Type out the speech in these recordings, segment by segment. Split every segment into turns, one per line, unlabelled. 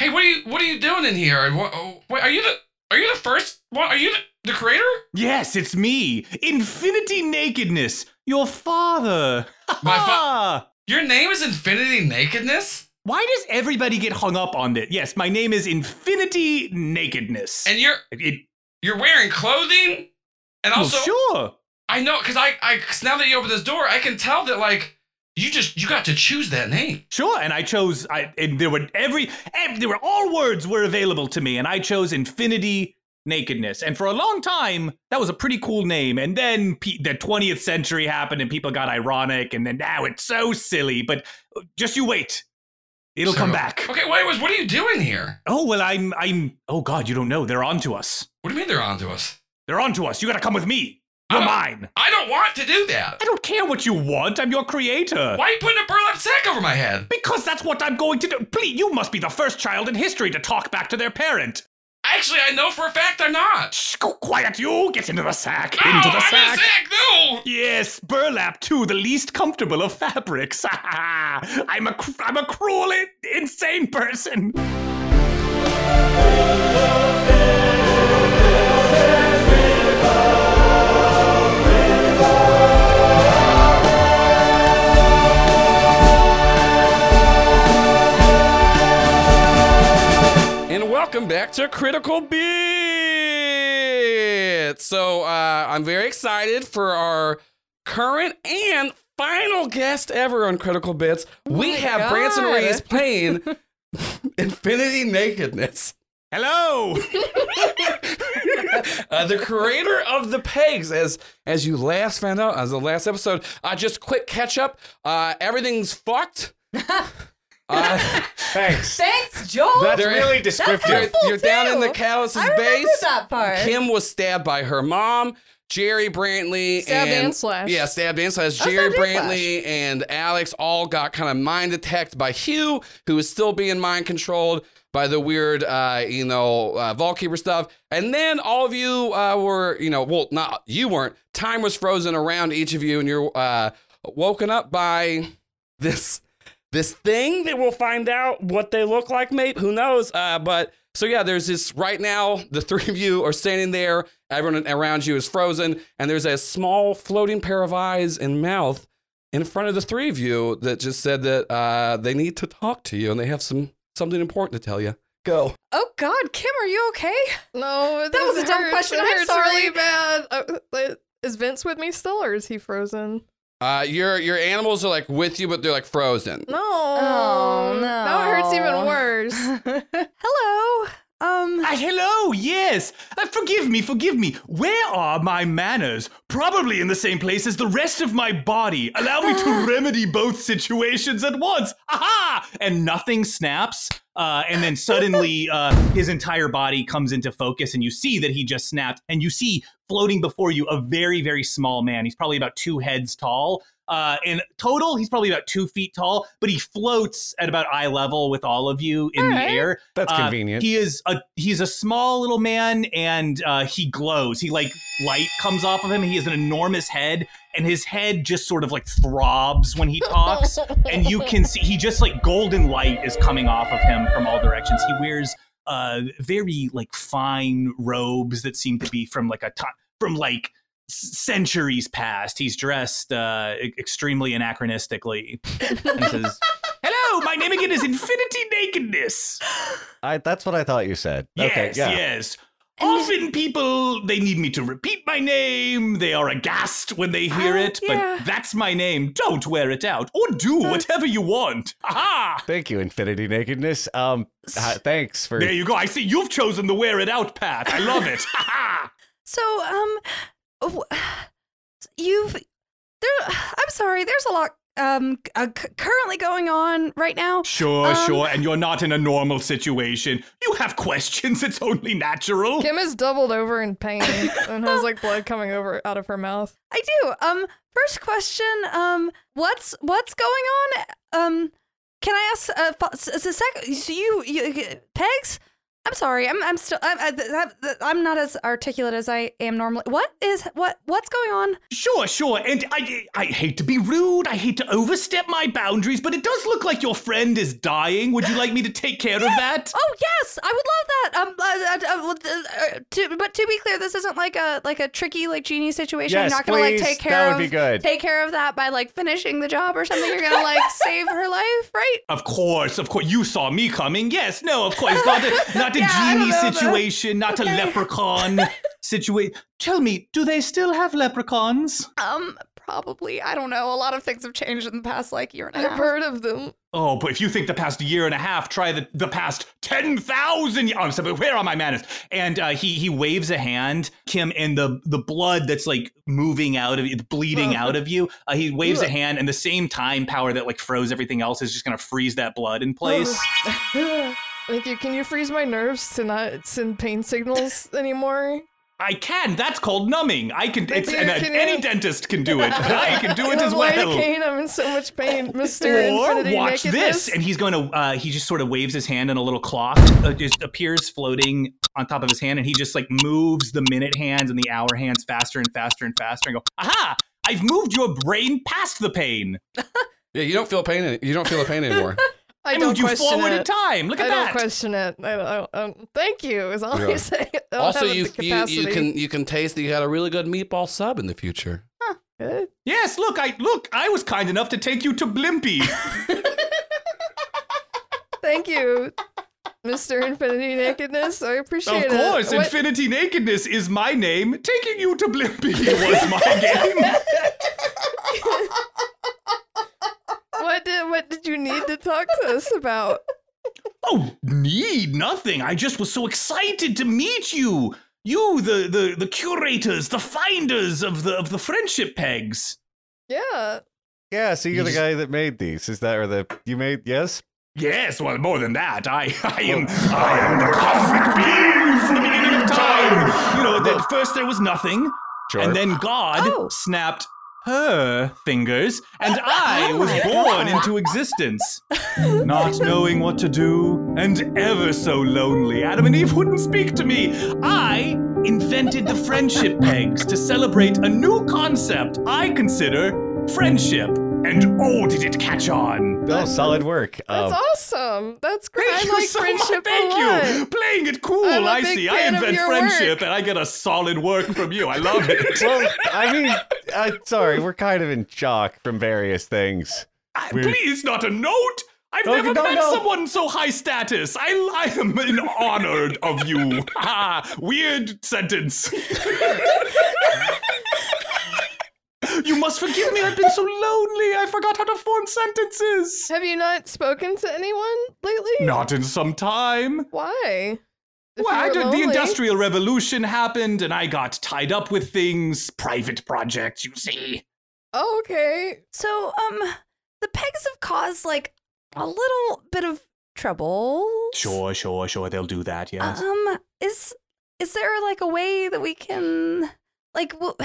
are you? What are you doing in here? And what- oh, Wait, are you the? Are you the first? What are you the, the creator?
Yes, it's me, Infinity Nakedness, your father.
My fa-
Ah!
Your name is Infinity Nakedness,
Why does everybody get hung up on it? Yes, my name is Infinity Nakedness.
and you're
it,
you're wearing clothing, and
well,
also
sure.
I know because I I cause now that you open this door, I can tell that like you just you got to choose that name.
Sure, and I chose. I and there were every, ev- there were all words were available to me, and I chose infinity nakedness. And for a long time, that was a pretty cool name. And then pe- the 20th century happened, and people got ironic, and then now it's so silly. But just you wait, it'll
So-
come back.
Okay, wait, was what are you doing here?
Oh well, I'm, I'm. Oh God, you don't know. They're on to us.
What do you mean they're onto us?
They're on to us. You gotta come with me.
I
You're
don't-
mine.
I don't want to do that.
I don't care what you want. I'm your creator.
Why are you putting a burlap sack over my head?
Because that's what I'm going to do. Please, you must be the first child in history to talk back to their parent.
Actually, I know for a fact I'm not.
Shh, go quiet you! Get into the sack!
No,
into the
I'm in a
sack!
sack. No.
Yes, burlap too, the least comfortable of fabrics. I'm a, cr- I'm a cruel, i- insane person.
And welcome back to Critical Bit. So uh, I'm very excited for our current and final guest ever on Critical Bits. we
Oh my
have Branson
God.
Reese playing Infinity Nakedness,
Hello!
uh, the creator of the Pegs. As as you last found out as the last episode, uh, just quick catch up. Uh, everything's fucked. uh,
Thanks.
Thanks, Joel.
That's
There-
really
you're
descriptive.
helpful
you're down in the
too.
callus's
I remember
base.
that part.
Kim was stabbed by her mom, Jerry Brantley,
Stabbed
and,
and slashed.
Yeah, stabbed and slashed. Jerry
Oh, stabbed and
Brantley and Alex all got kind of mind attacked by Hugh, who is still being mind controlled by the weird, uh, you know, uh, Vaultkeeper stuff. And then all of you uh, were, you know, well, not you weren't. Time was frozen around each of you, and you're uh, woken up by this this thing that we'll find out what they look like, maybe who knows. Uh, but so yeah, there's this right now. The three of you are standing there. Everyone around you is frozen, and there's a small floating pair of eyes and mouth in front of the three of you that just said that uh, they need to talk to you and they have some something important to tell you. Go.
oh God, Kim, are you okay?
No,
That was
this
a dumb
hurts.
question.
It
I'm
hurts
sorry.
really bad. Uh, uh, Is Vince with me still, or is he frozen?
Uh, your your animals are like with you, but they're like frozen.
No.
Oh,
Now it hurts even
no.
worse.
Hello. Um.
Ah, hello, yes! Uh, forgive me, forgive me. Where are my manners? Probably in the same place as the rest of my body. Allow me to remedy both situations at once. Aha! And nothing snaps. Uh, and then suddenly uh, his entire body comes into focus, and you see that he just snapped. And you see floating before you a very, very small man. He's probably about two heads tall. Uh, in total, he's probably about two feet tall, but he floats at about eye level with all of you in the
Alright.
air.
That's
Uh,
convenient.
He is a he's a small little man, and uh, he glows. He like light comes off of him. He has an enormous head, and his head just sort of like throbs when he talks. and you can see he just like golden light is coming off of him from all directions. He wears uh very like fine robes that seem to be from like a time from like s- centuries past. He's dressed uh e- extremely anachronistically. and he says, "Hello, my name again is Infinity Nakedness."
I, that's what I thought you said. okay,
yes,
yeah.
yes. Often people they need me to repeat my name. They are aghast when they hear
Uh,
it,
yeah.
but that's my name. Don't wear it out or do whatever you want. Aha!
Thank you, Infinity Nakedness. Um, uh, thanks for.
There you go. I see you've chosen the wear it out path. I love it. Ha
So, um, w- you've there. I'm sorry. There's a lot um c- uh, c- currently going on right now.
Sure,
Um,
sure. And you're not in a normal situation. You have questions. It's only natural.
Kim is doubled over in pain and has like blood coming over out of her mouth.
I do. Um, first question. Um, what's what's going on? Um, can I ask? Uh, fo- s- s- sec- so you, you pegs? I'm sorry. I'm I'm still I'm, I, that- that- I'm not as articulate as I am normally. What is what what's going on?
Sure, sure. And I, I hate to be rude. I hate to overstep my boundaries, but it does look like your friend is dying. Would you like me to take care of that?
Oh yes, I would love that. Um, uh, uh, uh, uh, to, but to be clear, this isn't like a like a tricky like genie situation.
Yes,
You're not gonna
please.
like take care
That would
of
be good.
take care of that by like finishing the job or something. You're gonna like save her life, right?
Of course, of course. You saw me coming. Yes, no, of course. Not a, not a
Yeah, I don't
genie
know about-
situation, not a leprechaun situation. Tell me, do they still have leprechauns?
Um, probably. I don't know. A lot of things have changed in the past like year and a
I've
half.
heard of them.
Oh, but if you think the past year and a half, try the, the past 10,000 years. oh, I'm sorry, where are my manners? And uh, he he waves a hand, Kim, and the, the blood that's like moving out of you, bleeding
Ugh.
out of you, uh, he waves a
Ugh.
hand, and the same time power that like froze everything else is just going to freeze that blood in place.
Thank you. Can you freeze my nerves to not send pain signals anymore?
I can. That's called numbing. I can. It's,
you-
and, uh,
can you-
any dentist can do it, but I can do it as
I'm
well.
lidocaine, I'm in so much pain. Mr.
Or
Infinity
watch
nakedness.
this, and he's going to. Uh, he just sort of waves his hand, and a little clock uh, just appears floating on top of his hand, and he just like moves the minute hands and the hour hands faster and faster and faster, and go, "Aha! I've moved your brain past the pain.
Yeah, you don't feel pain. any- You don't feel the pain anymore.
I
I,
don't
moved you
question
forward
it.
in time. Look
I
at
don't
that."
question it. I don't, I don't, um, thank you. Is all
Yeah.
you say. I don't
also,
have
you,
the
you
capacity.
you can you can taste that you got a really good meatball sub in the future.
Good.
yes, look, I look. I was kind enough to take you to Blimpy.
Thank you, Mr. Infinity Nakedness. I appreciate
Of
it.
course,
uh, What-
Infinity Nakedness is my name. Taking you to Blimpy was my game.
what did what did you need to talk to us about?
Oh, need nothing. I just was so excited to meet you. You, the the the curators, the finders of the of the friendship pegs.
Yeah.
Yeah, so you're
You
the
just-
guy that made these. Is that or the you made? Yes.
Yes, well, more than that, I I am I am the cosmic being from the beginning of time. You know, that first there was nothing,
Sure.
and then God
Oh.
snapped her fingers, and I was born into existence. Not knowing what to do, and ever so lonely, Adam and Eve wouldn't speak to me. I invented the friendship pegs to celebrate a new concept I consider friendship. And oh, did it catch on!
oh, solid work.
That's
Um,
awesome. That's great.
Thank
I
you
like
so much.
friendship
Thank
a lot.
you. Playing it cool.
I'm a
I
big
see. I
fan of
invent
your
friendship,
work.
and I get a solid work from you. I love it.
well, I mean, uh, sorry, we're kind of in shock from various things.
I,
Weird.
please, not a note. I've
No,
never
no,
met
no.
someone so high status. I, I am in honor of you. Ah, Weird sentence. you must forgive me. I've been so lonely. I forgot how to form sentences.
Have you not spoken to anyone lately?
Not in some time.
Why? If
Well,
you
I
were
did- the
lonely-
Industrial Revolution happened, and I got tied up with things, private projects, you see.
Oh, okay.
So, um, the pegs have caused like a little bit of trouble.
Sure, sure, sure. They'll do that. Yes.
Um, is is there like a way that we can like w-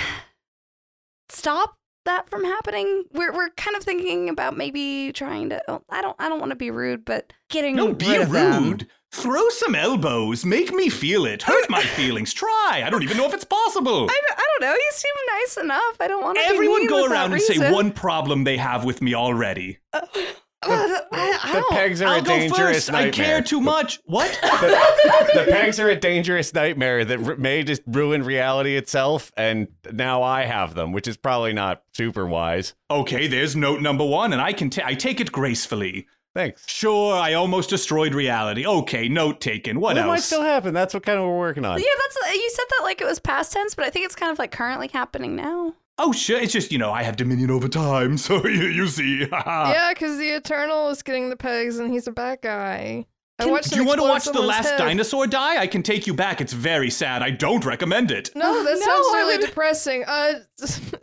stop that from happening? We're we're kind of thinking about maybe trying to. oh, I don't I don't want to be rude, but getting
No, be
rid of them.
rude. Throw some elbows. Make me feel it. Hurt my feelings. Try. I don't even know if it's possible.
I, don't- I don't know. You seem nice enough. I don't want to.
Everyone
be mean
go
without
around and
reason.
say one problem they have with me already.
Uh, uh, I, I
The
don't-
pegs are
I'll
a
go
dangerous
first. I
nightmare.
care too much. What?
The, the pegs are a dangerous nightmare that r- may just ruin reality itself, and now I have them, which is probably not super wise.
okay, there's note number one, and I can ta- I take it gracefully.
Thanks.
Sure, I almost destroyed reality. Okay, note taken. What
Well, it might
else?
still happen. That's what kind of we're working on.
Yeah, that's uh, you said that like it was past tense, but I think it's kind of like currently happening now.
oh shit! It's just you know I have dominion over time, so you, you see. yeah.
Yeah, because the Eternal is getting the pegs and he's a bad guy. I
Can-
watched
Do
him
you want to
explode
watch the
someone's
last
head.
dinosaur die? I can take you back. It's very sad. I don't recommend it.
No, that
No,
sounds
I
really
would-
depressing. Uh,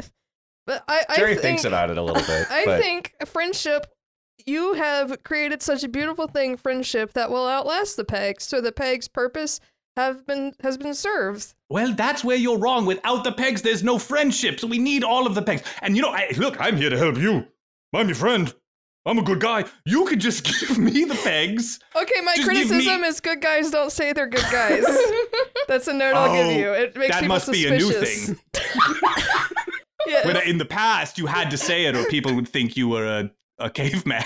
but I, I
Jerry
think,
thinks about it a little bit.
I
but
think friendship. You have created such a beautiful thing, friendship, that will outlast the pegs. So the pegs' purpose have been has been served.
Well, that's where you're wrong. Without the pegs, there's no friendship. So we need all of the pegs. And you know, I, look, I'm here to help you. I'm your friend. I'm a good guy. You could just give me the pegs.
Okay, my
Just give
criticism
me-
is good guys don't say they're good guys. That's a note I'll
Oh,
give you. It makes
that
people
must be
suspicious.
a new thing.
Yes.
When in the past you had to say it, or people would think you were a, a caveman.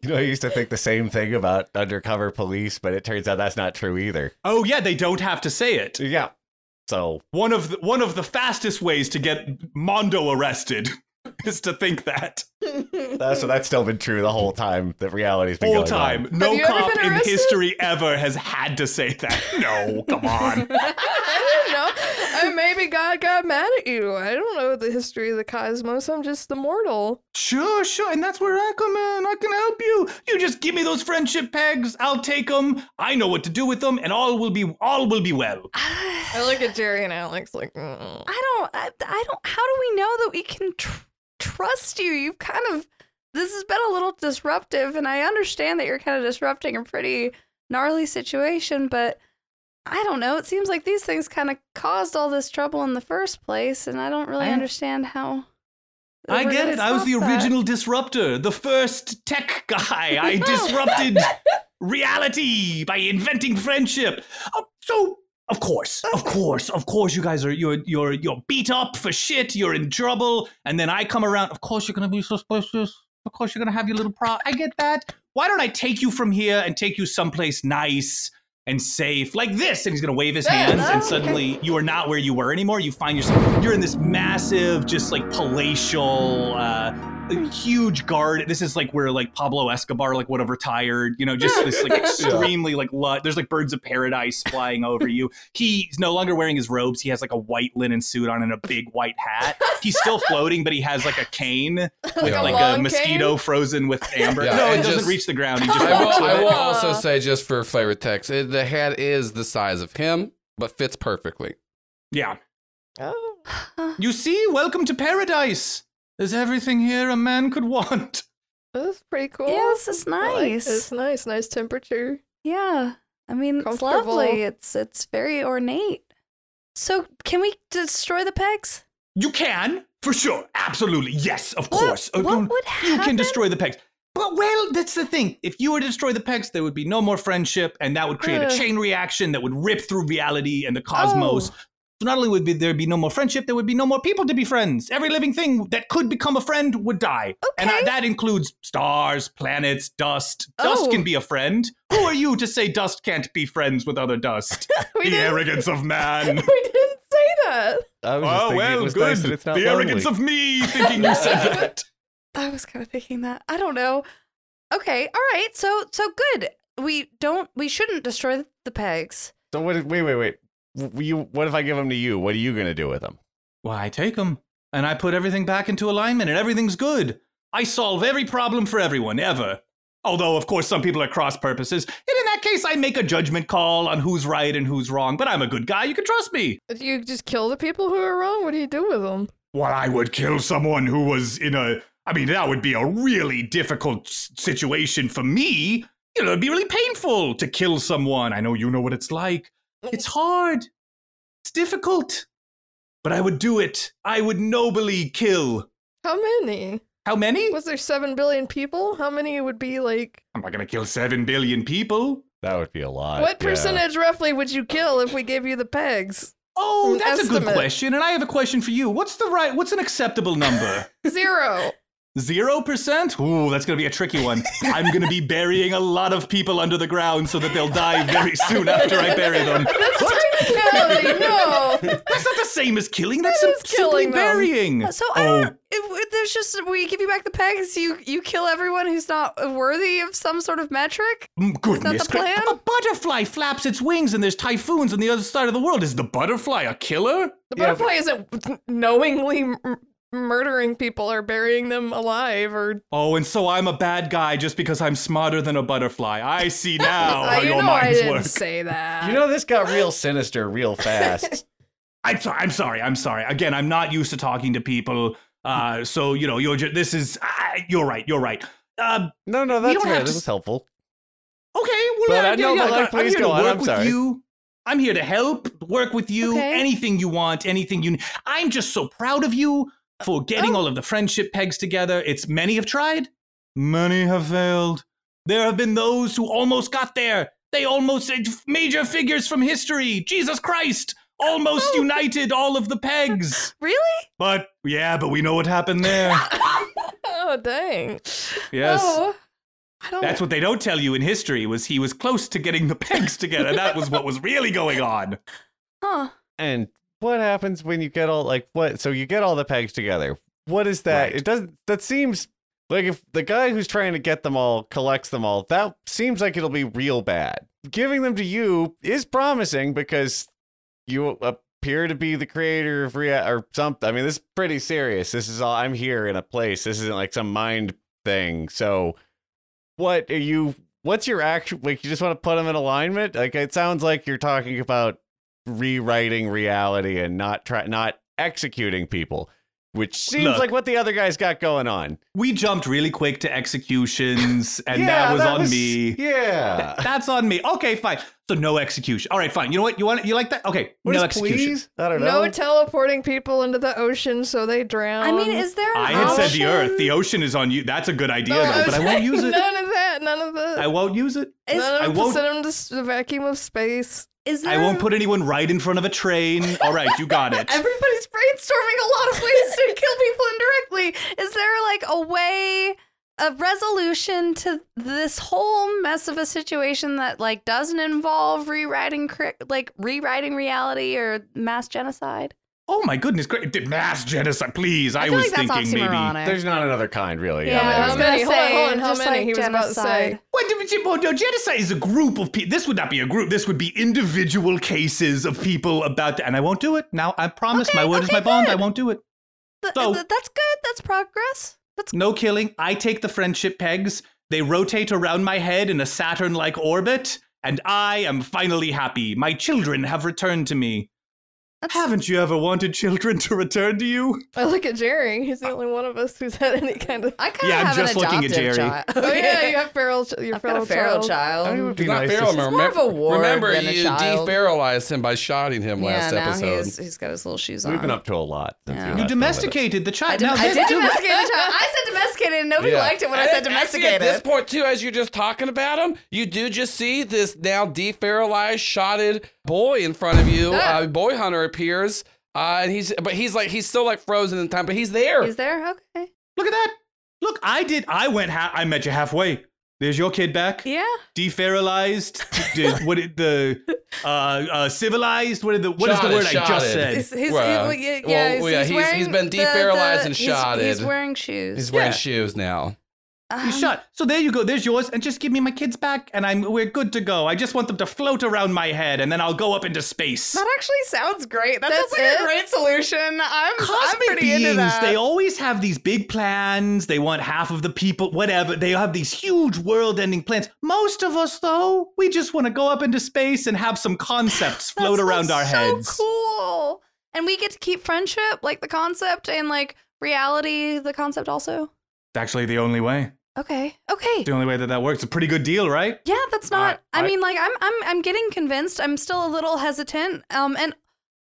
You know, I used to think the same thing about undercover police, but it turns out that's not true either.
oh yeah, they don't have to say it.
Yeah. So
One of the, one of the fastest ways to get Mondo arrested is to think that
that's so that's still been true the whole time that reality's been
whole
going
time.
on.
No
you ever
cop
been
in
arrested?
history ever has had to say that. No, come on.
I don't know. And maybe God got mad at you. I don't know the history of the cosmos. I'm just the mortal.
Sure, sure, and that's where I come in. I can help you. You just give me those friendship pegs. I'll take them. I know what to do with them, and all will be all will be well.
I look at Jerry and Alex like, mm.
I don't. I, I don't. How do we know that we can tr- trust you? You've kind of. This has been a little disruptive, and I understand that you're kind of disrupting a pretty gnarly situation, but I don't know. It seems like these things kind of caused all this trouble in the first place, and I don't really
I-
understand how. that
I
we're
get
gonna
it. I was
stop
the
that.
original disruptor, the first tech guy. I disrupted reality by inventing friendship. Oh, so, of course, of course, of course, you guys are you're you're you're beat up for shit. You're in trouble, and then I come around. Of course, you're gonna be suspicious. Of course, you're gonna have your little pro. I get that. Why don't I take you from here and take you someplace nice? And safe like this, and he's gonna wave his hands,
okay.
and suddenly you are not where you were anymore. You find yourself you're in this massive, just like palatial, uh, a huge guard. This is like where like Pablo Escobar like would have retired. You know, just this like extremely like lu- there's like birds of paradise flying over you. He's no longer wearing his robes. He has like a white linen suit on and a big white hat. He's still floating, but he has like a cane with
a
like a,
long
mosquito frozen with amber.
Yeah,
no, it
and
doesn't
just-
reach the ground. He just
I
walks
will,
with
I will
it.
also say, just for flavor text, it, the hat is the size of him, but fits perfectly.
Yeah.
oh.
You see, welcome to paradise. There's everything here a man could want.
That's pretty cool.
Yeah, this is
I like
nice.
this. nice. Nice temperature.
Yeah. I mean, it's
Comfortable.
lovely. It's it's very ornate. So, can we destroy the pegs?
You can, for sure. Absolutely. Yes, of
What-
course. Oh,
what
don't-
would
You
happen?
can destroy the pegs. But, well, that's the thing. If you were to destroy the pegs, there would be no more friendship, and that would create
Ugh.
a chain reaction that would rip through reality and the
Oh,
cosmos.
Oh.
So not only would be, there be no more friendship, there would be no more people to be friends. Every living thing that could become a friend would die. And uh,
Okay.
that includes stars, planets, dust. Dust
Oh.
can be a friend. Who are you to say dust can't be friends with other dust?
We
the
didn't,
arrogance of man.
we didn't say that.
I was just thinking it was nice that it's not
Oh, the arrogance
lonely.
of me thinking you said that.
I was kind of thinking that. I don't know. Okay. All right. So so good. We don't. We shouldn't destroy the pegs.
So what if, wait, wait, wait. W- You, what if I give them to you? What are you gonna do with them?
Why, I take them and I put everything back into alignment and everything's good. I solve every problem for everyone, ever. Although, of course, some people are cross purposes. And in that case, I make a judgment call on who's right and who's wrong, but I'm a good guy. You can trust me.
If You just kill the people who are wrong. What do you do with them?
Well, I would kill someone who was in a. I mean, that would be a really difficult s- situation for me. You know, it'd be really painful to kill someone. I know you know what it's like. It's hard. It's difficult. But I would do it. I would nobly kill.
How many?
How many?
Was there seven billion people? How many would be like?
I'm not gonna kill seven billion people.
That would be a lot.
what
yeah.
percentage roughly would you kill if we gave you the pegs?
Oh,
An
that's a good
estimate.
question. And I have a question for you. What's the right? What's an acceptable number?
Zero.
Zero percent? Ooh, that's gonna be a tricky one. I'm gonna be burying a lot of people under the ground so that they'll die very soon after I bury them.
That's technicality. No.
That's not the same as killing. That's
That is
sim- simply
killing them.
burying. Oh,
So I don't. It, there's just we give you back the pegs. You you kill everyone who's not worthy of some sort of metric.
Mm, goodness.
the plan?
gra- A butterfly flaps its wings and there's typhoons on the other side of the world. Is the butterfly a killer?
The butterfly isn't knowingly m- murdering people or burying them alive or.
Oh, and so I'm a bad guy just because I'm smarter than a butterfly. I see now
I-
Oh, how
you
your
know I
minds
didn't
work.
say that.
You know, this got real sinister real fast.
I'm sorry. I'm sorry. I'm sorry. Again, I'm not used to talking to people. Uh, so you know, you're just, this is. Uh, you're right. You're right. Uh,
no, no,
don't have
that's good.
to
This
s-
is helpful.
okay. Well,
But
yeah,
I know,
yeah,
but, like,
yeah, I'm
please
here to
go on,
work
I'm
with
sorry.
you. I'm here to help, work with you,
Okay.
anything you want, anything you. I'm just so proud of you for getting
Oh.
all of the friendship pegs together. It's many have tried. Many have failed. There have been those who almost got there. They almost uh, major figures from history. Jesus Christ almost united all of the pegs.
Oh. Really?
But yeah, but we know what happened there.
Oh, dang.
Yes.
Oh, I don't.
That's what they don't tell you in history was he was close to getting the pegs together. That was what was really going on.
huh.
And what happens when you get all like what? So you get all the pegs together. What is that?
Right.
It doesn't. That seems like if the guy who's trying to get them all collects them all, that seems like it'll be real bad. Giving them to you is promising because you appear to be the creator of rea or something. I mean, this is pretty serious. This is all. I'm here in a place. This isn't like some mind thing. So, what are you? What's your actual? Like, you just want to put them in alignment? Like, it sounds like you're talking about rewriting reality and not try not executing people, which seems
Look.
like what the other guys got going on.
We jumped really quick to executions, and that was on me.
Yeah.
That's on me. Okay, fine. So no execution. All right, fine. You know what? You want you like that? Okay,
What
no
is
execution.
please? I don't know.
No teleporting people into the ocean so they drown.
I mean, is there? An
Um, I had said the
option-
earth. The ocean is on you. That's a good idea,
No,
though,
was
but I won't
saying
use it.
None of that. None of the.
I won't use it.
Is,
none
I
of
won't-
the send them to s- the vacuum of space.
is there?
I won't put anyone right in front of a train. All right, you got it.
Everybody's brainstorming a lot of ways to kill people indirectly. Is there like a way, a resolution to this whole mess of a situation that like doesn't involve rewriting, cri- like rewriting reality or mass genocide?
Oh my goodness, great. Did mass genocide, please. I,
feel
was
like that's
thinking maybe.
oxymoronic.
There's not another kind, really.
Yeah,
there
I was
is.
How many?
gonna say,
Hold on, hold on. How
just
many
like
he was about to
genocide.
say?
What did you, well, no, genocide is a group of people. This would not be a group. This would be individual cases of people about to, and I won't do it. Now I promise
Okay,
my word is
okay,
my bond. I
good.
won't do it.
Th-
So-
th- that's good. That's progress. That's
No killing. I take the friendship pegs. They rotate around my head in a Saturn like orbit, and I am finally happy. My children have returned to me.
That's-
Haven't you ever wanted children to return to you?
I look at Jerry. He's the only one of us who's had any kind of.
I kind
Yeah,
of
I'm
have
just
an
looking at
adopted
Jerry.
child.
Oh yeah, you have feral. ch- Your
I've got
feral,
a feral
child.
I mean, it
child.
would be
not
nice
feral.
to-
It's more of a ward
remember,
than a
you
child.
deferalized him by shotting him
yeah,
last
now
episode.
he's, he's got his little shoes on.
We've been up to a lot. since
Yeah.
we
You
last
You
did
domesticated the
I
child.
did,
Now
I
that-
did domesticate a child. I said domesticated, and nobody
Yeah.
liked it when I
And
said
it- actually, At
domesticated.
this point, too, as you're just talking about him, you do just see this now deferalized, shotted boy in front of you.
Ah.
Uh, boy hunter appears, uh, and he's but he's like he's still like frozen in time, but he's there.
He's there. Okay.
Look at that. Look, I did. I went. Ha- I met you halfway. There's your kid back.
Yeah.
Deferalized. did, what did the uh, uh, civilized? What did the what is
Shot
the
it,
word I
shot
just
it.
said?
He's, he's,
Well,
he- yeah,
well,
he's,
yeah,
he's
he's-
wearing
he's been
the-
deferalized
the-
and
he's- He's
shotted.
wearing shoes.
He's wearing
Yeah.
shoes now.
You
Um,
shot. So there you go. There's yours. And just give me my kids back, and I'm we're good to go. I just want them to float around my head, and then I'll go up into space.
That actually sounds great. That
That's
sounds like
it?
a great solution. I'm, I'm
Cosmic
pretty into
beings,
that.
they always have these big plans. They want half of the people, whatever. They have these huge world ending plans. Most of us, though, we just want to go up into space and have some concepts
That
float
sounds
around our
so
heads.
cool. And we get to keep friendship, like the concept, and like reality, the concept also.
It's actually the only way.
Okay. Okay.
The only way that that works. A pretty good deal, right?
Yeah, that's not. I,
I-
mean, like, I'm, I'm, I'm getting convinced. I'm still a little hesitant. Um, and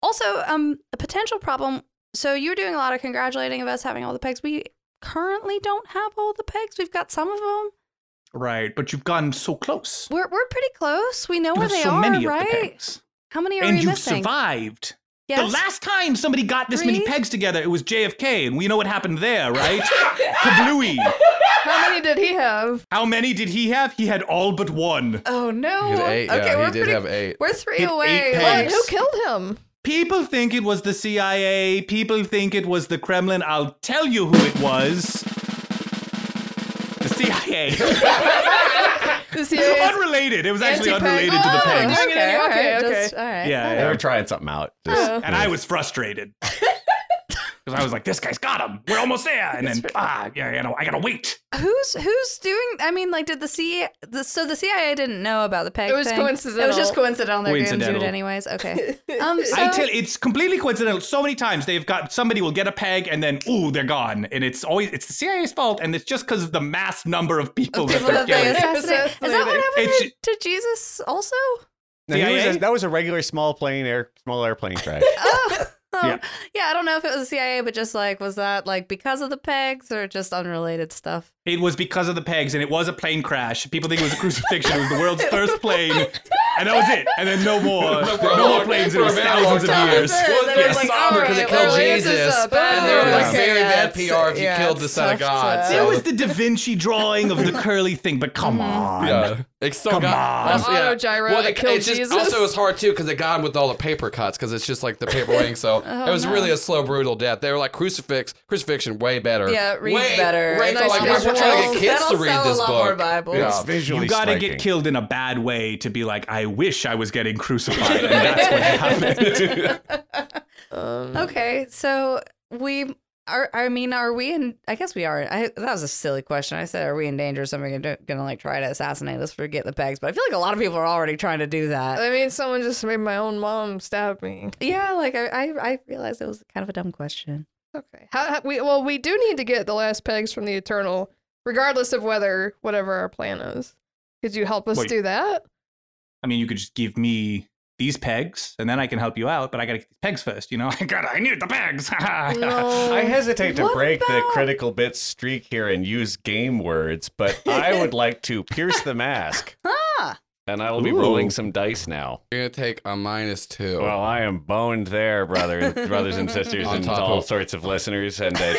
also, um, a potential problem. So you were doing a lot of congratulating of us having all the pegs. We currently don't have all the pegs. We've got some of them.
Right. But you've gotten so close.
We're, we're pretty close. We know
You
where
have
they
so
are,
many of
right?
the pegs.
How many are
And
we
you've
missing?
survived.
Yes.
The last time somebody got this many
Three?
pegs together, it was JFK, and we know what happened there, right? Kablooey.
How many did he have?
How many did he have? He had all but one.
Oh no.
He had eight.
okay,
yeah,
we're
he did
pretty.
have eight.
we're three
He had eight
away.
pegs.
Wait,
Like,
who killed him?
People think it was the CIA. People think it was the Kremlin. I'll tell you who it was. The CIA.
The CIA's
unrelated. It was actually
Anti-peg-
unrelated to the
Oh,
pegs.
okay,
Okay, okay,
okay, okay.
just- all right.
Yeah,
They
yeah.
were trying something out.
Oh.
And I was frustrated. Because I was like, this guy's got him. We're almost there. And then, ah, yeah, you know, I gotta wait.
Who's who's doing? I mean, like, did the CIA? The, so the CIA didn't know about the peg.
It was
thing.
coincidental. Uh,
It was just coincidental. They're going to do it
Coincidental.
anyways. Okay. Um. So,
I tell it's completely coincidental. So many times they've got somebody will get a peg and then ooh they're gone, and it's always it's the CIA's fault, and it's just because of the mass number of people that
people
they're
that they
killing.
assassinate. Is that what happened
It's-
to, to Jesus? Also.
No, he was
CIA?
a- that was a regular small plane air, small airplane crash.
Oh. Oh,
Yeah.
yeah. I don't know if it was the CIA, but just like, was that like because of the pegs or just unrelated stuff?
It was because of the pegs, and it was a plane crash. People think it was a crucifixion. It was the world's first plane, and that was it. And then no more, no, more planes. It
For a
was
very long
thousands of
time.
years.
Well,
Then
they're
it's like,
somber because it
alright, well,
killed
this is
Jesus,
a bad-
and they're like
Okay,
very
yeah,
bad
it's-
PR if you
yeah,
killed the
it's
son of
tough
God.
to-
so-
It was the Da Vinci drawing of the curly thing, but come on.
Yeah. It's still
Come
got,
on.
Auto gyro
Well,
that
it,
killed
it's just
Jesus.
also it was hard too because it got him with all the paper cuts because it's just like the paper wing. So it was really a slow, brutal death. They were like crucifix, crucifixion, way better.
Yeah, it reads
way,
better.
Way,
It's
so, like, we're,
visual.
we're trying to get kids
That'll
to read
sell a
this
lot
book.
more Bible.
Yeah.
It's
visually
You gotta
striking.
get killed in a bad way to be like, I wish I was getting crucified, and that's what happened.
Okay, so we are. I mean, are we in? I guess we are. I, that was a silly question. I said, are we in danger? of Somebody gonna, gonna like try to assassinate us for getting the pegs? But I feel like a lot of people are already trying to do that.
I mean, someone just made my own mom stab me.
Uh, Yeah, like I, I, I realized it was kind of a dumb question.
Okay. How, how, we well, we do need to get the last pegs from the Eternal, regardless of whether whatever our plan is. Could you help us
Wait.
do that?
I mean, you could just give me these pegs, and then I can help you out. But I gotta get these pegs first, you know. I gotta, I need the pegs.
I hesitate to
What
break the
about-
critical bit streak here and use game words, but I would like to pierce the mask.
Ah,
And I will be
Ooh.
rolling some dice now.
You're gonna take a minus two.
Well, I am boned there, brother, and- brothers and sisters,
On
and
top
all
of-
sorts of listeners, and uh,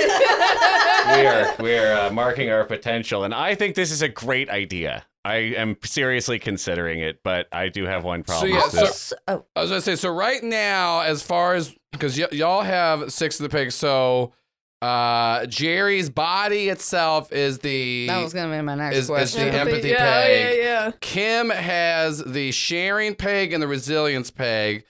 we are we are uh, marking our potential. And I think this is a great idea. I am seriously considering it, but I do have one problem.
yeah,
with
so-
this.
oh,
I was gonna say, so right now, as far as because y- y'all have six of the pigs, so uh Jerry's body itself is the
that was gonna be my next
is- is
question.
the empathy
yeah, oh,
peg.
Yeah, yeah,
Kim has the sharing peg and the resilience peg.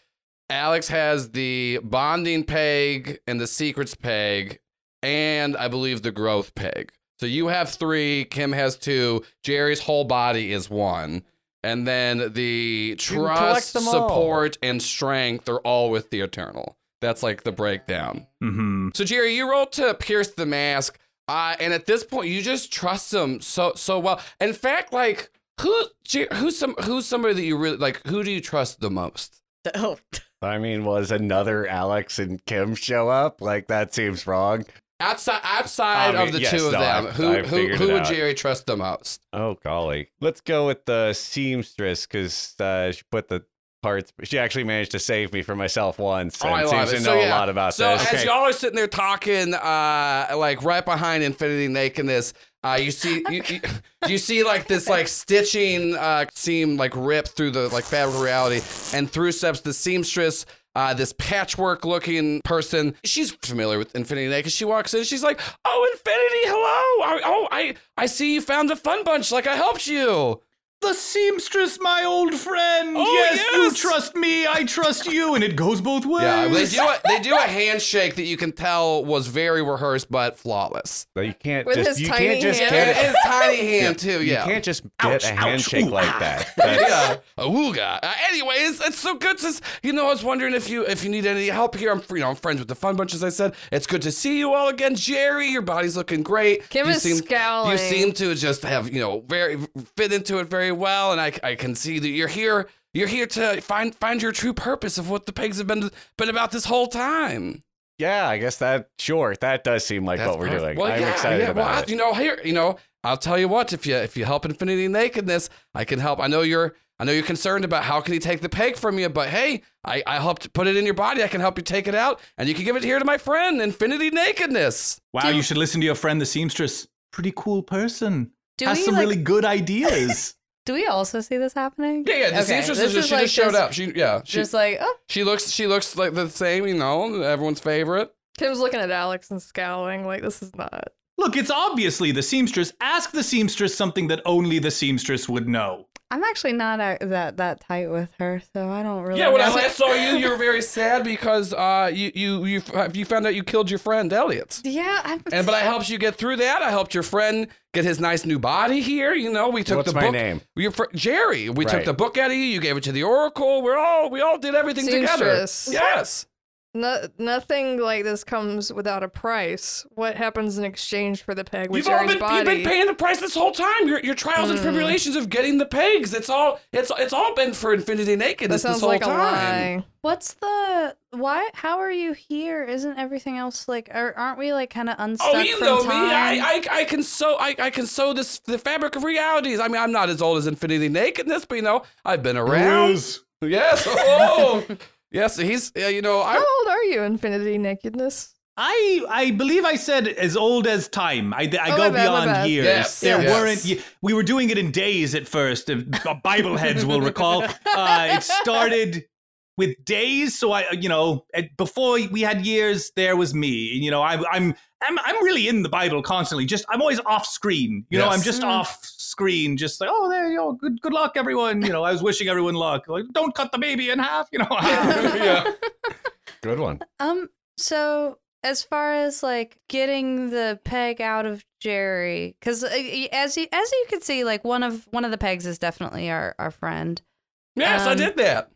Alex has the bonding peg and the secrets peg, and I believe the growth peg. So you have three. Kim has two. Jerry's whole body is one. And then the
can collect
trust,
them all.
support, and strength are all with the eternal. That's like the breakdown.
hmm
So Jerry, you rolled to pierce the mask, uh, and at this point, you just trust him so so well. In fact, like who Jer- who's some who's somebody that you really like? Who do you trust the most?
oh,
I mean, was another Alex and Kim show up? Like that seems wrong.
Outside outside
I mean,
of the
yes,
two of
no,
them,
I've-
who
I've
who,
figured it
who would
out.
Jerry trust the most?
Oh golly, let's go with the seamstress because uh, she put the parts. She actually managed to save me from myself once,
Oh,
and
I love
seems
it.
to
So,
know
yeah.
a lot about
So
this.
as y'all are sitting there talking, uh, like right behind Infinity Nakedness, uh, you see you, you, you see like this like stitching uh, seam like rip through the like fabric of reality, and through steps the seamstress. Uh, this patchwork looking person, she's familiar with Infinity Naked. She walks in, she's like, "Oh, Infinity, hello! I, oh, I, I see you found the fun bunch. Like I helped you."
The seamstress, my old friend.
Oh,
yes, you
yes.
trust me. I trust you, and it goes both ways.
Yeah, they do. A, they do a handshake that you can tell was very rehearsed but flawless.
But you can't
With
just
his
you
tiny
can't just
hand.
And
get
it
it.
is tiny hand too. Yeah.
You can't just get
Ouch,
a
ouch,
handshake
ooh,
like
ah.
that. That's-
yeah. Awooga. Uh, anyways, it's so good to s- you know. I was wondering if you if you need any help here. I'm you know I'm friends with the Fun Bunch as I said. It's good to see you all again, Jerry. Your body's looking great.
Kim
you
is scowling.
You seem to just have you know very fit into it very well, and I I can see that you're here. You're here to find find your true purpose of what the pigs have been been about this whole time.
yeah, I guess that sure that does seem like
That's
what we're
perfect.
doing.
Well,
I'm
yeah,
excited
yeah,
about
well, I-
it.
You know, here, you know, I'll tell you what. If you if you help Infinity Nakedness, I can help. I know you're I know you're concerned about how can he take the peg from you, but hey, I I helped put it in your body. I can help you take it out, and you can give it here to my friend Infinity Nakedness.
Wow, you should listen to your friend, the seamstress. Pretty cool person.
do
Has
we
some
like,
really good ideas.
do we also see this happening?
Yeah, yeah. The
Okay,
seamstress
this
is just,
is
she
like
just showed
this-
up. She yeah. She,
Just like oh,
she looks she looks like the same. You know, everyone's favorite.
Kim's looking at Alex and scowling like this is not.
Look, it's obviously the seamstress. Ask the seamstress something that only the seamstress would know.
I'm actually not uh, that that tight with her, so I don't really.
Yeah, when I
know.
last saw you, you were very sad because uh you you you you found out you killed your friend Elliot.
Yeah, I'm,
And but I helped you get through that. I helped your friend get his nice new body here. You know, we took
What's
the
my
book.
name?
Your fr- Jerry. We took
Right.
the book out of you. You gave it to the Oracle. We're all we all did everything together.
Seamstress.
Yes.
No, nothing like this comes without a price. What happens in exchange for the peg? Which
You've all
are his
been
body?
you've been paying the price this whole time. Your your trials and
Mm.
tribulations of getting the pegs. It's all it's it's all been for infinity
that
nakedness
sounds
this whole
like a
time.
lie.
What's the why? How are you here? Isn't everything else like? Are, aren't we like kind of unstuck
Oh, you
from
know
time?
me. I, I I can sew I, I can sew this the fabric of realities. I mean, I'm not as old as infinity nakedness, but you know, I've been around. Yes. Oh. yes. He's yeah, you know I.
How old are you, Infinity Nakedness?
I I believe I said as old as time. I, I
Oh,
go
my bad, my
beyond
bad.
years.
Yes,
there
yes.
weren't. y- We were doing it in days at first. if- uh, Bible heads will recall. Uh, it started with days. So I, you know, at, before we had years, there was me. And you know, I, I'm I'm I'm really in the Bible constantly. Just I'm always off screen. You know,
Yes.
I'm just
Mm.
off screen. Just like oh, there you go. Good good luck, everyone. You know, I was wishing everyone luck. Like don't cut the baby in half. You know.
Oh.
yeah.
Good one.
Um. So as far as like getting the peg out of Jerry, because as you as you can see, like one of one of the pegs is definitely our our friend.
Yes, I
Um,
did that.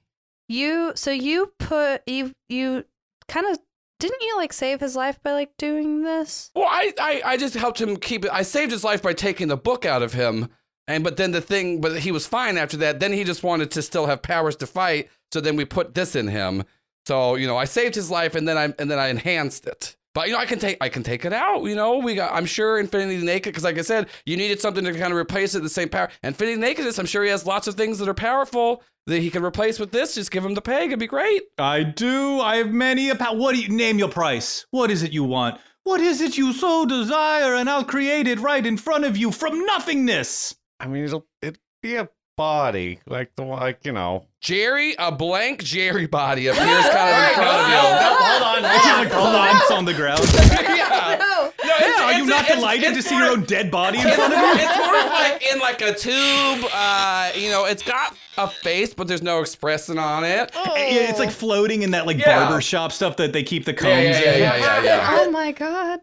You so you put you you kind of didn't you like save his life by like doing this?
Well, I, I, I just helped him keep it. I saved his life by taking the book out of him. And but then the thing, but he was fine after that. Then he just wanted to still have powers to fight. So then we put this in him. So you know, I saved his life, and then I and then I enhanced it. But you know, I can take I can take it out. You know, we got I'm sure Infinity Naked because like I said, you needed something to kind of replace it the same power. Infinity Nakedness, I'm sure he has lots of things that are powerful that he can replace with this. Just give him the peg, it'd be great.
I do. I have many a power. What do you name your price? What is it you want? What is it you so desire? And I'll create it right in front of you from nothingness.
I mean, it'll it be a body like the one, like you know.
Jerry, a blank Jerry body appears kind of in front of you.
hold on.
Ah!
It's just like lumps on the ground.
Yeah.
No.
No, it's-
Yeah, are you
it's-
not
it's- it's
delighted to see
more-
your own dead body in
It's more,
front of you?
it's more of like in like a tube. Uh, you know, it's got a face, but there's no expressing on it.
Yeah, it's like floating in that like
Yeah.
barber shop stuff that they keep the combs
Yeah, yeah, yeah,
in.
yeah, yeah, Uh, yeah.
Oh my god.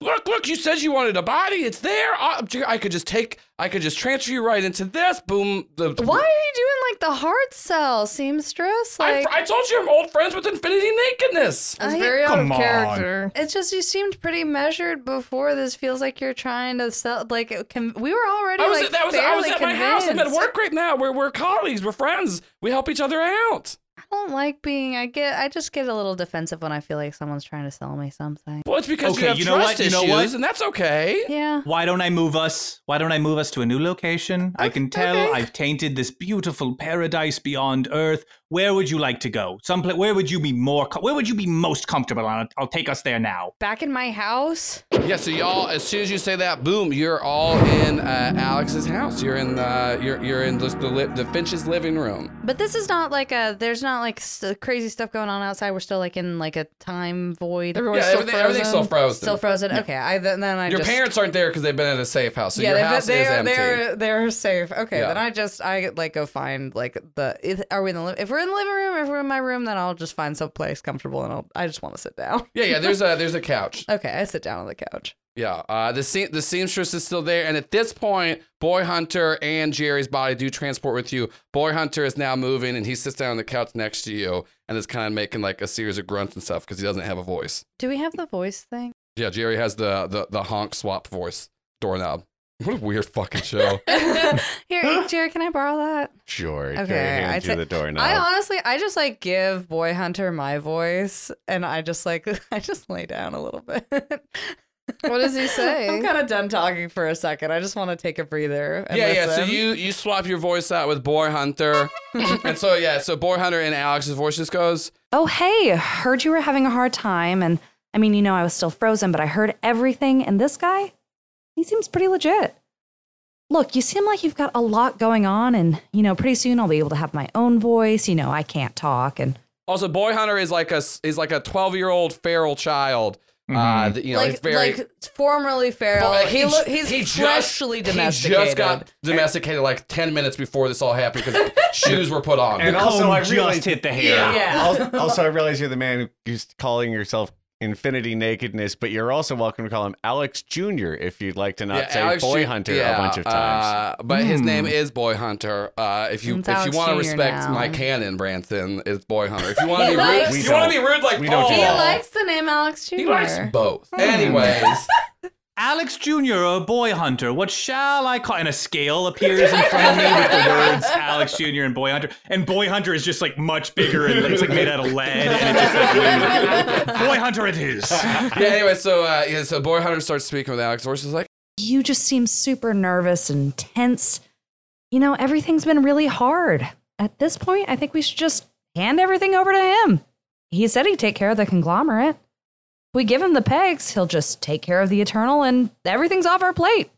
Look, look! You said you wanted a body. It's there. I, I could just take. I could just transfer you right into this. Boom. The,
Why are you doing like the hard sell, seamstress?
I,
Like
I told you I'm old friends with Infinity Nakedness.
That's
I-
very out of
Come on.
character.
It's just you seemed pretty measured before. This feels like you're trying to sell. Like it can, we were already
I was,
like
at, that was, I was
fairly
at my house. I'm at
convinced.
work right now. We're, we're colleagues. We're friends. We help each other out.
I don't like being. I get. I just get a little defensive when I feel like someone's trying to sell me something.
Well, it's because you
Okay,
have
you know
trust
what? You know
issues,
what?
and that's okay.
Yeah.
Why don't I move us? Why don't I move us to a new location? I can tell
okay.
I've tainted this beautiful paradise beyond Earth. Where would you like to go? Some pla- where would you be more? Com- where would you be most comfortable? I'll, I'll take us there now.
Back in my house.
Yeah, so y'all, as soon as you say that, boom, you're all in uh, Alex's house. You're in the you're you're in just the li- the Finch's living room.
But this is not like a. There's not like s uh, crazy stuff going on outside. We're still like in like a time void.
Everyone's
yeah,
still
everything,
frozen.
everything's still frozen.
still frozen. Okay. I then, then I
your
just.
parents aren't there because they've been at a safe house, so
yeah,
your
they're-
house is
they're,
empty.
they're uh, they're safe. Okay,
Yeah.
then I just I like go find like the if, are we in the li- if we're in the living room if we're in my room then I'll just find someplace comfortable and I'll I just want to sit down.
Yeah, yeah. There's a there's a couch.
Okay, I sit down on the couch.
Yeah, uh, the se- the seamstress is still there, and at this point, Boy Hunter and Jerry's body do transport with you. Boy Hunter is now moving, and he sits down on the couch next to you, and is kind of making like a series of grunts and stuff because he doesn't have a voice.
Do we have the voice thing?
Yeah, Jerry has the the, the honk swap voice doorknob. What a weird fucking show.
Here, Jerry, can I borrow that?
Sure.
Okay,
Jerry hands
I'd
you
say-
the door
I honestly, I just like give Boy Hunter my voice, and I just like, I just lay down a little bit.
What does he say?
I'm kind of done talking for a second. I just want to take a breather. And
yeah, yeah. So
listen.
you you swap your voice out with Boy Hunter, and so yeah, so Boy Hunter and Alex's voice just goes.
Oh, hey, heard you were having a hard time. And I mean, you know, I was still frozen, but I heard everything. And this guy, he seems pretty legit. Look, you seem like you've got a lot going on. And, you know, pretty soon I'll be able to have my own voice. You know, I can't talk. And
Also, Boy Hunter is like a s- is like a twelve year old feral child.
Mm-hmm.
Uh, that, you know, he's
like,
very.
like formerly feral.
But
he
j-
look, he's
he just-
freshly domesticated.
He just got domesticated like ten minutes before this all happened because shoes were put on.
And
him.
also,
Comb
I
just
realized-
hit the hair.
yeah.
Al- also, I realize you're the man who's calling yourself Infinity Nakedness, but you're also welcome to call him Alex Jr. if you'd like to not
Yeah,
say
Alex
Boy
Ju-
Hunter
yeah,
a bunch of times.
Uh, but his
Hmm.
name is Boy Hunter. Uh, if you
It's
if you
Alex
want to
Jr.
respect
now.
my canon, Branson is Boy Hunter. If you want to be
He
rude,
likes-
if
We
you want to be
don't.
rude like
We don't
Paul.
do
He
Oh.
likes the name Alex Jr.
He likes both.
Hmm.
Anyways,
Alex Jr., a boy hunter, what shall I call? And a scale appears in front of me with the words Alex Jr. and boy hunter. And boy hunter is just like much bigger and it's like made out of lead. And it just like, boy hunter it is.
yeah. Anyway, so uh, yeah, so Boy Hunter starts speaking with Alex. Horse is like,
You just seem super nervous and tense. You know, everything's been really hard. At this point, I think we should just hand everything over to him. He said he'd take care of the conglomerate. We give him the pegs, he'll just take care of the eternal and everything's off our plate.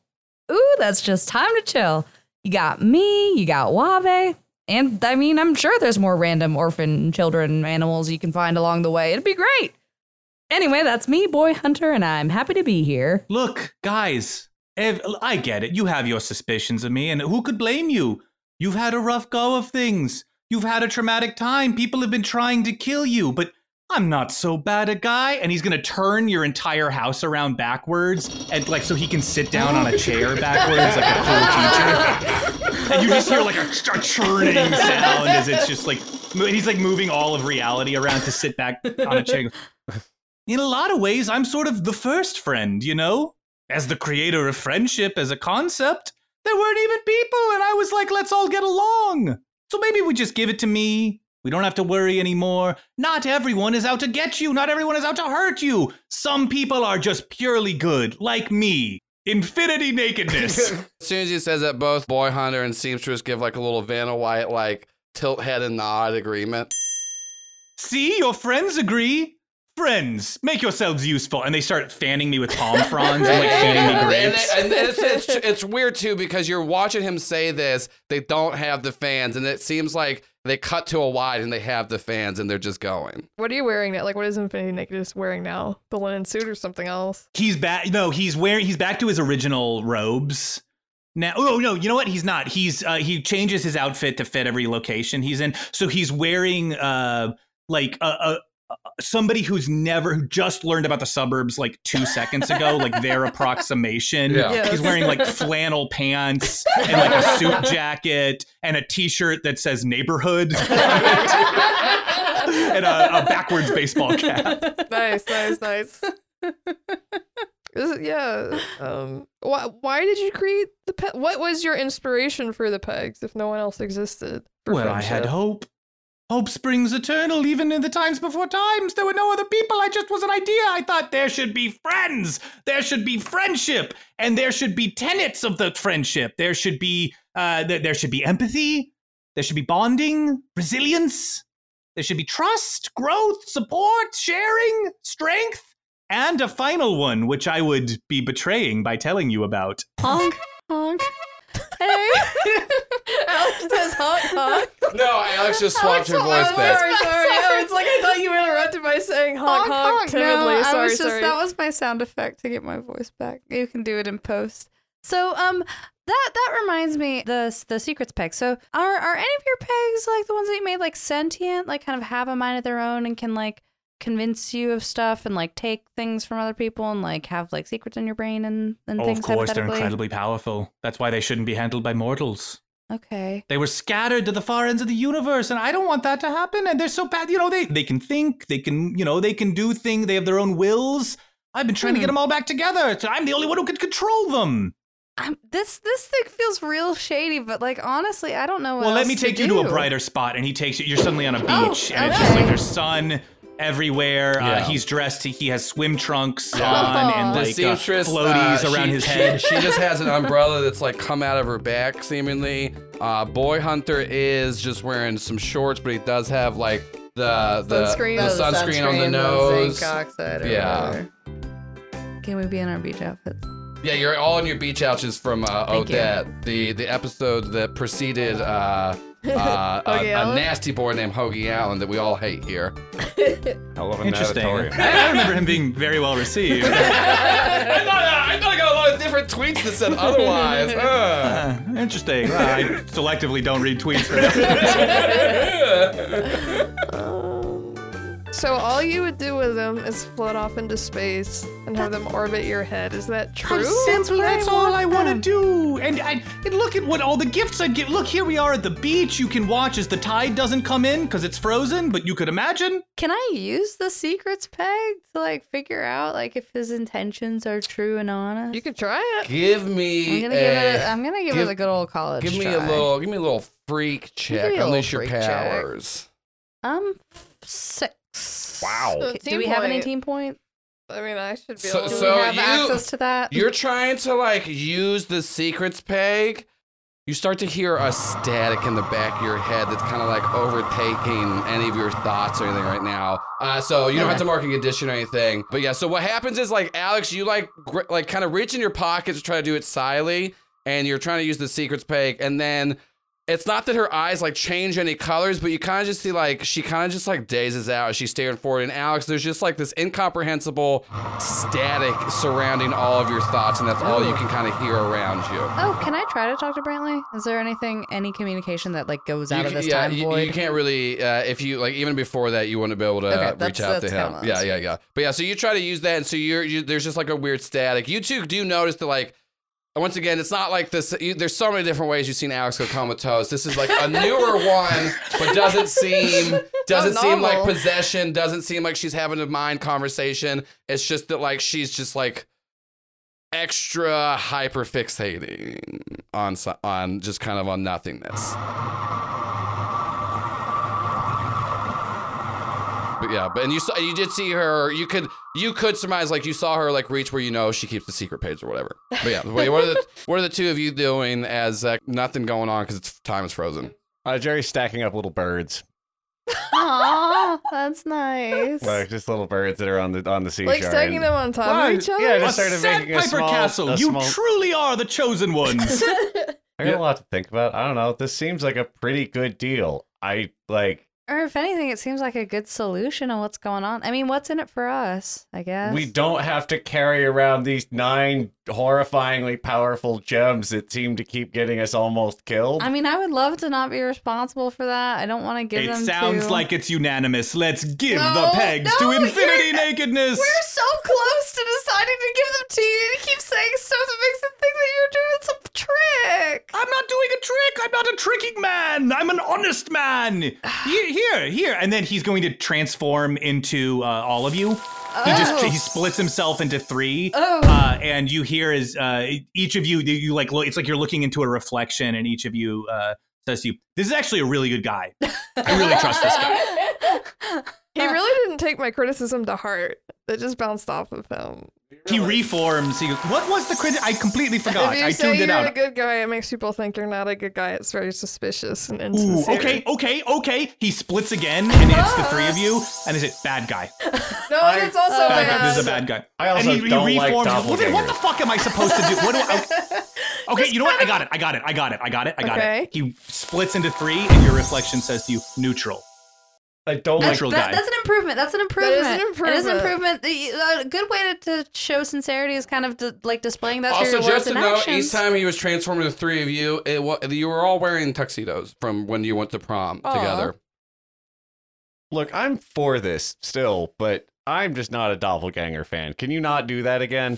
Ooh, that's just time to chill. You got me, you got Wabe, and I mean, I'm sure there's more random orphan children animals you can find along the way. It'd be great. Anyway, that's me, Boy Hunter, and I'm happy to be here.
Look, guys, ev- I get it. You have your suspicions of me, and who could blame you? You've had a rough go of things. You've had a traumatic time. People have been trying to kill you, but I'm not so bad a guy. And he's gonna turn your entire house around backwards, and like so he can sit down on a chair backwards, like a cool teacher. And you just hear like a, ch- a churning sound as it's just like mo- he's like moving all of reality around to sit back on a chair. In a lot of ways, I'm sort of the first friend, you know? As the creator of friendship as a concept, there weren't even people, and I was like, let's all get along. So maybe we just give it to me. We don't have to worry anymore. Not everyone is out to get you, not everyone is out to hurt you. Some people are just purely good, like me. Infinity nakedness.
as soon as he says that, both Boy Hunter and Seamstress give like a little Vanna White like tilt head and nod agreement.
See, your friends agree. Friends, make yourselves useful. And they start fanning me with palm fronds and like fanning me
And,
grapes.
and it's, it's, it's weird too because you're watching him say this. They don't have the fans, and it seems like they cut to a wide and they have the fans, and they're just going.
What are you wearing now? Like, what is Infinity Nakedness wearing now? The linen suit or something else?
He's back. No, he's wearing. He's back to his original robes. Now, oh no, you know what? He's not. He's uh, he changes his outfit to fit every location he's in. So he's wearing uh like a. a Somebody who's never, who just learned about the suburbs like two seconds ago, like their approximation.
Yeah.
Yes.
He's wearing like flannel pants and like a suit jacket and a t shirt that says neighborhood and a, a backwards baseball cap.
nice, nice, nice. This is- yeah. Um. Why? Why did you create the pet? What was your inspiration for the pegs? If no one else existed. for
Well, I had
friendship?
hope. Hope springs eternal, even in the times before times. There were no other people. I just was an idea. I thought there should be friends. There should be friendship, and there should be tenets of the friendship. There should be uh, th- there should be empathy. There should be bonding, resilience. There should be trust, growth, support, sharing, strength, and a final one, which I would be betraying by telling you about.
honk honk. Hey,
Alex says honk honk.
No, Alex just swapped her voice
I'm
back.
sorry, sorry. Oh, it's like I thought you interrupted by saying honk honk, timidly.
No,
sorry,
I was just
sorry.
that was my sound effect to get my voice back. You can do it in post. So um. That, that reminds me the the secrets peg. So are are any of your pegs like the ones that you made like sentient, like kind of have a mind of their own and can like convince you of stuff and like take things from other people and like have like secrets in your brain and, and
Oh,
things
of course, they're
hypothetically?
incredibly powerful. That's why they shouldn't be handled by mortals.
Okay.
They were scattered to the far ends of the universe, and I don't want that to happen. And they're so bad, you know. They they can think, they can, you know, they can do things. They have their own wills. I've been trying
Hmm.
to get them all back together. So I'm the only one who can control them.
I'm, Um, this this thing feels real shady, but like honestly, I don't know what
well, let
else
me take you
do.
to a brighter spot, and he takes you. You're suddenly on a beach,
Oh,
and it's just like
okay.
there's sun everywhere. Uh,
Yeah.
he's dressed. He has swim trunks
Yeah.
on, and
Oh.
The
like uh,
seamstress,
floaties
uh,
around
she-
his
she-
head.
She, just has an umbrella that's like come out of her back, seemingly. Uh, Boy Hunter is just wearing some shorts, but he does have like the the
Sunscreen.
the
Oh, the
sunscreen, on the nose. Yeah. whatever.
Can we be in our beach outfits?
Yeah, you're all in your beach ouches from uh,
Thank you.
Odette, the the episode that preceded uh, uh, a,
Hoagie
a
Allen?
nasty boy named Hoagie Allen that we all hate here. uh,
Hell of an
Interesting.
auditorium.
I I remember him being very well received.
I thought I thought I got a lot of different tweets that said otherwise. Uh.
Uh, interesting. Well, I selectively don't read tweets for that.
So all you would do with them is float off into space and have them orbit your head. Is that true?
Simply, that's all I want to do. And I and look at what all the gifts I'd get. Look, here we are at the beach. You can watch as the tide doesn't come in because it's frozen. But you could imagine.
Can I use the secrets peg to like figure out like if his intentions are true and honest?
You can try it.
Give
I'm
me.
gonna give it.
a-
A, I'm gonna give,
give-
it a good old college.
give me a
try.
little. Give me a little freak check.
me a
Unleash
little
your
freak check.
powers.
Um, f- six.
Wow.
So
Do we have an
team point-
18 point?
I mean, I should be
So-
able
Do
to.
so-
we have
you-
access to that?
You're trying to like use the secrets peg. You start to hear a static in the back of your head that's kind of like overtaking any of your thoughts or anything right now. Uh, so you don't have to mark a condition or anything. But yeah, so what happens is like Alex, you like gr- like kind of reach in your pocket to try to do it slyly, and you're trying to use the secrets peg, and then it's not that her eyes like change any colors, but you kind of just see like she kind of just like dazes out as she's staring forward. And Alex, there's just like this incomprehensible static surrounding all of your thoughts, and that's all you can kind of hear around you.
Oh, can I try to talk to Brantley? Is there anything, any communication that like goes
you
out of
ca-
this
yeah,
time
you,
void?
you can't really uh, if you like even before that you wouldn't be able to
Okay,
uh, reach
that's-
out to
that's
him.
how it
Yeah,
is.
yeah, yeah. But yeah, so you try to use that, and so you're you, there's just like a weird static. You two do notice that like. Once again, it's not like this. You, there's so many different ways you've seen Alex go comatose. This is like a newer one, but doesn't seem doesn't
Not
seem like
normal.
possession. Doesn't seem like she's having a mind conversation. It's just that like she's just like extra hyper fixating on so- on just kind of on nothingness. But yeah, but and you saw you did see her. You could you could surmise like you saw her like reach where you know she keeps the secret page or whatever. But yeah, what what are the what are the two of you doing as uh, nothing going on because it's time is frozen.
Uh, Jerry's stacking up little birds,
Aw, that's nice.
like just little birds that are on the on the seashore.
Like stacking
and-
them on top
Well,
of each other.
yeah,
A
just- started
Sandpiper
making a small-
Castle.
a
you
small-
truly are the chosen ones.
I got
Yeah.
a lot to think about. I don't know. This seems like a pretty good deal. I like
Or if anything, it seems like a good solution on what's going on. I mean, what's in it for us? I guess
we don't have to carry around these nine horrifyingly powerful gems that seem to keep getting us almost killed.
I mean, I would love to not be responsible for that. I don't want to give
it
them.
sounds
to...
like it's unanimous. Let's give
No,
the pegs
no,
to infinity
you're-
nakedness.
We're so close to deciding to give them to you, and you keep saying stuff that makes it think that you're doing some trick.
I'm not doing a trick. I'm not a tricking man. I'm an honest man. Here, here, here. And then he's going to transform into uh, all of you. He just he splits himself into three.
Oh.
Uh, and you hear is uh, each of you you like look, it's like you're looking into a reflection, and each of you uh, says to you, "This is actually a really good guy. I really trust this guy."
He really didn't take my criticism to heart. That just bounced off of him.
He reforms. He goes, "What was the credit? I completely forgot.
if you
I
say
tuned
you're
it out."
a good guy, it makes people think you're not a good guy. It's very suspicious and
Ooh,
insincere.
okay, okay, okay. He splits again and hits the three of you, and is it bad guy?
No, and it's also
Bad guy.
bad.
This is a bad guy.
I also
and he,
don't
he
like
reforms. what, the- what the
doppelgangers.
fuck am I supposed to do? What do I? Okay, you know what? I got it. I got it. I got it. I got it. I got
Okay.
it. He splits into three, and your reflection says to you, "Neutral."
I don't like
Neutral
That-
guy.
that's an improvement. That's an
That
improvement.
is an
It is an improvement.
improvement.
The- A good way to, to show sincerity is kind of to, like displaying that through
Also,
your words
just to
and
know,
actions.
each time he was transforming the three of you, it wa- you were all wearing tuxedos from when you went to prom
Aw.
together.
Look, I'm for this still, but I'm just not a doppelganger fan. Can you not do that again?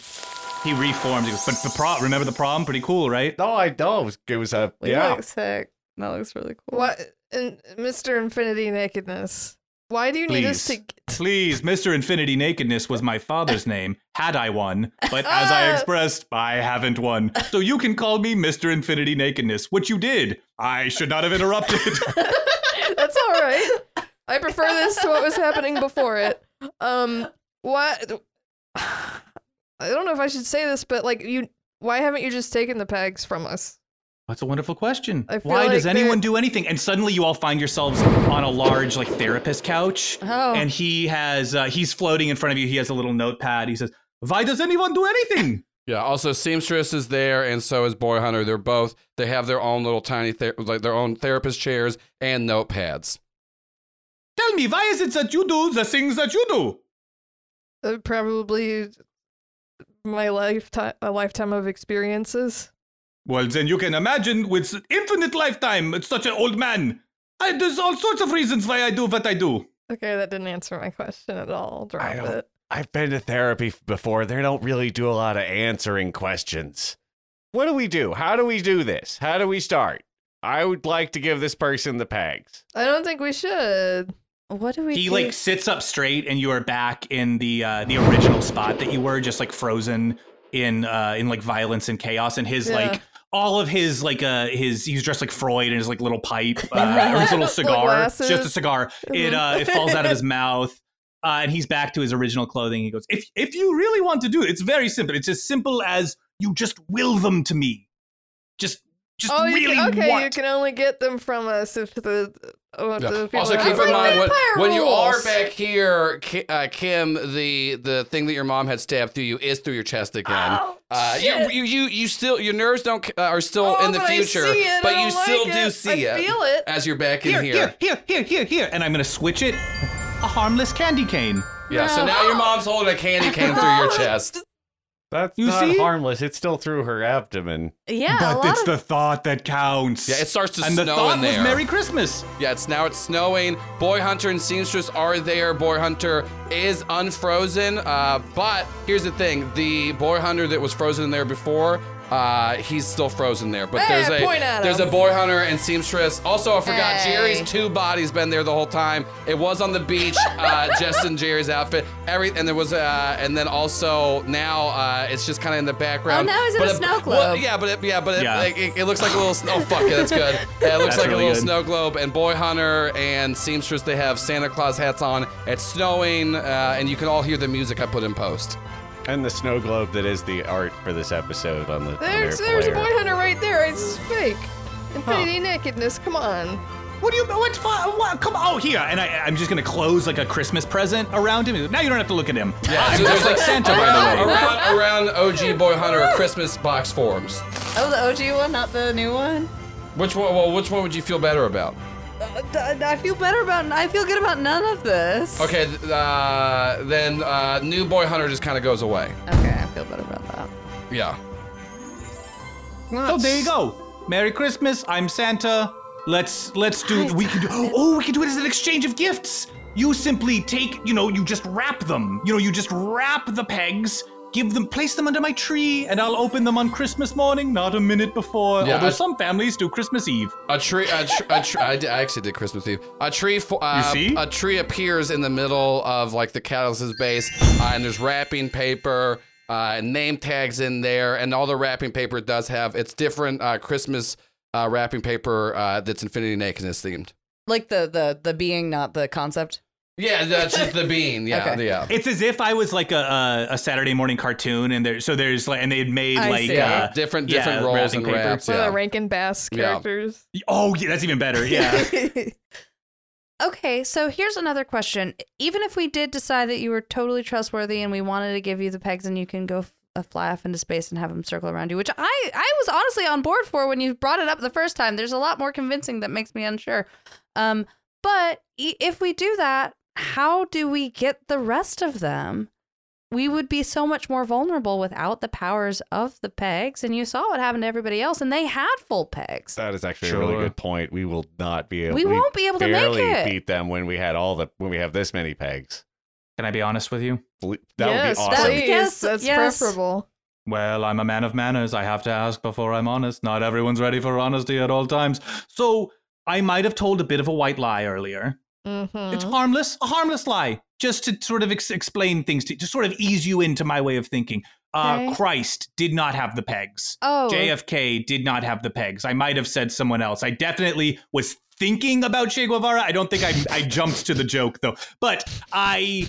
He reforms. He goes, but the prom. Remember the prom? Pretty cool, right?
No, I don't. It was, it was a
We
yeah.
look sick.
that looks really cool.
What, and Mr. Infinity Nakedness? Why do you need us to?
Please. Please, Mr. Infinity Nakedness was my father's name, had I won. But as I
Ah.
expressed, I haven't won. So you can call me Mr. Infinity Nakedness, which you did. I should not have interrupted.
That's all right. I prefer this to what was happening before it. Um, what? I don't know if I should say this, but like you, why haven't you just taken the pegs from us?
That's a wonderful question.
I feel
Why does
like
anyone
that-
do anything? And suddenly you all find yourselves on a large, like, therapist couch.
Oh,
And he has, uh, he's floating in front of you. He has a little notepad. He says, Why does anyone do anything?
Yeah. Also, seamstress is there, and so is boy hunter. They're both. They have their own little tiny, ther- like their own therapist chairs and notepads.
Tell me, why is it that you do the things that you do?
Uh, probably my lifetime, a lifetime of experiences.
Well, then you can imagine with infinite lifetime, it's such an old man. I, there's all sorts of reasons why I do what I do.
Okay, that didn't answer my question at all. I'll Drop
I don't-
it.
I've been to therapy f- before. They don't really do a lot of answering questions. What do we do? How do we do this? How do we start? I would like to give this person the pegs.
I don't think we should.
What do we
He
do?
like sits up straight, and you are back in the uh, the original spot that you were, just like frozen in uh, in like violence and chaos. And his
Yeah.
like all of his like uh his he's dressed like Freud and his like little pipe uh, or his little
Little
cigar, it's just a
glasses.
cigar. It uh it falls out of
Uh-huh.
his mouth. Uh, and he's back to his original clothing. He goes, "If if you really want to do it, it's very simple. It's as simple as you just will them to me. Just just
oh,
really
you can, okay,
want
you can only get them from us if the. Oh, if
Yeah.
the people
Also,
are
keep
outside.
in mind when,
vampire
when you are
rules.
back here, Ki- uh, Kim, the the thing that your mom had stabbed through you is through your chest again.
Oh,
uh, you,
shit.
you you you still your nerves don't ca- uh, are still
Oh,
in the
but I
future,
see it. I
but you
don't
still
like
do
it.
see
I
it,
feel it.
as you're back in
here,
here.
here, here, here, here, here, and I'm gonna switch it. A harmless candy cane.
Yeah. So now your mom's holding a candy cane through your chest.
That's
You
not
see?
harmless. It's still through her abdomen.
yeah, a lot of-
thought that counts.
Yeah, it starts to
and the
snow
thought
in there.
was Merry Christmas.
Yeah, it's now it's snowing. Boy Hunter and Seamstress are there. Boy Hunter is unfrozen. Uh, but here's the thing: the Boy Hunter that was frozen in there before, uh, he's still frozen there. But
Hey,
there's a
point at
there's
him.
a Boy Hunter and Seamstress. Also, I forgot
Hey.
Jerry's two bodies been there the whole time. It was on the beach, uh, just in Jerry's outfit. Every and there was uh, and then also now uh, it's just kind of in the background.
Oh, now he's in
But
a snow globe.
well, yeah, but it, yeah, but it,
Yeah.
like, it, it looks like a little. snow. oh, fuck it, that's good. Yeah, it looks
That's
like
really
a little
good.
snow snow globe and boy hunter and seamstress they have santa claus hats on it's snowing uh, and you can all hear the music i put in post
And the snow globe that is the art for this episode on the on their
There's there's a
player.
boy hunter right there. It's fake. Infinity nakedness. Come on.
What do you? What? What? what come out here, and I, I'm just gonna close like a Christmas present around him. Now you don't have to look at him.
yeah so
Just
there's
like
like
Santa, by
around,
the way.
around, around og boy hunter are christmas box forms
Oh, the OG one, not the new one.
which one well which one would you feel better about
Uh, th- I feel better about. I feel good about none of this.
okay th- uh, then uh, new boy hunter just kind of goes away
Oh.
Okay, I feel better about that.
yeah
So Oh, there you go. Merry Christmas. I'm Santa. Let's let's do. We can do. Oh, we can do it as an exchange of gifts. You simply take. You know, you just wrap them. You know, you just wrap the pegs. Give them, place them under my tree, and I'll open them on Christmas morning, not a minute before.
Yeah,
although
I-
some families do Christmas Eve.
A tree, a tr- a tr- I, di- I actually did Christmas Eve. A tree, fo- uh,
see?
a tree appears in the middle of like the catalyst's base, uh, and there's wrapping paper uh, and name tags in there, and all the wrapping paper does have it's different uh, Christmas uh, wrapping paper uh, that's Infinity Nakedness themed.
Like the the the being, not the concept.
Yeah, that's just the bean. Yeah,
Okay.
yeah.
It's as if I was like a a, a Saturday morning cartoon, and there so there's like and they had made
I
like
see.
Yeah,
uh,
different
yeah,
different rolls
wrapping
and
paper.
wraps.
One of
Yeah.
the Rankin Bass
Yeah.
characters.
oh yeah, that's even better. Yeah,
Okay, so here's another question. Even if we did decide that you were totally trustworthy and we wanted to give you the pegs and you can go f- uh, fly off into space and have them circle around you, which I I was honestly on board for when you brought it up the first time. There's a lot more convincing that makes me unsure. Um, but i- if we do that, how do we get the rest of them? We would be so much more vulnerable without the powers of the pegs, and you saw what happened to everybody else, and they had full pegs.
That is actually a really
Sure.
good point. We will not be able.
we won't be able to make
barely
it.
beat them when we had all the when we have this many pegs.
Can I be honest with you?
Ble- That
yes,
would be awesome.
please.
Yes,
That's
yes.
preferable.
Well, I'm a man of manners. I have to ask before I'm honest. Not everyone's ready for honesty at all times. So I might have told a bit of a white lie earlier.
Mm-hmm.
It's harmless, a harmless lie, just to sort of ex- explain things to, to sort of ease you into my way of thinking. Uh,
Okay.
Christ did not have the pegs.
Oh,
JFK did not have the pegs. I might have said someone else. I definitely was thinking about Che Guevara. I don't think I, I jumped to the joke though. But I,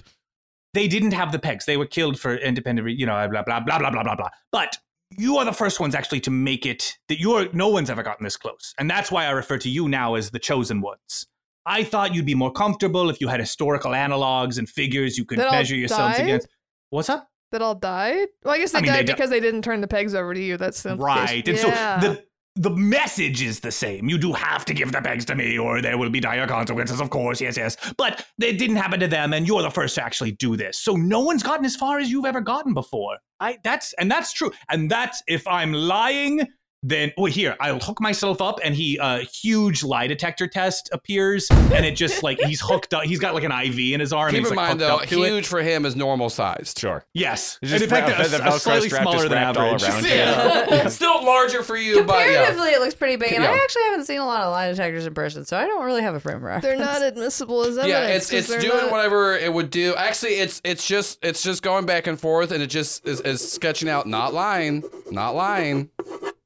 they didn't have the pegs. They were killed for independent, re- you know, blah blah blah blah blah blah blah. But you are the first ones actually to make it that you're. No one's ever gotten this close, and that's why I refer to you now as the chosen ones. I thought you'd be more comfortable if you had historical analogs and figures you could
That all
measure yourselves
died?
against. What's up?
That all died? Well, I guess they
I mean, they
died
di-
because they didn't turn the pegs over to you. That's the
right
implication.
and
yeah.
so the the message is the same you do have to give the pegs to me or there will be dire consequences of course yes yes but it didn't happen to them and you're the first to actually do this so no one's gotten as far as you've ever gotten before i that's and that's true and that's if i'm lying then oh here i'll hook myself up and he uh huge lie detector test appears and it just like he's hooked up he's got like an iv in his arm and
Keep
he's
in
like
mind,
hooked
though,
up to it.
huge for him is normal sized.
Sure.
yes
It's
and
just
in fact
wrapped-
a-
the
a,
Velcro
slightly
strap just
smaller than
wrapped all
average
around
Yeah. Still larger for you, but yeah.
Comparatively, it looks pretty big, and I
Yeah.
actually haven't seen a lot of lie detectors in person, so I don't really have a frame of
They're
reference.
not admissible as evidence.
Yeah, it's
'cause
it's
they're
doing
not-
whatever it would do. Actually, it's it's just it's just going back and forth, and it just is, is sketching out, not lying, not lying.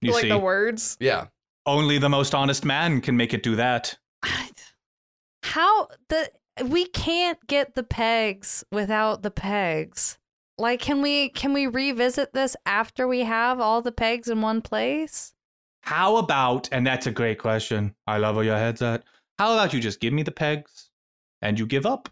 you
like
see
the words.
Yeah,
only the most honest man can make it do that
How the we can't get the pegs without the pegs. Like can we can we revisit this after we have all the pegs in one place?
how about and that's a great question i love where your head's at how about you just give me the pegs and you give up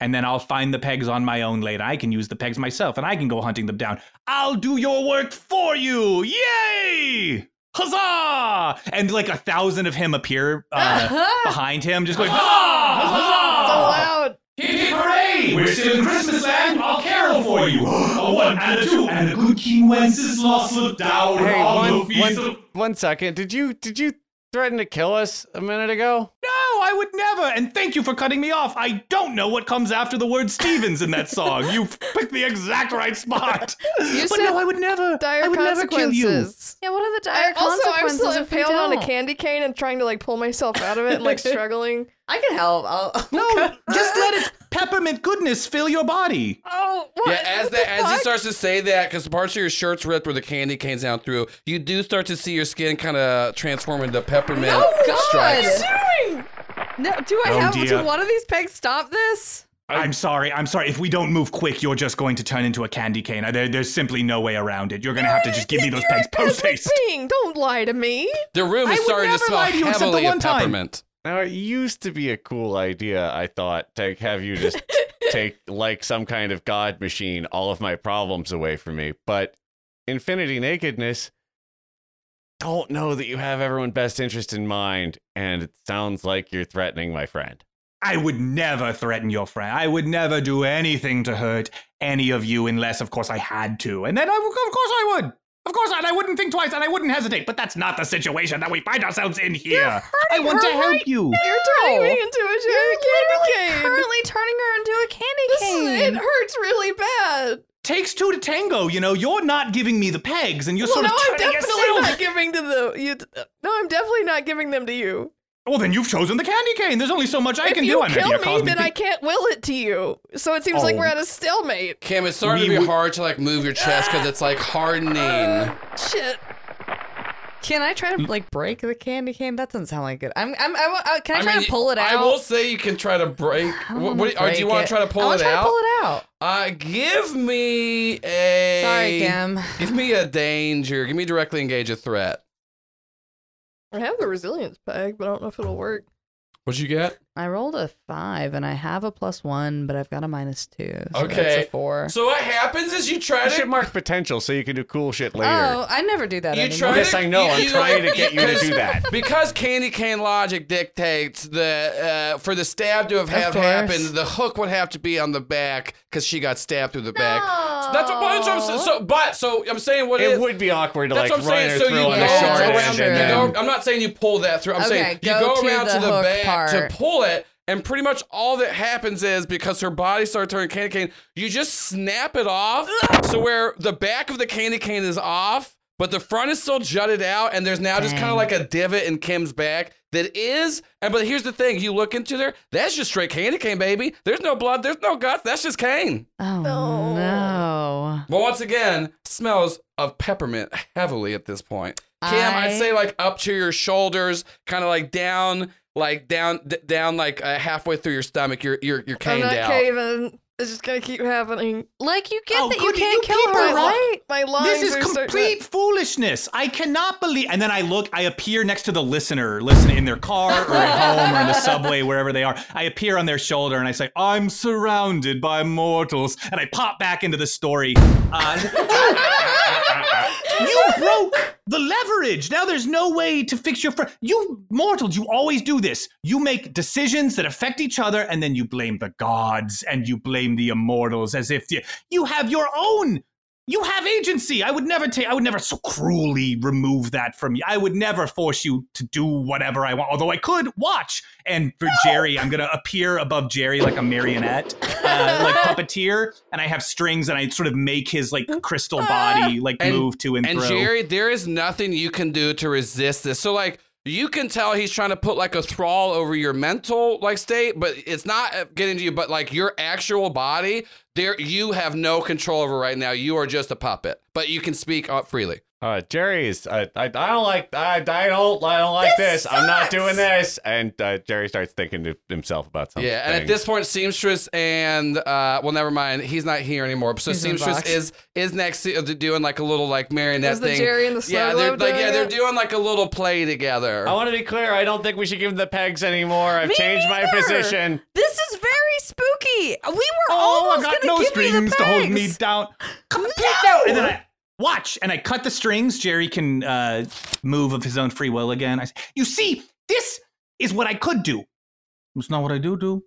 and then i'll find the pegs on my own later i can use the pegs myself and i can go hunting them down i'll do your work for you yay huzzah and like a thousand of him appear uh, behind him just going
So
huzzah
loud.
parade we're still in christmas land i'll carol for you a one and a two and a good king wenceslas looked down
Hey, one, one, one second. Did you did you threaten to kill us a minute ago?
No, I would never. And thank you for cutting me off. I don't know what comes after the word Stevens in that song. You picked the exact right spot.
You
but
said
no, I would never.
Dire
I would never kill
consequences.
you.
Yeah, what are the
I,
dire
also, I'm
consequences
still
if we
impaled on a
don't?
candy cane and trying to like pull myself out of it and like struggling.
I can help. I'll,
No, just let its peppermint goodness fill your body.
Oh, what?
yeah. As that as he starts to say that, because parts of your shirt's ripped where the candy cane's down through, you do start to see your skin kind of transform into peppermint
Oh,
stripes.
doing? No, do I
Oh,
have?
dear.
Do one of these pegs stop this?
I'm sorry. I'm sorry. If we don't move quick, you're just going to turn into a candy cane. There, there's simply no way around it. You're going to have to just give me those pegs post haste.
Being, don't lie to me.
The room
I
is
would
starting to
never
smell
lie to you except the
heavily of
one time.
peppermint.
Now it used to be a cool idea, I thought, to have you just take like some kind of god machine all of my problems away from me. But infinity nakedness don't know that you have everyone best interest in mind, and it sounds like you're threatening my friend.
I would never threaten your friend. I would never do anything to hurt any of you unless, of course, I had to. And then, I, of course, I would. Of course, and I wouldn't think twice, and I wouldn't hesitate. But that's not the situation that we find ourselves in here. I want to help you.
You're turning me into a giant candy cane.
Currently turning her into a
This
candy
is-
cane.
it hurts really bad.
Takes two to tango. You know, you're not giving me the pegs, and you're
Well,
sort
no,
of
I'm
turning
definitely
yourself.
not giving to the. You, no, I'm definitely not giving them to you.
Well, then you've chosen the candy cane. There's only so much I
if
can
you
do. I may be
kill
a
me,
cosmic
then I
being.
can't will it to you. So it seems like
Oh.
we're at a stalemate.
Kim, it's starting
We
to be
would-
hard to like move your chest because it's like hardening.
Shit.
Can I try to
Mm.
like break the candy cane? That doesn't sound like it. I'm. I'm. I, wa- I, can I, try
mean,
to pull it out?
I will say you can try to break.
I
What,
wanna
what, or do you
break
want to try to
I
pull
wanna
it
try to
out?
pull it out.
Uh, give me a.
Sorry, Kim.
Give me a danger. Give me directly engage a threat.
I have the resilience bag, but I don't know if it'll work.
What'd you get?
I rolled a five, and I have a plus one, but I've got a minus two. So
Okay.
That's a four.
So what happens is you try
You
to
should mark potential so you can do cool shit later.
Oh, I never do that
You
anymore.
try-
yes, I know.
You-
I'm
you-
trying to get you to do that.
because candy cane logic dictates the uh, for the stab to have, have
course.
happened, the hook would have to be on the back because she got stabbed through the back. So that's what, that's what I'm saying. So, but so I'm saying what
It
is-
would be awkward to
That's
like
what I'm
run
saying.
her
So you
through
go
on the
Yeah,
short
that's
around.
end,
true.
you
and then
go- I'm not saying you pull that through. I'm
Okay,
saying you
go
go
to
around
the
to the
hook
back
part.
to pull it, and pretty much all that happens is because her body started turning candy cane, you just snap it off so where the back of the candy cane is off, but the front is still jutted out, and there's now just kind of
Dang.
like a divot in Kim's back that is. And but here's the thing: you look into there, that's just straight candy cane, baby. There's no blood, there's no guts. That's just cane.
oh
No.
no.
But once again, smells of peppermint heavily at this point. Kim, I... would
I-
say like up to your shoulders, kind of like down, like down, d- down, like uh, halfway through your stomach. You're you're you're
I'm
caned
not
out.
caving. It's just gonna keep happening.
Like you get
Oh,
that you
good,
can't
you
kill
keep
her,
her
right?
My lungs
This is
are starting to-
complete foolishness. I cannot believe. And then I look, I appear next to the listener, listening in their car or at home or in the subway, wherever they are. I appear on their shoulder and I say, I'm surrounded by mortals. And I pop back into the story. Uh, you broke the leverage. Now there's no way to fix your friend. You mortals, you always do this. You make decisions that affect each other and then you blame the gods and you blame the immortals as if you, you have your own You have agency. I would never take. I would never so cruelly remove that from you. I would never force you to do whatever I want. Although I could watch. And for Jerry, I'm gonna appear above Jerry like a marionette, uh, like puppeteer, and I have strings, and I sort of make his like crystal body like
And-
move to and,
And
fro.
Jerry, there is nothing you can do to resist this. So like you can tell he's trying to put like a thrall over your mental like state, but it's not uh, getting to you. But like your actual body, there you have no control over right now. You are just a puppet, but you can speak uh, freely.
Uh, Jerry's. I, I, I don't like. I, I don't. I don't like this. I'm not doing this. And uh, Jerry starts thinking to himself about something.
Yeah, and at this point, seamstress and uh, well, never mind, he's not here anymore. So
He's in the
seamstress
box.
is is next to, to doing like a little like marionette
Is the
thing.
Jerry and the
yeah,
Sluggo
they're like
doing
yeah, they're
it?
doing like a little play together.
I want to be clear. I don't think we should give him the pegs anymore. I've
Me
changed my
neither.
position.
This is very spooky. We were
Oh, I
almost
got
gonna
no
give you the
strings
pegs.
to hold me down. Come on, And then I watch and I cut the strings. Jerry can uh, move of his own free will again. I say, you see, this is what I could do. It's not what I do do.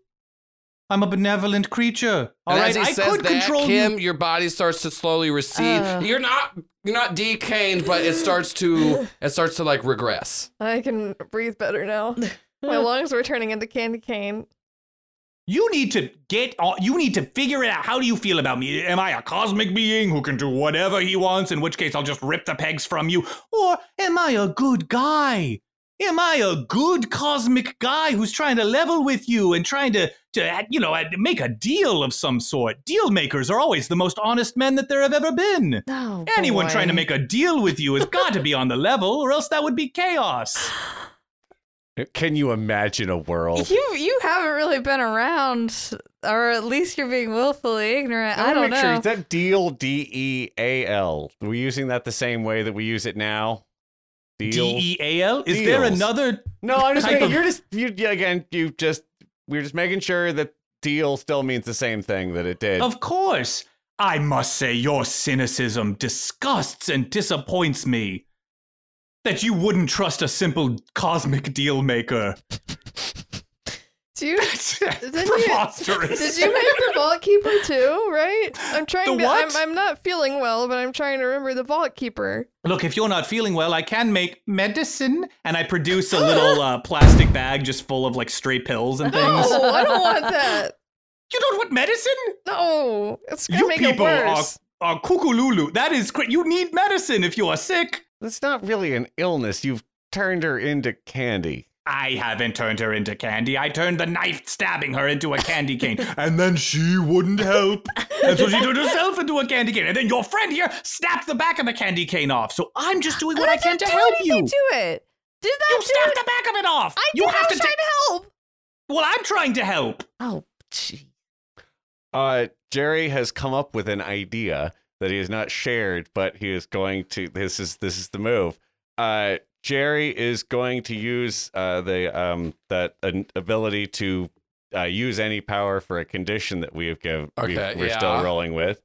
I'm a benevolent creature. All
and
right,
as he
I
says
could
that,
control
Kim,
you.
your body starts to slowly recede.
Uh.
Ugh.
you're not you're not decaned, but it starts to it starts to like regress.
I can breathe better now. My lungs were turning into candy cane.
You need to get. all You need to figure it out. How do you feel about me? Am I a cosmic being who can do whatever he wants? In which case, I'll just rip the pegs from you. Or am I a good guy? Am I a good cosmic guy who's trying to level with you and trying to, to you know, make a deal of some sort? Deal makers are always the most honest men that there have ever been.
Oh,
Anyone
boy.
trying to make a deal with you has got to be on the level, or else that would be chaos.
Can you imagine a world?
You you haven't really been around, or at least you're being willfully ignorant. I, don't
make Sure.
know.
Is that deal D E A L? We're using that the same way that we use it now.
D
Deal.
E A L. Is there
Deals.
another?
no, I'm just
type
making.
of-
You're just. You yeah, again. You just. We're just making sure that deal still means the same thing that it did.
Of course. I must say, your cynicism disgusts and disappoints me. That you wouldn't trust a simple cosmic deal maker.
Do you? Didn't you-
Preposterous.
Did you make the vault keeper too? Right? I'm trying
The
to. I'm,
what?
I'm not feeling well, but I'm trying to remember the vault keeper.
Look, if you're not feeling well, I can make medicine. And I produce a little uh, plastic bag just full of like stray pills and
No,
things.
I don't want that.
You don't want medicine?
No, it's gonna
You
make it
people are,
worse.
are cuckoo That is cra You need medicine if you are sick.
That's not really an illness. You've turned her into candy.
I haven't turned her into candy. I turned the knife stabbing her into a candy cane. and then she wouldn't help. And so she turned herself into a candy cane. And then your friend here snapped the back of the candy cane off. So I'm just doing what I, can to help you.
Do it. Did that?
You
do
snapped
it?
the back of it off.
I
you
did. I
have
was
to
trying
take.
to help.
Well, I'm trying to help.
Oh, gee.
Uh, Jerry has come up with an idea that he has not shared, but he is going to. This is this is the move. Uh, Jerry is going to use uh, the um, that an ability to uh, use any power for a condition that we have give, we've-
Okay,
we're still
yeah.
rolling with.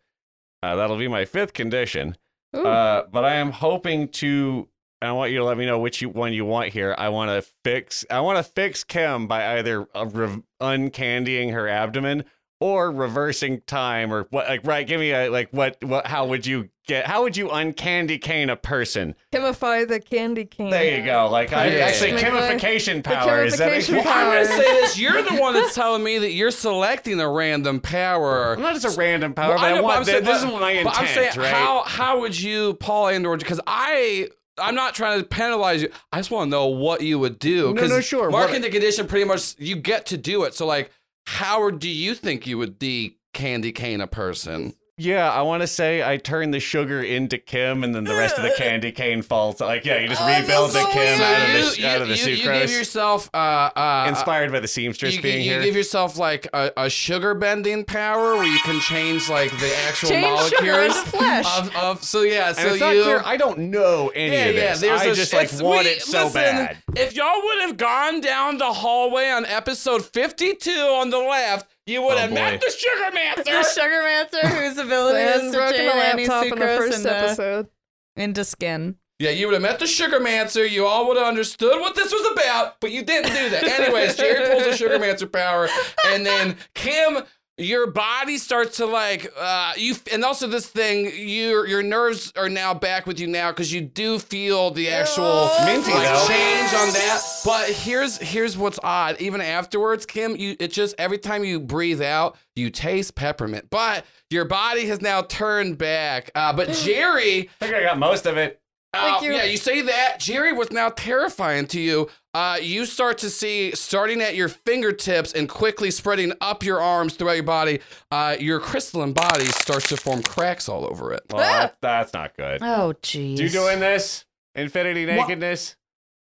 Uh, that'll be my fifth condition.
Ooh.
Uh, but I am hoping to. and I want you to let me know which you, one you want here. I want to fix. I want to fix Kim by either uh, re- uncandying her abdomen or reversing time or what. Like, right? Give me a like. What? What? How would you get? How would you uncandy cane a person?
Chemify the candy cane.
There you go. Like, I,
Yeah.
actually,
Make my-
chemification powers. That makes-
chemification
Well, I'm
I
powers.
gonna say-
say this. You're the one that's telling me that you're selecting a random power.
I'm not just a random power,
Well,
but I,
know, but
want.
I'm
thi-
saying-
this
but-
is my
but
intent,
I'm saying,
right?
how how would you, Paul and or because I I'm not trying to penalize you. I just want to know what you would do.
No,
'cause
no, sure, what-
Marking the condition, pretty much, you get to do it. So, like, how do you think you would de candy cane a person?
Yeah, I want to say I turn the sugar into Kim, and then the rest of the candy cane falls. Like, yeah, you just
Oh, that's
rebuild the
so
Kim
weird.
out of
you,
the, out of the
you, you
sucrose.
give yourself uh, uh,
Inspired by the seamstress
you,
being
you
here.
give yourself like a, a sugar bending power where you can change like the actual
Change
molecules
sugar into flesh.
Of, of so yeah
and
so
it's not
you
clear. I don't know any of this. I
a
just
sh-
like
it's-
want
we-
it so
listen,
bad.
If y'all would have gone down the hallway on episode 52 on the left, you would
Oh,
have met
boy.
the sugar mancer.
The sugar mancer whose ability
Landon
is to
broke in
chain
the
any
laptop in the
sucrose
first
into,
episode.
into skin.
yeah, you would have met the sugar mancer. You all would have understood what this was about, but you didn't do that. Anyways, Jerry pulls the sugar mancer power, and then Kim. your body starts to like uh, you, and also this thing, your your nerves are now back with you now because you do feel the actual
Oh. Minty,
like,
though.
change on that. But here's here's what's odd. Even afterwards, Kim, you it just every time you breathe out, you taste peppermint, but your body has now turned back. Uh, but Jerry.
I think I got most of it.
Oh,
Like you-
yeah, you say that. Jerry was now terrifying to you. Uh, you start to see, starting at your fingertips and quickly spreading up your arms throughout your body, uh, your crystalline body starts to form cracks all over it.
Well, that- that's not good.
Oh, jeez.
You doing this? Infinity nakedness?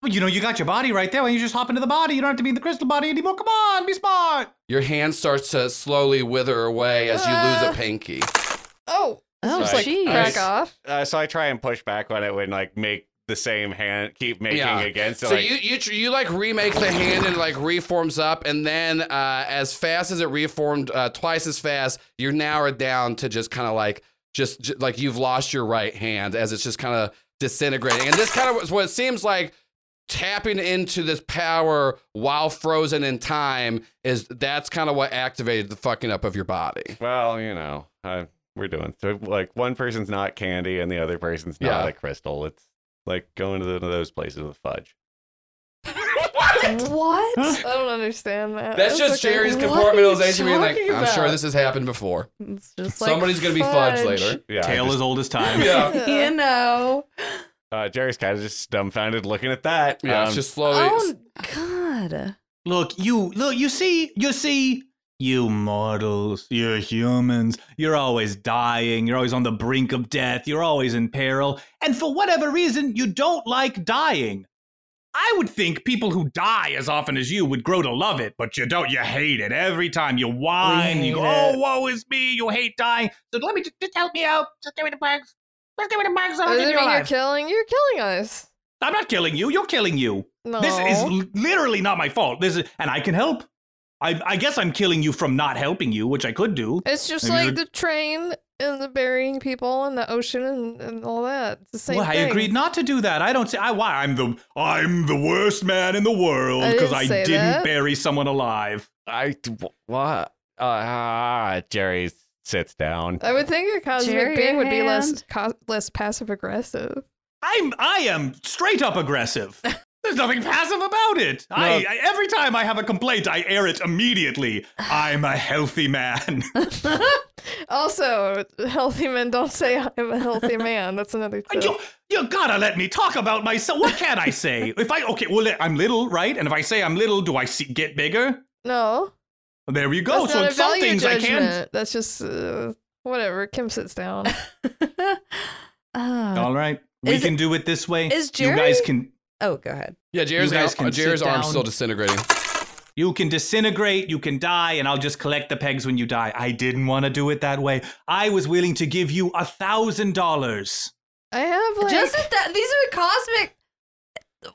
Well, you know, you got your body right there. Why don't you just hop into the body? You don't have to be in the crystal body anymore. Come on, be smart.
Your hand starts to slowly wither away as you lose a pinky.
Oh,
Oh,
It's like,
jeez.
Nice.
crack off.
Uh, so I try and push back on it and like make the same hand keep making
Yeah.
again. So,
So,
like,
you you tr- you like remake the hand and like reforms up, and then uh, as fast as it reformed, uh, twice as fast, you're now are down to just kind of like just j- like you've lost your right hand as it's just kind of disintegrating, and this kind of was what it seems like tapping into this power while frozen in time is that's kind of what activated the fucking up of your body.
well, you know, uh, we're doing so, like one person's not candy and the other person's
Yeah.
not a crystal. It's like going to the- those places with fudge.
I
What?
don't understand that.
That's just
okay.
Jerry's
What are you
compartmentalization being like,
talking
I'm sure
about?"
this has happened before.
It's just like
Somebody's gonna be fudge later.
Yeah. I
Tale
just-
as old as time.
Yeah.
You know.
uh, Jerry's kind of just dumbfounded looking at that.
Yeah,
Um,
it's just slowly.
Oh God.
Look, you look, you see, you see, you mortals, you're humans, you're always dying, you're always on the brink of death, you're always in peril, and for whatever reason, you don't like dying. I would think people who die as often as you would grow to love it, but you don't. You hate it every time. You whine. You go,
hate
"Oh, woe is me!" You hate dying. So let me just, just help me out. Just give me the bugs. Just give me the bugs.
Does
I'll
it
keep you
mean you're
alive.
killing? You're killing us.
I'm not killing you. You're killing you.
No.
This is l- literally not my fault. This is, and I can help. I, I guess I'm killing you from not helping you, which I could do.
It's just
Maybe
like
the-
the train and the burying people and the ocean and, and all that. It's the same
Well, I
thing.
agreed not to do that. I don't say I why I'm the I'm the worst man in the world
I
because
didn't
I,
say
didn't
that.
bury someone alive.
I what? Uh, ah, Jerry sits down.
I would think a cosmic
Jerry
being would be less
hand.
co- less passive aggressive.
I'm I am straight up aggressive. There's nothing passive about it. I,
No.
I every time I have a complaint, I air it immediately. I'm a healthy man.
Also, healthy men don't say I'm a healthy man. That's another thing.
Uh, You, you gotta let me talk about myself. What can I say? If I okay, well, uh, I'm little, right? And if I say I'm little, do I see, get bigger?
No.
There you go.
That's
so
not
in
a
some
value
things I
judgment.
can.
That's just uh, whatever. Kim sits down.
Uh,
All right, we
Is it-
can do it this way.
is
You guys
Jerry-
can
oh, go ahead.
Yeah, Jerry's,
You guys
ar-
can
Jerry's
sit
arm's
down.
still disintegrating.
you can disintegrate, you can die, and I'll just collect the pegs when you die. I didn't want to do it that way. I was willing to give you a thousand dollars.
I have like
Just that these are cosmic.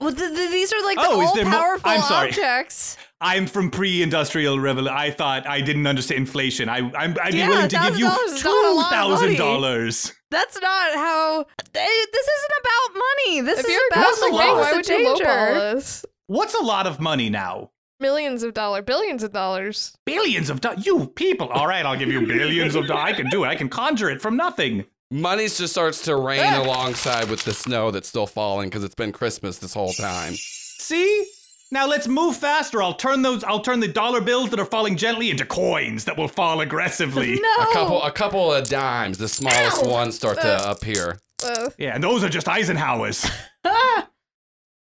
Well, th- th- these are like
Oh,
the
is
all
there more-
powerful
I'm sorry.
objects.
I'm from pre-industrial revolution. I thought I didn't understand inflation. I, I'm, I'd
Yeah,
be willing to give you
$1,000 is not a
two
lot of money.
thousand dollars.
That's not how. th- This isn't about money. This
if
is
you're a
about
cosmic
the
being,
laws
why
of
would you lowball
danger.
us?
What's a lot of money now?
Millions of dollars, billions of dollars.
Billions of dollars. You people. All right, I'll give you billions of dollars. I can do it. I can conjure it from nothing.
Money just starts to rain alongside with the snow that's still falling because it's been Christmas this whole time.
See? Now let's move faster. I'll turn those. I'll turn the dollar bills that are falling gently into coins that will fall aggressively.
Oh.
A couple, a couple of dimes, the smallest
Ow!
ones start to
Uh.
appear.
Uh,
Yeah, and those are just Eisenhower's.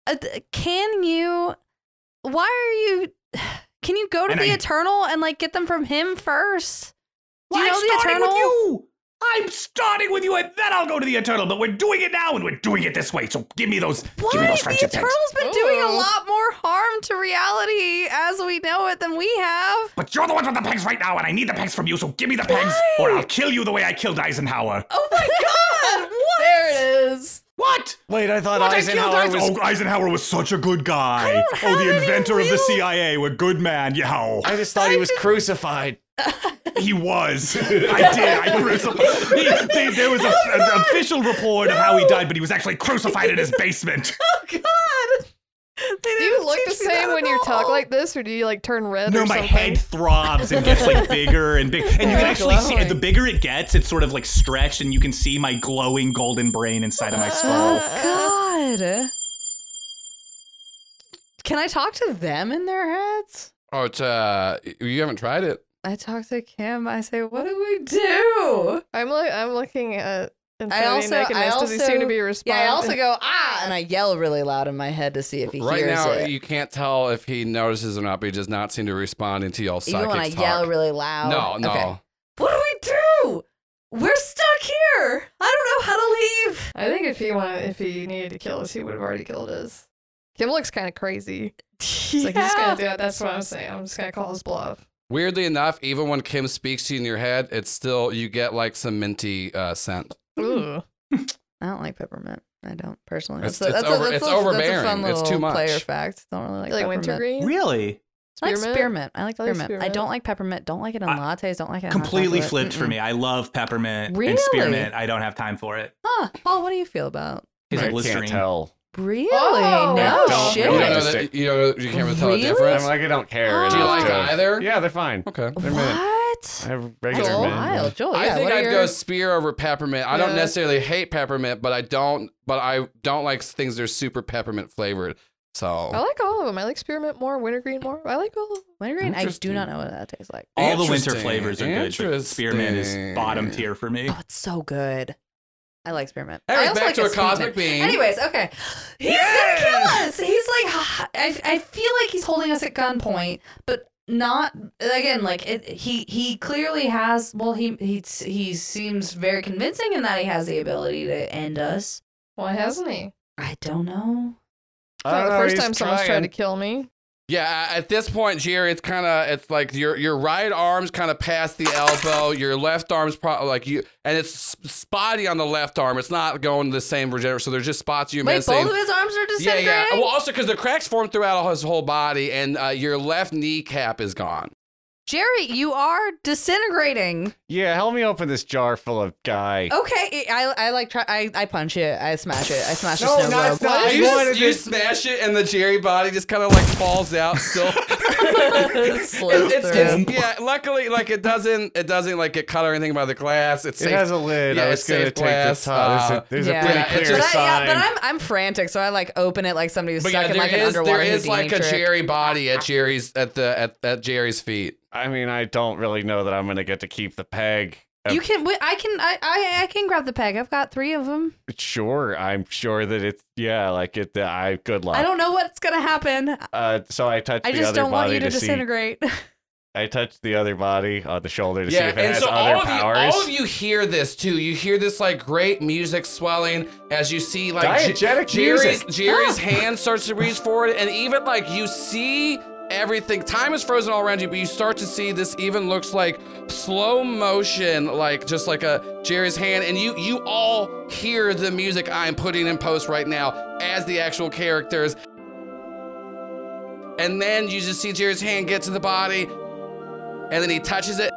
Uh, th- can you? Why are you? Can you go to
And
the
I-
Eternal and like get them from him first? Do
Well,
you
I'm
know the
starting
Eternal?
with you. I'm starting with you, and then I'll go to the Eternal. But we're doing it now, and we're doing it this way. So give me those.
Why?
Give me those
The
friendship
Eternal's
tags.
been doing a
Ooh.
lot more harm to reality as we know it than we have.
But you're the ones with the pegs right now, and I need the pegs from you. So give me the pegs, or I'll kill you the way I killed Eisenhower.
Oh my God! What?
there it is.
What?
Wait, I thought
What? I killed
Eisenhower was.
Oh, Eisenhower was such a good guy. Oh,
have
the
any
inventor of the
real-
CIA, a good man. Yeah. oh,
I just thought he was crucified.
He was. I did. I crucified. He, they, there was a, an official report of how he died, but he was actually crucified in his basement.
Oh God!
Do you look the same when you talk like this, or do you like turn red?
No,
or
my
something?
head throbs and gets like bigger and big, and you can
You're
actually see
glowing.
the bigger it gets, it's sort of like stretched, and you can see my glowing golden brain inside of my skull.
Uh, God. Can I talk to them in their heads?
Oh, it's uh, you haven't tried it.
I talk to Kim. I say, "What do we
Do.
I'm like, I'm looking at. Infinity
also-
nakedness.
I
Does he seem
also-
to be responding?
Yeah, I also go, ah, and I yell really loud in my head to see if he
Right
hears
now,
it.
you can't tell if he notices or not, but he does not seem to respond to y'all psychic
Even when I
talk.
yell really loud.
no, no.
Okay. What do we do? We're stuck here. I don't know how to leave.
I think if he wanted, if he needed to kill us, he would have already killed us. Kim looks kind of crazy. It's like he's just gonna do it. That's what I'm saying. I'm just gonna call his bluff.
Weirdly enough, even when Kim speaks to you in your head, it's still you get like some minty uh, scent.
Ooh.
I don't like peppermint. I don't personally.
It's-
That's a-
it's
that's a-
over-
that's
it's
a- that's a
overbearing.
fun
It's
little
too much.
Player fact. Don't really like,
Like,
peppermint.
wintergreen.
Really?
I like
Spearmint?
spearmint. I like
I like
spearmint. I don't
spearmint.
like peppermint. Don't like it in
I-
lattes. Don't like it. in hot
Completely
chocolate.
flipped for
Mm-mm.
me. I love peppermint
Really?
and spearmint. I don't have time for it.
Huh, Paul? What do you feel about?
He's
I
like
can't
Listerine.
tell.
Really?
Oh,
no
I don't
You
shit.
don't
really.
know that, you, know, you can't really tell
Really?
the difference.
I'm like, I don't care.
Do
Oh, Do you
enough
like
to-
either?
Yeah, they're fine.
Okay.
They're mint.
What?
I have
That's
regular
wild,
mint.
Joel. Oh, Yeah,
I think
what are
I'd
your...
go spear over peppermint. I don't
Yeah.
necessarily hate peppermint, but I don't. But I don't like things that are super peppermint flavored. So
I like all of them. I like spearmint more, wintergreen more. I like all. Of them.
Wintergreen. I do
Interesting.
not know what that tastes like.
All the winter
Interesting.
flavors are good, but spearmint is bottom
Interesting.
tier for me.
Oh, it's so good. I like spearmint. I
Anyways,
also
back
like
to a
it sweet
cosmic
mint.
being.
Anyways, okay. He's
Yeah!
gonna kill us. He's like, I, I feel like he's holding us at gunpoint, but not again. Like it, he he clearly has. Well, he he he seems very convincing in that he has the ability to end us.
Why hasn't he?
I don't know.
I
Not
don't
the
know,
first
he's
time someone's tried
trying.
to kill me.
Yeah, a- at this point, Jerry, it's kind of it's like your your right arm's kind of past the elbow, your left arm's pro- like you, and it's s- spotty on the left arm. It's not going the same regenerate, so there's just spots you
Wait,
missing.
both of his arms are
yeah,
disintegrating.
yeah. Well, also because the cracks form throughout his whole body, and uh, your left kneecap is gone.
Jerry, you are disintegrating.
Yeah, help me open this jar full of guy.
Okay, I I like try. I, I punch it. I smash it. I smash
No,
the snow
not-
globe.
not- I
you
wanted
you
it-
smash it, and the Jerry body just kind of like falls out still.
Slips
It's-
through.
it's- yeah, luckily, like it doesn't it doesn't like get cut or anything by the glass. It's
It
safe
has a lid.
yeah,
I
it's
was gonna
safe
take
glass,
the top.
uh,
there's a, there's
yeah.
Yeah,
a pretty
it's
clear
just-
But I, yeah,
sign.
but I'm I'm frantic, so I like open it like somebody's
But
stuck
yeah,
in
there
like an
is-
underwater
there is
Houdini
like a
trick.
Jerry body at Jerry's at the at, at Jerry's feet.
I mean, I don't really know that I'm gonna get to keep the peg. Uh,
You can, wait, I can, I, I, I can grab the peg. I've got three of them.
sure, I'm sure that it's yeah, like it. I good luck.
I don't know what's gonna happen.
Uh, so I touched
I
the
just
other
don't want
body
you to,
see.
disintegrate.
I touched the other body on the shoulder to see
Yeah,
if it
and
has
so
other
all of, you,
powers.
all of you hear this too. You hear this like great music swelling as you see like
Diegetic
Jerry's
music.
Jerry's hand starts to reach forward, and even like you see everything. Time is frozen all around you, but you start to see this. Even looks like slow motion, like just like a Jerry's hand, and you you all hear the music I am putting in post right now as the actual characters. And then you just see Jerry's hand get to the body, and then he touches it,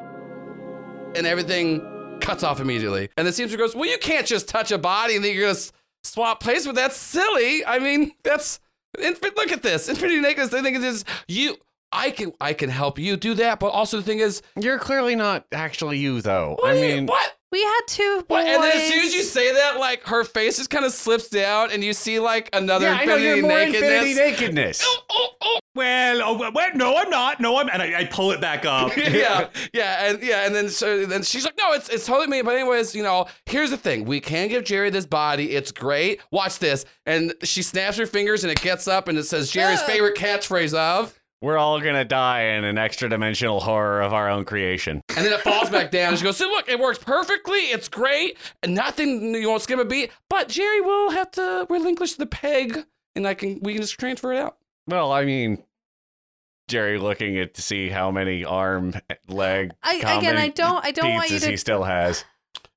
and everything cuts off immediately. And the seamster goes, Well, you can't just touch a body and then you're gonna s- swap places with that's silly. I mean, that's infinite look at this. Infinity nakedness, they think it is you I can I can help you do that, but also the thing is,
You're clearly not actually you, though.
what
I
do you-
mean,
what?
we had two boys.
What? And then as soon as you say that, like her face just kind of slips down, and you see like another
yeah, I know
infinity
you're more
nakedness.
infinity nakedness.
Oh, oh, oh.
Well, oh, wait, no, I'm not. No, I'm. And I, I pull it back up.
yeah, yeah, and yeah, and then so then she's like, no, it's it's totally me. But anyways, you know, here's the thing: we can give Jerry this body. It's great. Watch this, and she snaps her fingers, and it gets up, and it says Jerry's favorite catchphrase of,
We're all gonna die in an extra dimensional horror of our own creation.
and then it falls back down. And she goes, so look, it works perfectly. It's great, and nothing you won't skip a beat. But Jerry will have to relinquish the peg, and I can we can just transfer it out.
Well, I mean, Jerry looking at to see how many arm, eh, leg,
I, again, I
combi
don't, I don't want you
pieces
to.
he still has.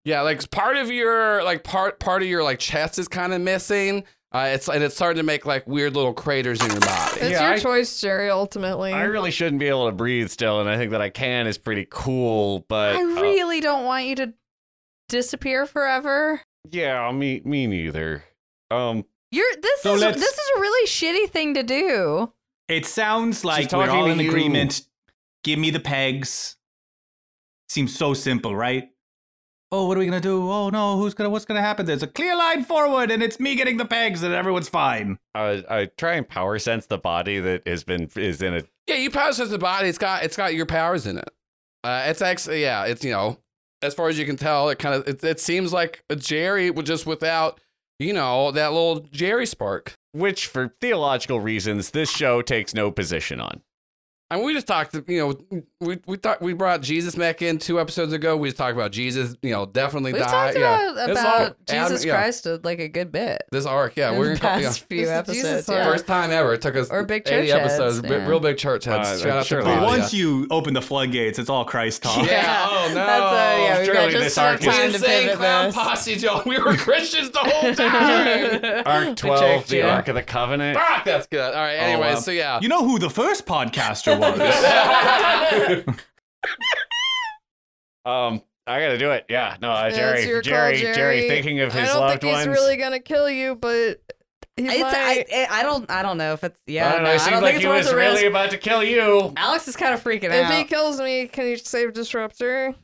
Yeah, like part of your like part part of your like chest is kind of missing. Uh, it's and it's starting to make like weird little craters in your body.
It's
Yeah,
your
I-
choice, Jerry. Ultimately,
I really shouldn't be able to breathe still, and I think that I can is pretty cool. But
I
uh,
really don't want you to disappear forever.
yeah, me me neither. Um,
You're this
So
is
let's-
this is a really shitty thing to do.
It sounds like we're
talking
all
to
in
you.
agreement. Give me the pegs. Seems so simple, right? Oh, what are we gonna do? Oh no, who's gonna? What's gonna happen? There's a clear line forward, and it's me getting the pegs, and everyone's fine.
I, I try and power sense the body that has been is in a
Yeah, you power sense the body. It's got it's got your powers in it. Uh, it's actually yeah. It's you know as far as you can tell, it kind of it, it seems like a Jerry with just without you know that little Jerry spark.
which for theological reasons this show takes no position on.
I mean, we just talked. You know, we we thought we brought Jesus back in two episodes ago. We just talked about Jesus. You know, definitely
We've
died.
talked
yeah,
about,
It's all-
about
Adam-
Jesus
yeah.
Christ uh, like a good bit.
this arc. Yeah,
in
we're
the
gonna
past
yeah.
few
This is Jesus
episodes.
arc.
Yeah.
First time ever. It took us
Or big
80
church
episodes.
heads,
bi-
yeah.
Real big church heads.
Uh,
Shout out
surely
to Bob.
But
Yeah. not.
once you open the floodgates, it's all Christ talk.
Yeah. Oh no.
That's a, yeah, we've got
Surely
just
this
enough
arc is-
we
time to
insane
pivot
clown
this.
posse, Joe. We were Christians the whole time.
Arc 12, the
you.
Ark of the Covenant.
Fuck, that's good. All
Oh,
right. Anyway,
wow.
so yeah.
You know who the first podcaster was?
Um, I gotta do it. Yeah, no, uh,
Yeah,
Jerry,
it's your call,
Jerry, Jerry,
Jerry.
thinking of
I
his
don't
loved
think he's
ones.
really gonna kill you, but he
It's, I,
might.
I- I don't I don't know if it's yeah.
I don't know. it
no, I
seemed
don't
like
think it's
he
worth
was
the
really
risk.
about to kill you.
Alex is kind of freaking
if he
out.
kills me, can you save Disruptor?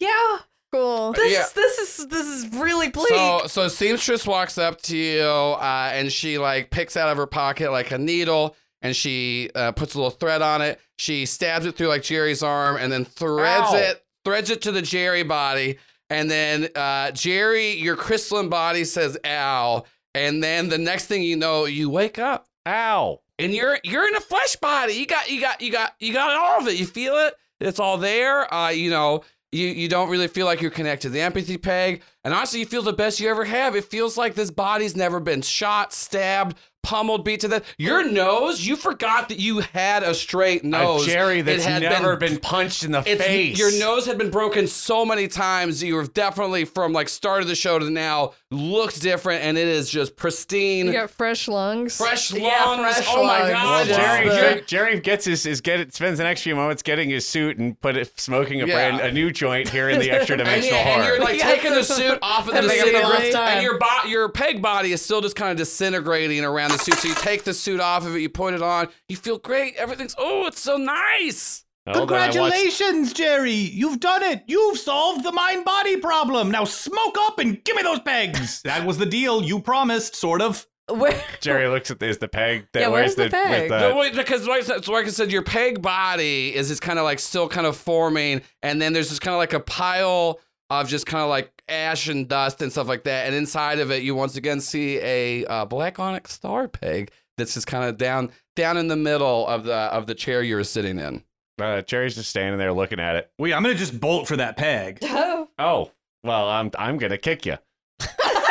yeah,
Cool.
this
Yeah.
is this is this is really bleak.
So, so seamstress walks up to you, uh, and she like picks out of her pocket like a needle, and she uh, puts a little thread on it. She stabs it through like Jerry's arm, and then threads
Ow.
it, threads it to the Jerry body, and then uh, Jerry, your crystalline body says "ow," and then the next thing you know, you wake up
Ow!
and you're you're in a flesh body. You got you got you got you got all of it. You feel it. It's all there. Uh, you know, you you don't really feel like you're connected to the empathy peg, and honestly, you feel the best you ever have. It feels like this body's never been shot, stabbed, pummeled, beat to death. Your nose, you forgot that you had a straight
A
nose.
Jerry that's
It had
never been, punched in the
it's,
face.
Your nose had been broken so many times. You have definitely, from like start of the show to now, looked different, and it is just pristine.
You got fresh lungs.
Fresh lungs.
Yeah, fresh
oh my
lungs.
Well,
God.
Wow.
Jerry,
Wow.
Jer- Jerry gets his is get it spends the next few moments getting his suit and put it smoking a
Yeah.
brand a new joint here in the extra
and,
dimensional
yeah, and
horror.
you're like
Yeah,
taking the
it's
suit off of the
Having a
disintegrator,
blast time.
and your bo- your peg body is still just kind of disintegrating around the suit. So you take the suit off of it, you put it on, you feel great. Everything's oh, it's so nice.
Hold on, I watched-
Congratulations, Jerry! You've done it! You've solved the mind body problem! Now smoke up and give me those pegs! that was the deal you promised, sort of.
Where,
Jerry looks at is the peg that
Yeah,
wears
where's the
the,
peg?
with uh,
No,
the
wait, because like, I said- so like I said, your peg body is just kind of like still kind of forming, and then there's just kind of like a pile of just kind of like ash and dust and stuff like that. And inside of it, you once again see a uh, black onyx star peg that's just kind of down down in the middle of the of the chair you're sitting in.
uh, Jerry's just standing there looking at it.
Wait, I'm gonna just bolt for that peg.
Oh, well, I'm I'm gonna kick you.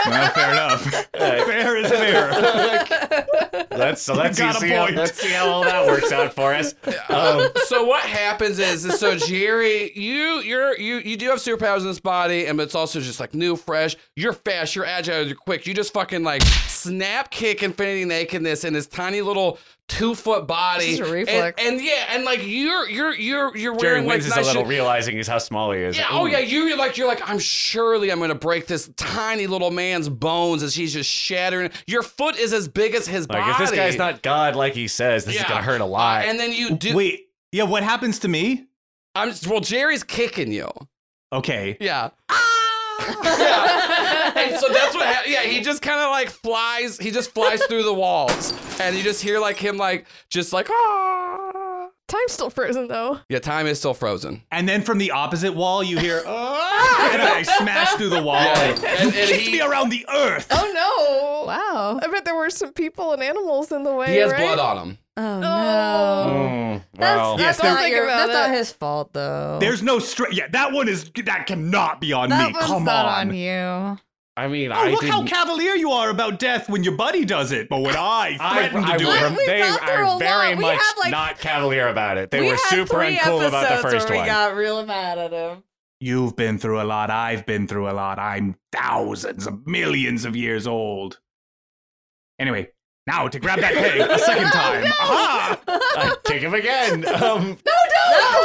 Well, fair enough. fair is fair.
Let's so let's
Got a
see how,
point.
let's see how all that works out for us. Um,
so what happens is, is so Jerry, you you're you you do have superpowers in this body, and it's also just like new, fresh. You're fast, you're agile, you're quick. You just fucking like snap kick infinity nakedness in this tiny little two foot body.
This is a
And-
reflex.
And, yeah, and like you're you're you're you're
Jerry
wearing
wins
like
is a
nice
little
shit-
realizing is how small he is.
yeah, oh
Ooh.
yeah, you, you're like you're like I'm surely I'm gonna break this tiny little man's bones as he's just shattering. Your foot is as big as his
Like
body.
if this guy's not God like he says, this is
Yeah. Uh,
gonna hurt a lot.
and then you do.
Wait, yeah, what happens to me?
I'm just, well, Jerry's kicking you.
Okay.
Yeah. yeah. And so that's what happened. Yeah, he just kind of like flies. He just flies through the walls, and you just hear like him like just like ah.
Time's still frozen though.
Yeah, time is still frozen.
And then from the opposite wall, you hear, "Ah," and I smash through the wall.
And,
You
and
kicked
he,
me around the earth.
Oh no!
wow.
I bet there were some people and animals in the way.
he has
right?
blood on him.
Oh
Oh.
no.
Mm,
That's,
well,
Yeah.
that's,
Yes, there-
not,
Think
your,
about
that's not
it.
his fault though.
There's no straight. Yeah, that one is. That cannot be on
that
me.
one's
Come
not
on.
on you.
I mean,
Oh,
I
look how
didn't.
cavalier you are about death when your buddy does it, but when I
I,
threaten
I
to do
were-
it,
What? We've
they
gone through
are
a
very
lot. We
much
had, like-
not cavalier about it. They
we
were
had
super
three
uncool about the
episodes
first
where
one.
We got really mad at him.
you've been through a lot. I've been through a lot. I'm thousands of millions of years old. Anyway, now to grab that peg a second time. Aha!
I kick him again. Um,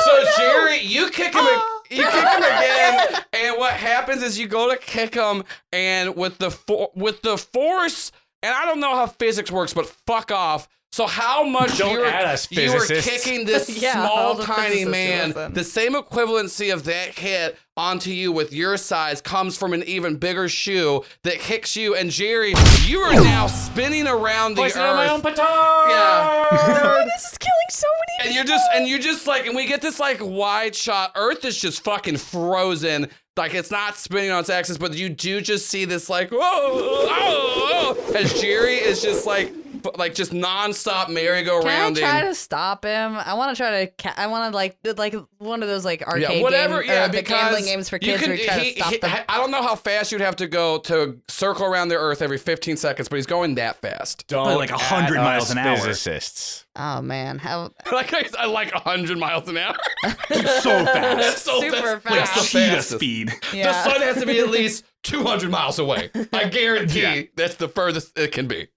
So Jerry, you kick him, you kick him again, and what happens is you go to kick him, and with the for, with the force And I don't know how physics works, but fuck off. So how much
Don't
you were,
add us,
you were
physicists.
kicking this
Yeah,
small
all the
tiny
physicists who
man,
listen.
the same equivalency of that hit onto you with your size comes from an even bigger shoe that hits you. And Jerry, you are now spinning around the
Poison
earth.
on my own petard!
Yeah.
this is killing so many.
and you're just and you're just like and we get this like wide shot earth is just fucking frozen like it's not spinning on its axis but you do just see this like whoa, oh, oh, as jerry is just like f- like just nonstop
Can I
merry-go-rounding
try to stop him? I want to try to. Ca- I want to like like one of those like arcade
yeah, whatever.
game- or
yeah,
the
because
gambling games for
you
kids
can-
where you try
he-
to stop
he-
them.
I don't know how fast you'd have to go to circle around the Earth every 15 seconds, but he's going that fast.
Don't
like 100
add
miles
us
an hour.
Physicists.
Oh man, how
like I like 100 miles an hour.
so fast.
That's so
Super
fast. That's the
fast.
Cheetah
fastest.
speed.
The
yeah.
sun has to be at least 200 miles away. I guarantee
Yeah.
that's the furthest it can be.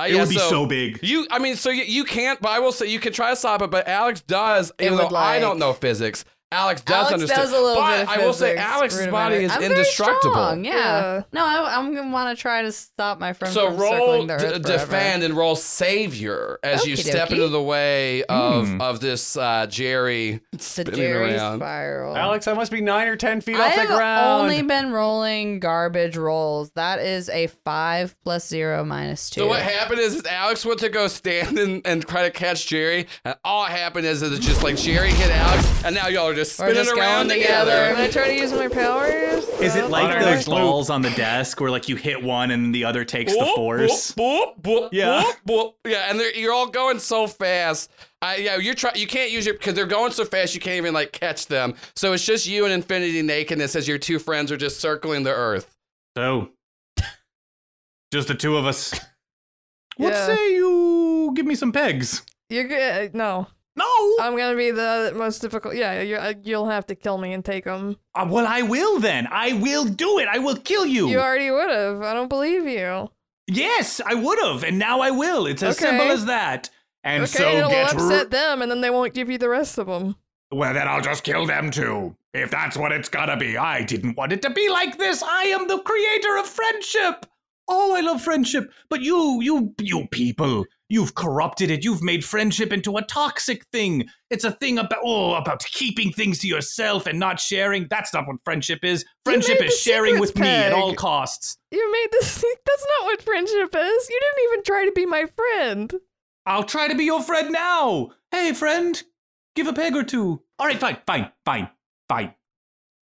Uh,
It
yeah,
would be so big.
You, I mean, so you, you can't, but I will say you can try to stop it, but Alex does, even though
would
I don't
like-
know physics. Alex does
Alex
understand.
does a little
but
bit of
I will say
physics,
Alex's body
rudimentary.
is
I'm very
indestructible.
strong, Yeah.
Yeah.
No, I, I'm gonna want to try to stop my friend
So
from
roll
circling the
d-
earth forever.
defend and roll savior as you
Okie
step
dokie.
into the way of
Hmm.
of this uh, Jerry.
It's a
spinning
Jerry
around.
Oh.
spiral.
Alex, I must be nine or ten feet
I
off the
have
ground.
only been rolling garbage rolls. That is a five plus zero minus two.
So what happened is, is Alex went to go stand and, and try to catch Jerry, and all it happened is, is it's just like Jerry hit Alex, and now y'all are just
We're
spinning
just going
around together.
together.
Can I try to use my powers?
Is it like
Honor
those
next loop.
balls on the desk where like you hit one and the other takes the
Boop,
force?
boop, boop, boop,
Yeah.
boop, boop. Yeah, and they're, you're all going so fast. I, yeah, you're try, You can't use your because they're going so fast. You can't even like catch them. So it's just you and Infinity Nakedness as your two friends are just circling the Earth.
So, just the two of us.
Yeah.
What say you give me some pegs?
You're good. uh, No,
No.
I'm gonna be the most difficult. Yeah, you're, uh, you'll have to kill me and take them.
Uh, well, I will then. I will do it. I will kill you.
You already would have. I don't believe you.
yes, I would have, and now I will. It's as
Okay.
simple as that. And
okay,
so
it'll
get
upset them, and then they won't give you the rest of them.
Well, then I'll just kill them too. If that's what it's gotta be. I didn't want it to be like this. I am the creator of friendship. Oh, I love friendship. But you, you, you people, you've corrupted it. You've made friendship into a toxic thing. It's a thing about, oh, about keeping things to yourself and not sharing. That's not what friendship is. Friendship
made
is
the
sharing with
secrets
me at
peg.
all costs.
You made this. That's not what friendship is. You didn't even try to be my friend.
I'll try to be your friend now. Hey, friend, give a peg or two. All right, fine, fine, fine, fine.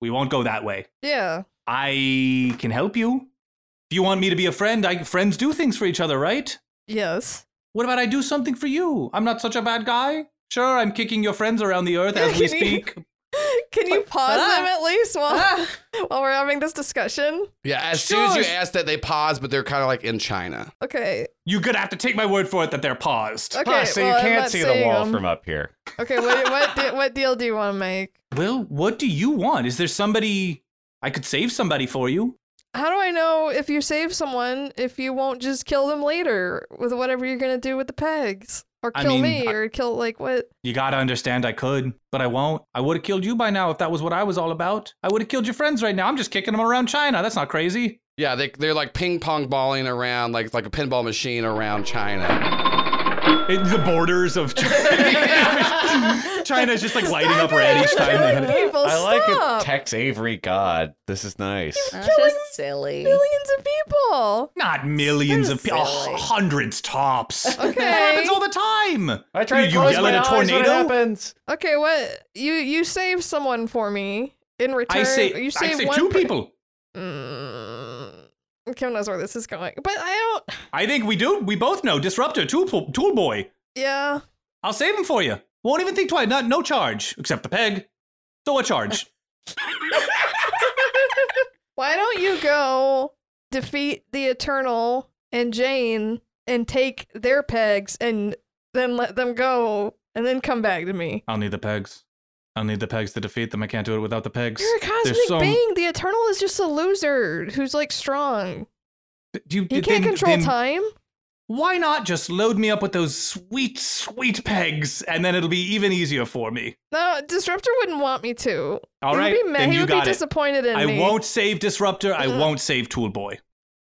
We won't go that way.
Yeah.
I can help you. If you want me to be a friend, I, friends do things for each other, right?
Yes.
What about I do something for you? I'm not such a bad guy. Sure, I'm kicking your friends around the earth as we speak.
Can you pause
Ah.
them at least while while we're having this discussion?
Yeah, as soon as you
Sure.
ask that, they pause, but they're kind of like in China.
Okay.
You're gonna have to take my word for it that they're paused.
Okay.
Plus, so
well,
you
I'm
can't
not
see the
seeing
wall
'em.
from up here.
Okay. What what de- what deal do you want to make?
Well, what do you want? Is there somebody I could save somebody for you?
How do I know if you save someone if you won't just kill them later with whatever you're gonna do with the pegs or
I
kill
mean,
me
I-
or kill like what?
You gotta understand I could, but I won't. I would have killed you by now if that was what I was all about. I would have killed your friends right now. I'm just kicking them around China. That's not crazy.
Yeah, they, they're like ping pong balling around, like like a pinball machine around China.
It, the borders of China. China's just like lighting up red each time. they hit it.
People,
I like
stop!
it. Tex Avery God. This is nice.
That's just silly.
Millions of people.
Not millions of
That's
people,
silly.
hundreds tops. It
Okay.
happens all the time.
I try
You
to close
yell
my
at a
eyes when it
tornado?
happens.
okay. What you you save someone for me in return?
I say,
you
I
save
say
one
two
per-
people.
Mm, Kim knows where this is going, but I don't.
I think we do. We both know disruptor, tool, po- tool boy.
Yeah.
I'll save him for you. Won't even think twice. Not no charge except the peg. So a charge.
Why don't you go defeat the Eternal and Jane and take their pegs and then let them go and then come back to me?
I'll need the pegs. I'll need the pegs to defeat them. I can't do it without the pegs.
You're a cosmic
some-
being. The Eternal is just a loser who's like strong.
Do you,
He
then-
can't control
then
time.
Why not just load me up with those sweet, sweet pegs, and then it'll be even easier for me.
No, Disruptor wouldn't want me to.
All
he
right,
would be mad.
then
he
you
would
got
be
it.
disappointed in
I
me.
won't save Disruptor. I
Mm.
won't save Toolboy.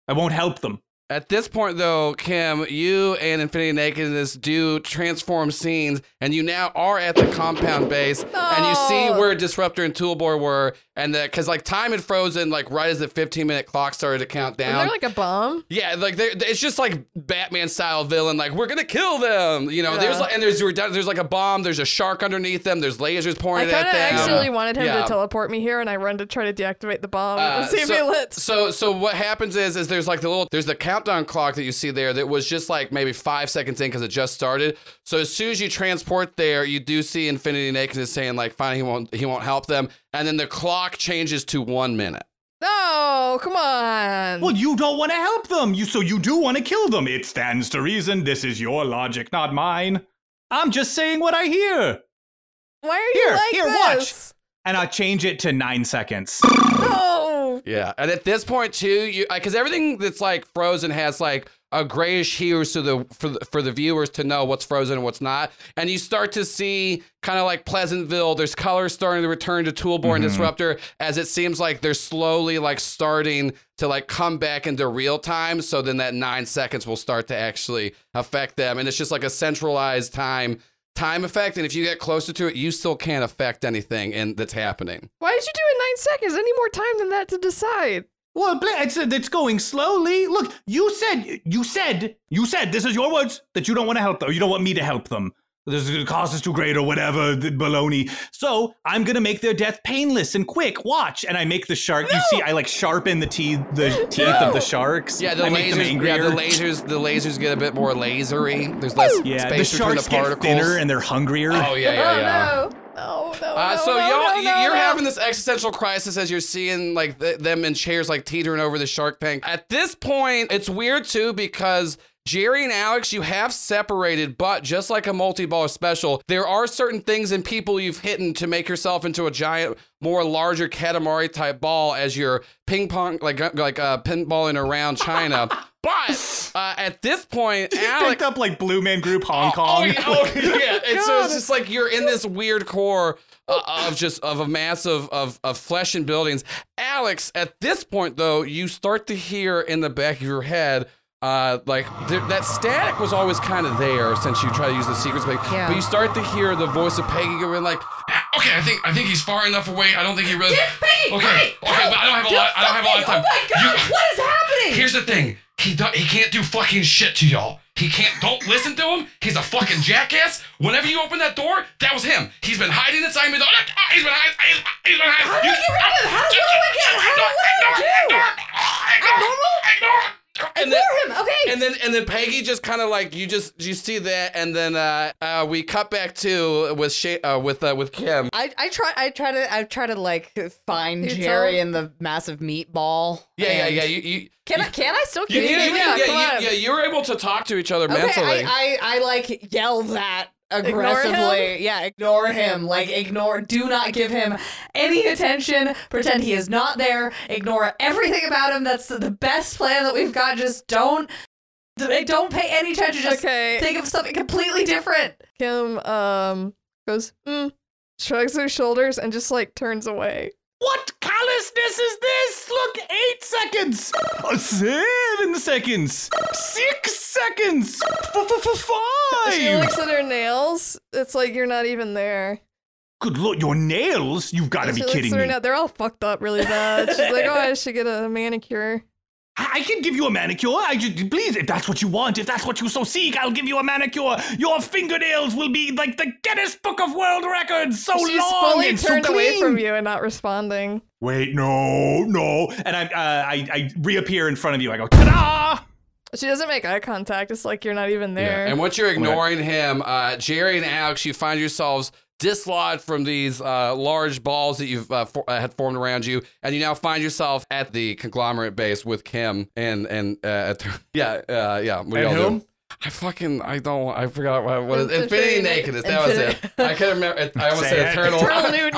I won't help them.
At this point, though, Kim, you and Infinity Nakedness do transform scenes, and you now are at the compound base, and you see
Oh.
where Disruptor and Toolboy were, and that because like time had frozen, like right as the 15 minute clock started to count
Isn't
down.
there like a bomb?
Yeah, like they're- it's just like Batman style villain. Like we're gonna kill them, you know. There's
Yeah.
like, and there's there's like a bomb. There's a shark underneath them. There's lasers
I
pouring
kind
at
of
them.
accidentally wanted him
Yeah.
to teleport me here, and I run to try to deactivate the bomb
Uh,
and see if
so,
it lets.
so so what happens is is there's like the little there's the countdown clock that you see there that was just like maybe five seconds in because it just started. So as soon as you transport there, you do see Infinity Nakedness saying like, "Fine, he won't he won't help them," and then the clock changes to one minute.
No, come on.
Well, you don't want to help them. You so you do want to kill them. It stands to reason. This is your logic, not mine. I'm just saying what I hear.
Why are you
Here,
like
here, watch.
this?
And I change it to nine seconds.
No.
Yeah, and at this point too, you because everything that's like frozen has like a grayish hue, so the for the, for the viewers to know what's frozen and what's not, and you start to see kind of like Pleasantville. There's colors starting to return to Toolborn Disruptor as it seems like they're slowly like starting to like come back into real time. So then that nine seconds will start to actually affect them, and it's just like a centralized time time effect. And if you get closer to it, you still can't affect anything and that's happening.
Why did you do it in nine seconds? I need more time than that to decide.
Well, Bla- it's, uh, it's going slowly. Look, you said, you said, you said, this is your words, that you don't want to help them, or you don't want me to help them. This is, the cost is too great, or whatever, the baloney. So I'm going to make their death painless and quick. Watch. And I make the shark, you see, I like sharpen the teeth, the teeth of the sharks.
Yeah, the
I
lasers.
make them
Yeah,
angrier.
the lasers. The lasers get a bit more lasery. There's less
Yeah, the
space between the
sharks get
particles.
thinner and they're hungrier.
oh yeah, yeah, yeah.
Oh no. No, no.
Uh, so
no,
y'all,
no,
you-
no,
you're
no.
having this existential crisis as you're seeing like th- them in chairs, like teetering over the shark tank. At this point, it's weird too because. Jerry and Alex, you have separated, but just like a multi-ball special, there are certain things and people you've hidden to make yourself into a giant, more larger Katamari type ball as you're ping pong, like uh, like uh, pinballing around China. but uh, at this point,
You
Alex,
picked up like Blue Man Group Hong Kong.
Oh, yeah, oh, yeah. And so it's just like you're in this weird core uh, of just of a mass of, of of flesh and buildings. Alex, at this point though, you start to hear in the back of your head. Uh, like th- that static was always kind of there since you try to use the secret space,
Yeah.
but you start to hear the voice of Peggy going like, "Ah, "Okay, I think I think he's far enough away. I don't think he really."
Peggy,
okay,
hey,
okay, but I don't have a lot. I don't have a lot of time.
Oh my god,
You-
what is happening?
Here's the thing. He do- he can't do fucking shit to y'all. He can't. Don't listen to him. He's a fucking jackass. Whenever you open that door, that was him. He's been hiding inside me. He's been hiding. He's, he's been hiding.
How do I get rid of him? How do- what do I get- how do- what do I do?
do? Ignore, ignore, ignore, ignore. And then-
Ignore him, okay?
and then and then Peggy just kind of like you just you see that and then uh, uh we cut back to with Sha- uh, with uh, with Kim
I, I try I try to I try to like find
You
Jerry
tell-
in the massive meatball.
yeah yeah
and-
yeah you you
Can I can I still
you,
keep
you-
it?
yeah,
come
yeah,
on.
you, yeah you're able to talk to each other
Okay,
mentally
I, I I like yell that aggressively. Yeah, ignore him. Like ignore do not give him any attention. Pretend he is not there. Ignore everything about him. That's the best plan that we've got. Just don't don't pay any attention. Just
Okay.
think of something completely different.
Kim um goes, mm, shrugs her shoulders and just like turns away.
What callousness is this? Look, eight seconds, uh, seven seconds, six seconds, f- f- f-
She
five.
looks at her nails. It's like you're not even there.
Good lord, your nails! You've got to
And
be
she looks
kidding
at her
me.
nail- They're all fucked up really bad. She's like, oh, I should get a manicure.
I I can give you a manicure. I just, please, if that's what you want, if that's what you so seek, I'll give you a manicure. Your fingernails will be like the Guinness Book of World Records, so
She's
Oh, long
fully
and so
turned away
clean.
from you and not responding.
Wait, no, no, and I, uh, I, I reappear in front of you. I go, ta-da!
She doesn't make eye contact. It's like you're not even there.
And once you're ignoring him, uh, Jerry and Alex, you find yourselves dislodged from these uh, large balls that you've uh, for, uh, had formed around you, and you now find yourself at the conglomerate base with Kim and and uh, at- yeah, uh, yeah. What do
And
y'all do?
whom?
I fucking I don't I forgot what, what is,
Infinity
infinity
Naked-
nakedness that was it I could remember it- I almost
Say
said
it.
eternal
Eternal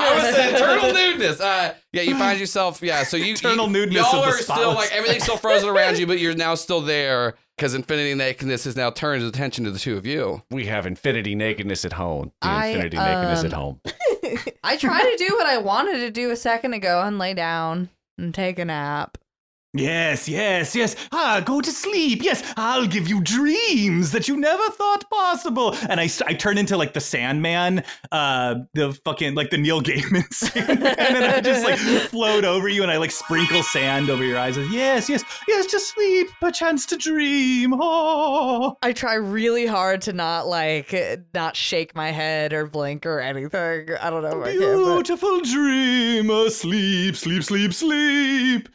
I almost said
nudeness.
eternal nudeness uh, yeah you find yourself yeah so you
Eternal
you,
nudeness
y'all
of the
are still
spotless.
like everything's still frozen around you but you're now still there because infinity nakedness has now turned its attention to the two of you
We have infinity nakedness at home. The
I,
infinity nakedness at
um,
home.
I tried to do what I wanted to do a second ago and lay down and take a nap.
Yes, yes, yes. Ah, go to sleep. Yes, I'll give you dreams that you never thought possible. And I, s- I turn into like the Sandman, uh, the fucking like the Neil Gaiman Sandman, and I just like float over you and I like sprinkle sand over your eyes. Yes, yes, yes. To sleep, a chance to dream. Oh,
I try really hard to not like not shake my head or blink or anything. I don't know if I can. but-
beautiful dream. Asleep, sleep, sleep, sleep.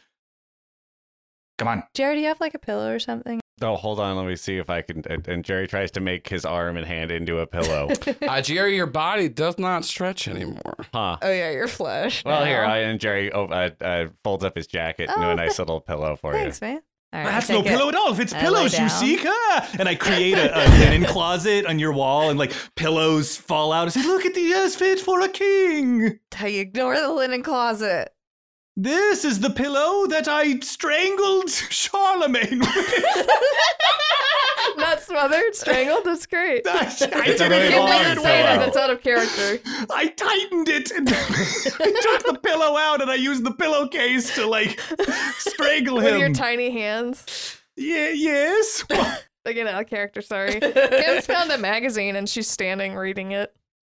Come on.
Jared, do you have like a pillow or something?
Oh, hold on. Let me see if I can. and- And Jerry tries to make his arm and hand into a pillow.
Uh, Jerry, your body does not stretch anymore.
huh.
Oh yeah, you're flesh.
Well, here,
now.
I, and Jerry oh, uh, uh, folds up his jacket into
Oh,
a nice little pillow for you.
Thanks, man.
All right,
That's
I
no
take it.
pillow at all. If it's
I lay
pillows you
down.
seek, ah! and I create a, a linen closet on your wall, and like pillows fall out. I say, "Look at the yes fit for a king.
I ignore the linen closet.
This is the pillow that I strangled Charlemagne with."
Not smothered, strangled. That's great.
I, I
It's a
did it in
really uh,
a
long
weird
pillow.
way.
Wow.
That's out of character.
I tightened it and I took the pillow out, and I used the pillowcase to like strangle
With your
him.
tiny hands.
yeah, yes.
Again, out of character. Sorry. Kim's found a magazine and she's standing reading it.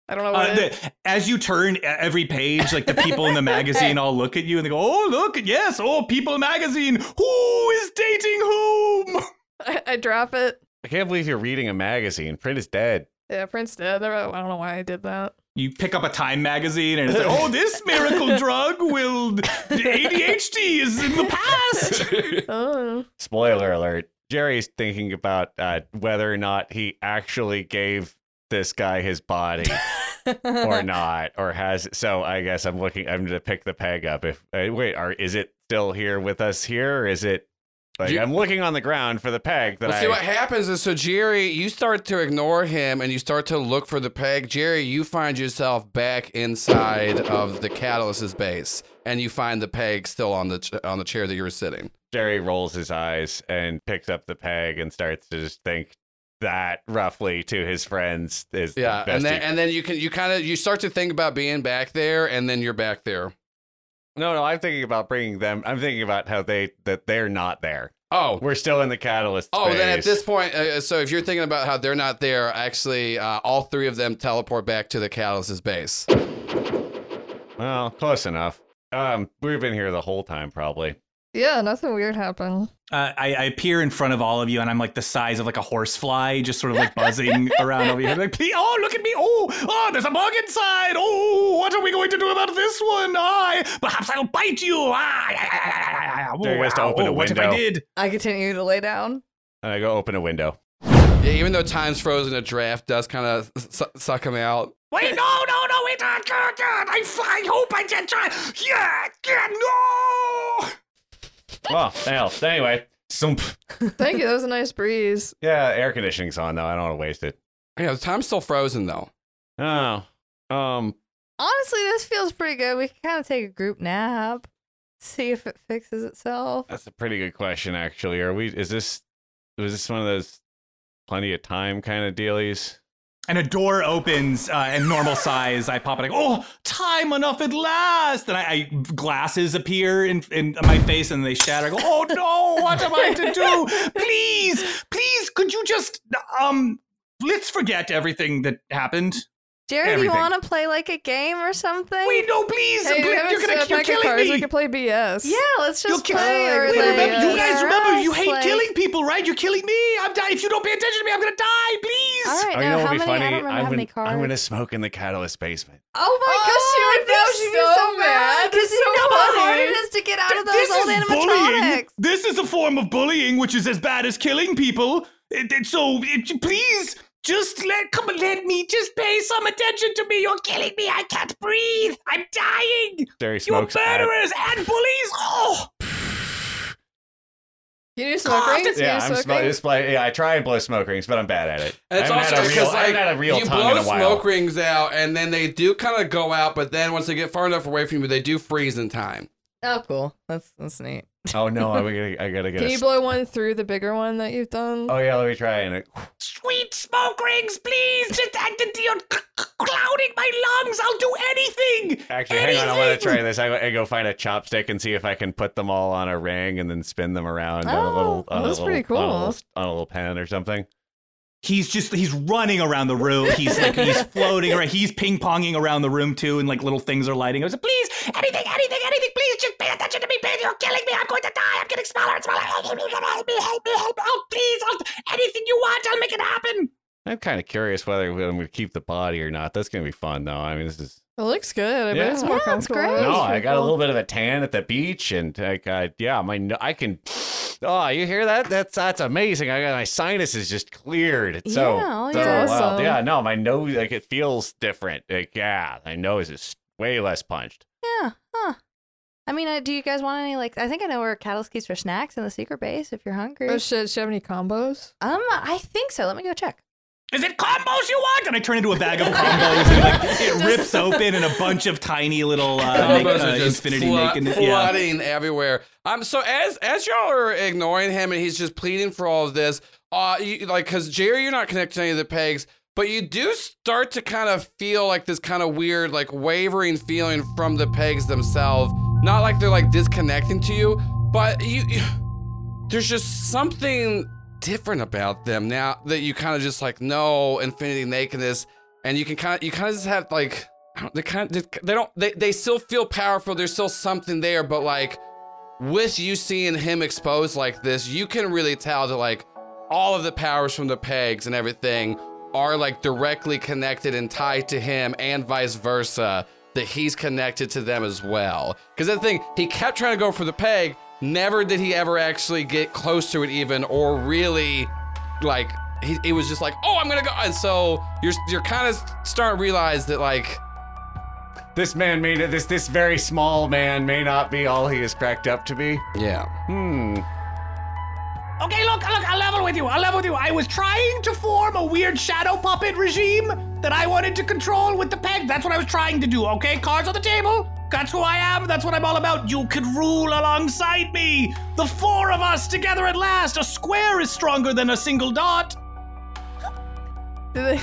I don't know what.
Uh,
it is.
the, as you turn e- every page, like the people in the magazine all look at you and they go, "Oh, look, yes, oh, People Magazine, who is dating whom?"
I, I drop it.
I can't believe you're reading a magazine. Print is dead.
Yeah, Prince did. I don't know why I did that.
You pick up a Time magazine and it's like, "Oh, this miracle drug will the ADHD is in the past."
Oh.
Spoiler alert. Jerry's thinking about uh, whether or not he actually gave this guy his body or not, or has. So I guess I'm looking. I'm gonna pick the peg up. If uh, wait, are is it still here with us here? Or is it? Like
You-
I'm looking on the ground for the peg that
Well,
I.
see what happens is so Jerry, you start to ignore him and you start to look for the peg. Jerry, you find yourself back inside of the catalyst's base, and you find the peg still on the ch- on the chair that you were sitting.
Jerry rolls his eyes and picks up the peg and starts to just think that roughly to his friends is
Yeah,
the best
and then
he-
and then you can you kind of you start to think about being back there, and then you're back there.
no, no, I'm thinking about bringing them. I'm thinking about how they that they're not there.
Oh,
We're still in the catalyst.
oh, then at
phase.
this point, uh, so if you're thinking about how they're not there, actually, uh, all three of them teleport back to the catalyst's base.
well, close enough. Um, we've been here the whole time, probably.
Yeah, nothing weird happened.
Uh, I, I appear in front of all of you and I'm like the size of like a horsefly, just sort of like buzzing around over here. Like, "Please- oh, look at me! Oh, oh, there's a bug inside! Oh, what are we going to do about this one? I perhaps I'll bite you! Ah, ah, ah, ah, ah, ah.
There he goes to
Wow.
open a
Oh, What if I
window.
did?
I continue to lay down.
And I go open a window.
Yeah, even though time's frozen, a draft does kind of su- suck him out.
Wait, no, no, no! Wait! ah, God, God, I, f- I hope I can try. Yeah, yeah, no!
Well, hell. Anyway, Sump.
Thank you. That was a nice breeze.
Yeah, air conditioning's on though. I don't want to waste it.
Yeah, the time's still frozen though.
Oh, um,
Honestly, this feels pretty good. We can kind of take a group nap, see if it fixes itself.
That's a pretty good question, actually. Are we? Is this? Was this one of those plenty of time kind of dealies?
And a door opens uh, and normal size. I pop it like, oh, time enough at last. And I, I glasses appear in, in my face and they shatter. I go, oh no, what am I to do? Please, please, could you just um, let's forget everything that happened.
Jared, do you
Everything.
want to play like a game or something?
Wait, no, please,
Hey, we
please,
have
you're
a
gonna
s-
you're
pack of
killing
cards. We
me.
can play BS.
Yeah, let's
You're
just
kill-
play. or
Wait,
like,
remember, you guys
something
remember you
else,
hate
like-
killing people, right? You're killing me. I'm dying. If you don't pay attention to me, I'm gonna die. Please.
All right,
oh, you
now
know
how
what would
many?
be funny?
I don't remember how many
gonna,
cards.
I'm gonna smoke in the catalyst basement.
Oh my
Oh,
gosh, she
that'd
would
be
know.
so mad.
She'd be so mad because
That's
you
so
know how hard
funny.
it is to get out of
Th-
those old
bullying.
animatronics.
This is a form of bullying, which is as bad as killing people. It- it- so it- please, just let come and let me just pay some attention to me. You're killing me. I can't breathe. I'm dying.
Jerry
You're
smokes. at-
murderers and bullies. Oh,
You do smoke
God,
rings?
Yeah,
you
I'm
do
sm-
smoke rings?
it's like- yeah, I try and blow smoke rings, but I'm bad at it.
And it's
I
also
haven't had a real,
because
I haven't
like
had a real
you
tongue
blow
in a while.
smoke rings out, and then they do kind of go out, but then once they get far enough away from you, they do freeze in time.
Oh, cool. That's that's neat.
Oh no, I gotta, I gotta get.
Can
a
you
s-
blow one through the bigger one that you've done?
oh yeah, let me try and. It-
Sweet smoke rings, please! Just identity on c- c- clouding my lungs. I'll do anything.
Actually, hang on. I want to
Anything!
try this. I, I go find a chopstick and see if I can put them all on a ring and then spin them around on a
Oh,
little. On a
that's
little,
pretty
On a,
cool.
little, on a little pen or something.
He's just he's running around the room. He's like he's floating around. He's ping ponging around the room too, and like little things are lighting. I was like, please, anything, anything, anything, please, just pay attention to me, please. You're killing me. I'm going to die. I'm getting smaller and smaller. Help me, help me, help me, help me. Oh, please, I'll, anything you want, I'll make it happen.
I'm kind of curious whether I'm going to keep the body or not. That's going to be fun, though. I mean, this is.
It looks good. I bet
Yeah.
it's more
Yeah, it's
comfortable.
great.
No,
That's
I
pretty
got a
cool.
little bit of a tan at the beach, and I got yeah, my no- I can. Oh, you hear that? That's that's amazing. I got my sinuses just cleared. It's so
Yeah,
so
yeah.
wild.
Awesome.
Yeah, no, my nose like it feels different. Like yeah, my nose is way less punched.
Yeah. Huh. I mean,
uh,
I, do you guys want any? Like, I think I know where Cattle's keys for snacks in the secret base. If you're hungry,
Oh shit! Does she have any combos?
um, I think so. Let me go check.
Is it combos you want? And I turn into a bag of combos, and like it rips open, and a bunch of tiny little uh,
Combos
make-
are
uh,
just
infinity
flo-
nakedness. Yeah.
flooding everywhere. Um, so as as y'all are ignoring him and he's just pleading for all of this, uh, you, like because Jerry, you're not connected to any of the pegs, but you do start to kind of feel like this kind of weird, like wavering feeling from the pegs themselves. Not like they're like disconnecting to you, but you, you there's just something different about them now that you kind of just like know infinity nakedness and you can kind of you kind of just have like I don't- they kind of they don't they, they still feel powerful there's still something there but like with you seeing him exposed like this you can really tell that like all of the powers from the pegs and everything are like directly connected and tied to him and vice versa that he's connected to them as well because that thing he kept trying to go for the peg never did he ever actually get close to it even or really like he, it was just like oh i'm gonna go and so you're you're kind of starting to realize that like
This man may this this very small man may not be all he is cracked up to be.
yeah
Hmm.
Okay, look, look, I'll level with you. I'll level with you. I was trying to form a weird shadow puppet regime that I wanted to control with the peg. That's what I was trying to do, okay? Cards on the table. That's who I am. That's what I'm all about. You could rule alongside me. The four of us together at last. A square is stronger than a single dot.
Do they?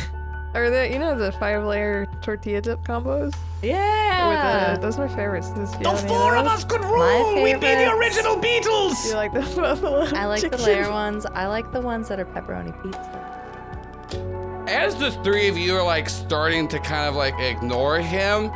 Are they? You know the five-layer tortilla dip combos?
Yeah.
uh,
With the, those are my favorites. Does
The four of us could rule. We'd be the
favorites.
original
You
Beatles.
like the buffalo?
I like the
chicken?
layer ones. I like the ones that are pepperoni pizza.
as the three of you are like starting to kind of like ignore him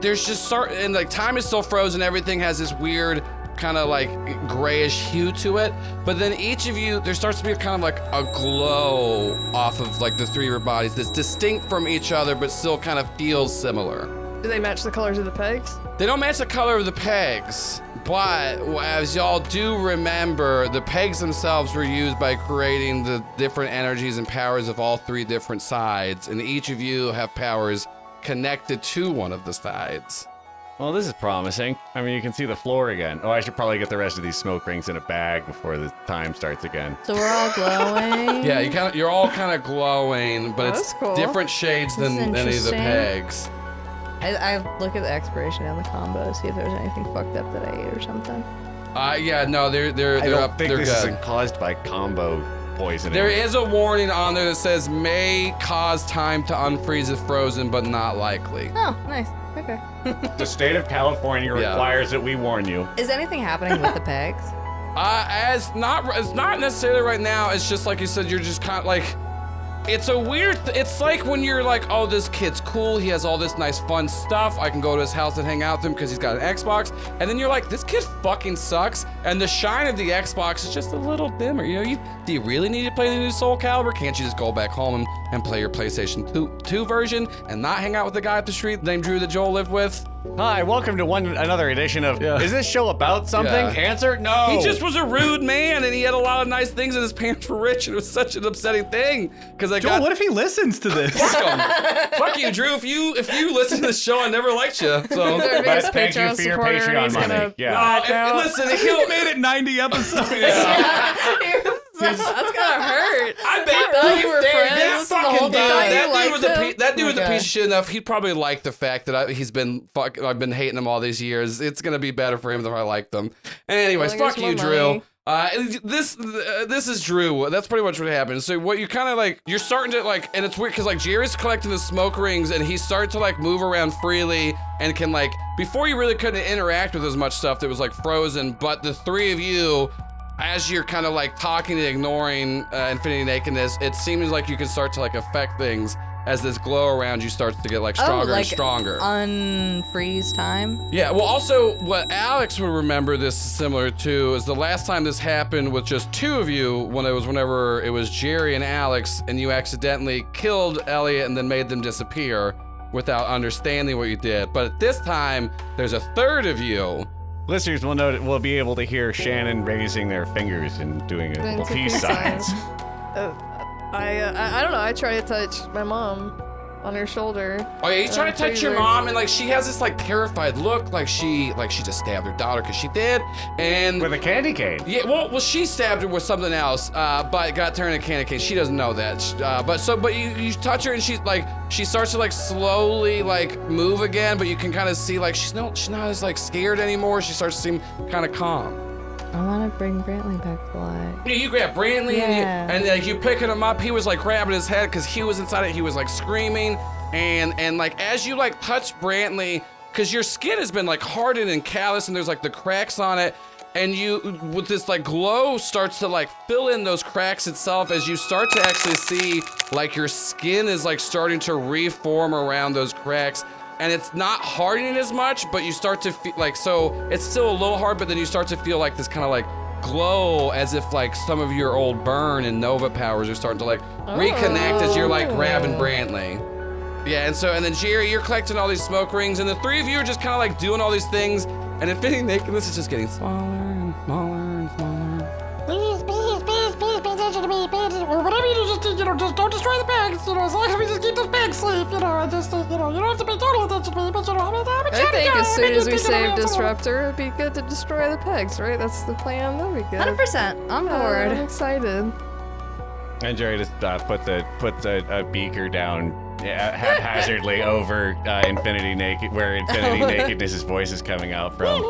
there's just start and like time is still frozen everything has this weird kind of like grayish hue to it but then each of you there starts to be kind of like a glow off of like the three of your bodies that's distinct from each other but still kind of feels similar
Do they match the colors of the pegs?
They don't match the color of the pegs, but as y'all do remember, the pegs themselves were used by creating the different energies and powers of all three different sides, and each of you have powers connected to one of the sides.
Well, this is promising. I mean, you can see the floor again. Oh, I should probably get the rest of these smoke rings in a bag before the time starts again.
So we're all glowing.
Yeah, you kind of, you're all kind of glowing, but it's
That's cool.
different shades than
That's
any of the
interesting.
pegs.
I, I look at the expiration on the combo, see if there's anything fucked up that I ate or something.
Uh, yeah, no, they're they're
I
they're
don't
up.
think
they're
this
good.
isn't caused by combo poisoning.
There is a warning on there that says may cause time to unfreeze if frozen, but not likely.
Oh, nice. Okay.
the state of California
Yeah.
requires that we warn you.
Is anything happening with the pegs?
Uh, as not, it's not necessarily right now. It's just like you said. You're just kind of like, it's a weird. Th- it's like when you're like, oh, this kid's cool. He has all this nice, fun stuff. I can go to his house and hang out with him because he's got an Xbox. And then you're like, this kid fucking sucks. And the shine of the Xbox is just a little dimmer. You know, you do you really need to play the new Soul Calibur? Can't you just go back home and, and play your PlayStation 2, 2 version and not hang out with the guy up the street named Drew that Joel lived with?
Hi, welcome to one another edition of Is this show about something?
Yeah.
Answer no.
He just was a rude man, and he had a lot of nice things, and his parents were rich, and it was such an upsetting thing. Because I got
Oh, if he listens to this?
scum. Fuck you, Drew. If you if you listen to the show, I never liked you. So. Oh,
Their biggest
But thank you
Patreon
for your
supporter, and
Patreon
he's
money.
gonna-
Yeah.
If- if- listen, he killed me.
it 90 episodes.
Yeah.
That's
That's gonna hurt.
Garrett, I bet
thought you were
Garrett, that
friends the whole
fucking dude.
time.
That
You
dude was a
liked
pe-
him?
that dude was a
Okay.
piece of shit enough. He probably liked the fact that I, he's been fuck, I've been hating him all these years. It's gonna be better for him if I like them. Anyways,
Well, I
fuck
guess
you,
more
Drew.
money.
Uh, this uh, this is Drew. That's pretty much what happened. So what you kind of like, you're starting to like, and it's weird because like Jerry's collecting the smoke rings, and he started to like move around freely and can like before you really couldn't interact with as much stuff that was like frozen. But the three of you, as you're kind of like talking and ignoring uh, Infinity Nakedness, it seems like you can start to like affect things as this glow around you starts to get like stronger and stronger.
Unfreeze time.
Yeah, well, also, what Alex would remember this similar to is the last time this happened with just two of you, when it was whenever it was Jerry and Alex, and you accidentally killed Elliot and then made them disappear without understanding what you did. But at this time, there's a third of you.
Listeners will note will be able to hear Shannon raising their fingers and doing a little peace signs.
Uh, I, uh, I I don't know. I try to touch my mom on her shoulder.
Oh yeah, he's
Uh,
trying to touch your
freezer.
mom, and like she has this like terrified look, like she like she just stabbed her daughter because she did, and
With a candy cane.
Yeah, well, well, she stabbed her with something else, uh, but got turned into candy cane. She doesn't know that. Sh- Uh, but so, but you, you touch her and she's like, she starts to like slowly like move again, but you can kind of see like she's not, she's not as like scared anymore. She starts to seem kind of calm.
I want to bring Brantley back to life.
You, you grab Brantley
Yeah.
and, you, and like you picking him up. He was like grabbing his head because he was inside it. He was like screaming, and and like as you like touch Brantley, because your skin has been like hardened and callous, and there's like the cracks on it and you with this like glow starts to like fill in those cracks itself as you start to actually see like your skin is like starting to reform around those cracks and it's not hardening as much but you start to feel like so it's still a little hard but then you start to feel like this kind of like glow as if like some of your old burn and nova powers are starting to like reconnect as you're like grabbing brantley yeah, and so and then Jerry, you're collecting all these smoke rings, and the three of you are just kind of like doing all these things, and Infinity Nakedness is just getting smaller and smaller and smaller.
Please, please, please, please pay attention to me. Pay attention. Or whatever you just did, you know, just don't destroy the bags. You know, as long as we just keep this bag safe, you know, I just, uh, you know, you don't have to pay total attention to me, but you know, I'm, I'm trying to
I think
go,
as
I'm
soon as
just
we
thinking
save
about it.
Disruptor, it'd be good to destroy the pegs, right? That's the plan. That'd be good.
100%. I'm
Uh, I'm
bored.
excited.
And Jerry just uh, put the put the uh, beaker down uh, haphazardly over uh, Infinity Naked, where Infinity Nakedness's voice is coming out from.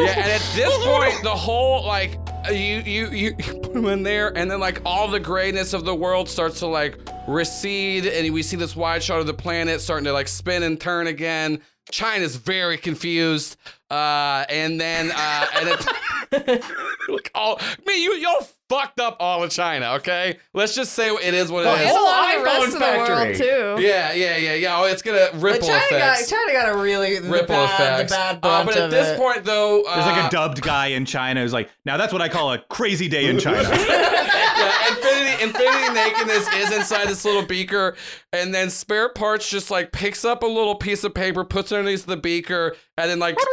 Yeah, and at this point, the whole like you you you put them in there, and then like all the grayness of the world starts to like recede, and we see this wide shot of the planet starting to like spin and turn again. China's very confused, uh, and then uh, and it. Look, all man, you y'all fucked up all of China. Okay, let's just say it is what it
It's
is.
a lot of the
iPhone
rest
factory.
of the world too.
Yeah, yeah, yeah, yeah. Oh, it's gonna
But
ripple
China got,
effects.
China got a really the
ripple
bad,
effects.
The bad
Uh,
brunt
but at
of
this
it.
point, though, uh,
There's like a dubbed guy in China who's like, now that's what I call a crazy day in China.
yeah, infinity, infinity nakedness is inside this little beaker, and then spare parts just like picks up a little piece of paper, puts it underneath the beaker, and then like.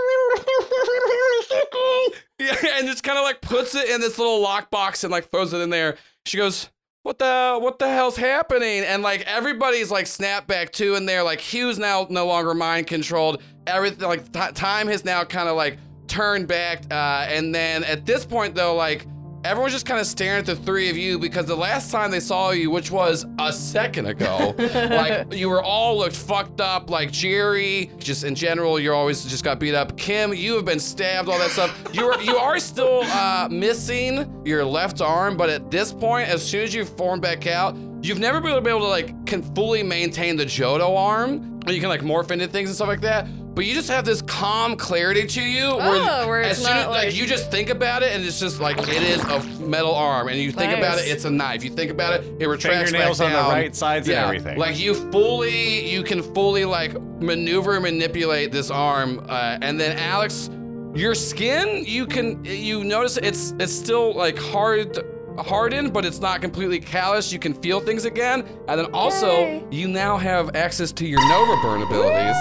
Yeah, and just kind of like puts it in this little lockbox and like throws it in there. She goes, "What the what the hell's happening?" And like everybody's like snapped back to in there. Like Hugh's now no longer mind controlled. Everything like ti time has now kind of like turned back. Uh, and then at this point though, like everyone's just kind of staring at the three of you because the last time they saw you, which was a second ago, like you were all looked fucked up. Like Jerry, just in general, you're always just got beat up. Kim, you have been stabbed, all that stuff. You are you are still uh, missing your left arm, but at this point, as soon as you form back out, you've never been able to like can fully maintain the Jodo arm. where You can like morph into things and stuff like that. But you just have this calm clarity to you.
Oh, where
as
it's
soon
not
as, like
like-
you just think about it and it's just like it is a metal arm and you think about it it's a knife you think about it it retracts
Fingernails
back
on the
down.
right sides and
yeah.
everything.
like you fully you can fully like maneuver and manipulate this arm uh, and then alex your skin you can you notice it's it's still like hard hardened but it's not completely calloused you can feel things again and then also you now have access to your nova burn abilities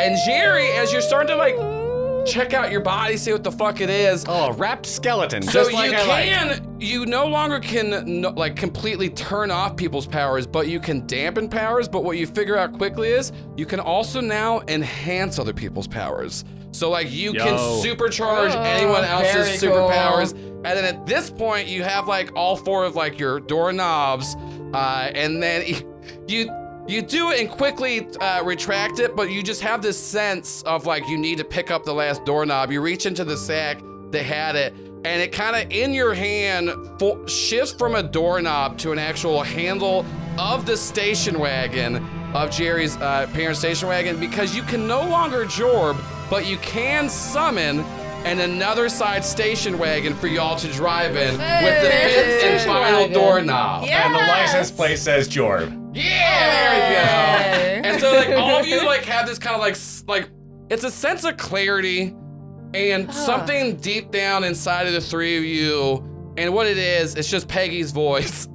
and jerry as you're starting to like check out your body, see what the fuck it is.
Oh, wrapped skeleton.
So
just like
you
I like.
can, you no longer can no, like completely turn off people's powers, but you can dampen powers. But what you figure out quickly is you can also now enhance other people's powers. So like you can
Yo.
supercharge
Oh,
anyone else's
very cool.
superpowers, and then at this point you have like all four of like your doorknobs, uh, and then you you do it and quickly uh, retract it, but you just have this sense of like you need to pick up the last doorknob. You reach into the sack that had it, and it kind of in your hand fo- shifts from a doorknob to an actual handle of the station wagon of Jerry's uh, parent station wagon because you can no longer jorb, but you can summon. And another side station wagon for y'all to drive in with the
Hey!
fifth and
Station
final
wagon.
doorknob.
And the license plate says Jorb.
Yeah, there
Hey.
we go. And so like all of you like have this kind of like s- like it's a sense of clarity and something deep down inside of the three of you and what it is, it's just Peggy's voice.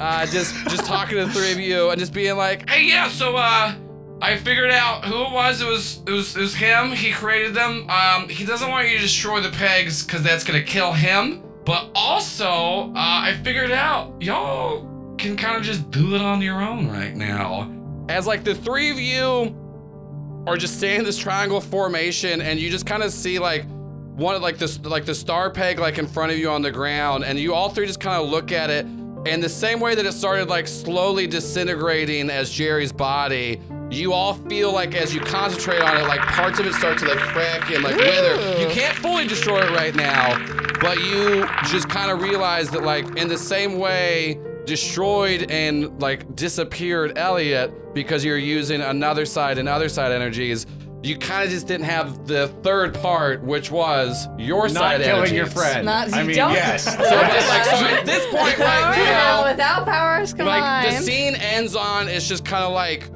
Uh just just talking to the three of you and just being like, "Hey, yeah, so uh I figured out who it was. It was it was it was him. He created them. Um, he doesn't want you to destroy the pegs because that's gonna kill him. But also, uh, I figured out y'all can kind of just do it on your own right now. As like the three of you are just staying in this triangle formation, and you just kind of see like one of like this like the star peg like in front of you on the ground, and you all three just kind of look at it. And the same way that it started like slowly disintegrating as Jerry's body, you all feel like as you concentrate on it, like parts of it start to like crack and like wither. You can't fully destroy it right now, but you just kind of realize that like in the same way destroyed and like disappeared Elliot because you're using another side and other side energies. You kind of just didn't have the third part, which was your
Not
side
killing
energies.
your friend.
Not-
I mean,
don't-
yes.
So, it's like, so at this point right now,
without powers, come
like the scene ends on it's just kind of like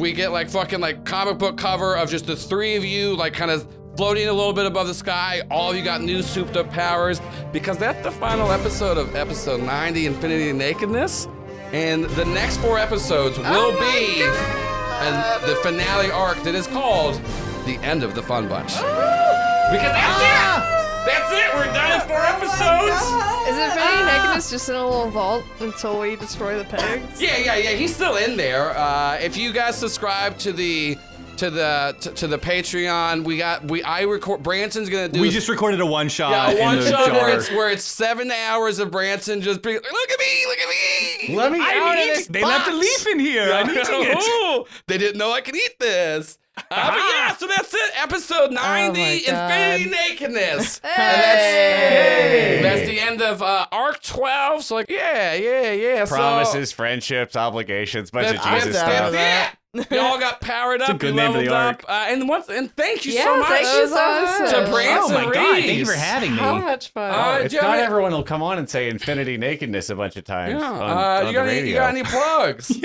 we get like fucking like comic book cover of just the three of you like kind of floating a little bit above the sky all of you got new souped up powers because that's the final episode of episode 90 infinity nakedness and the next four episodes will be and the finale arc that is called the end of the fun bunch because that's it that's it we're done with four episodes
Is Infinity Nakedness just in a little vault until we destroy the pegs?
Yeah, yeah, yeah. He's still in there. Uh, if you guys subscribe to the to the to, to the Patreon, we got we I record. Branson's gonna do.
We just recorded a one shot.
yeah, a one
in the
shot
jar.
where it's, where it's seven hours of Branson just being like, look at me, look at me.
Let me
I'm
out of
eating-
this
They
box.
left a leaf in here. I'm eating it.
Ooh, they didn't know I could eat this. Uh, but yeah, so that's it. Episode 90, Infinity Nakedness. And that's, that's the end of uh, Arc 12. So, like, yeah, yeah, yeah. So-
Promises, friendships, obligations, bunch of
I'm
Jesus
down
stuff.
with that. Y'all got powered up.
a good
you
name for
leveled
the
up.
arc.
Uh, and once and thank you
Yeah,
so much
thank you so That was
to
awesome.
Branson
Oh my
Reeves.
god! Thank you for having me.
How much fun?
Uh,
It's
do you have
not
any-
everyone will come on and say infinity nakedness a bunch of times.
Yeah.
on-
uh,
on
you,
the
got any, you
radio.
got any plugs?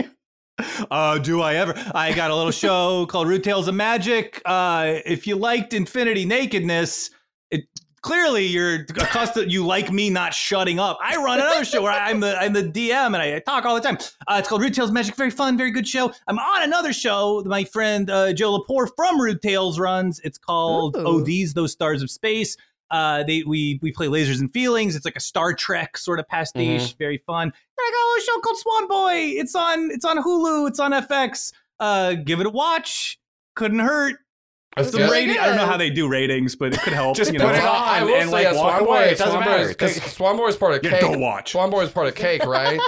Uh, do I ever? I got a little show called Rude Tales of Magic. Uh, if you liked Infinity Nakedness, it, clearly you're accustomed. you like me not shutting up. I run another show where I'm the I'm the DM and I, I talk all the time. Uh, it's called Rude Tales of Magic. Very fun, very good show. I'm on another show. that My friend uh, Joe Lepore from Rude Tales runs. It's called
Ooh.
Oh These Those Stars of Space. Uh, they we we play lasers and feelings. It's like a Star Trek sort of pastiche. Very fun. And I got a little show called Swan Boy. It's on it's on Hulu. It's on FX. Uh, give it a watch. Couldn't hurt.
That's
Some
good.
rating. I don't know how they do ratings, but it could help.
Just
you
put
know.
it on.
I will
and,
say,
like,
uh,
walk
Swan
away.
Boy-
It doesn't
Swan Boy
matter.
is- 'cause
Take-
Swan Boy is part of
Yeah,
cake.
go watch.
Swan Boy is part of cake, right?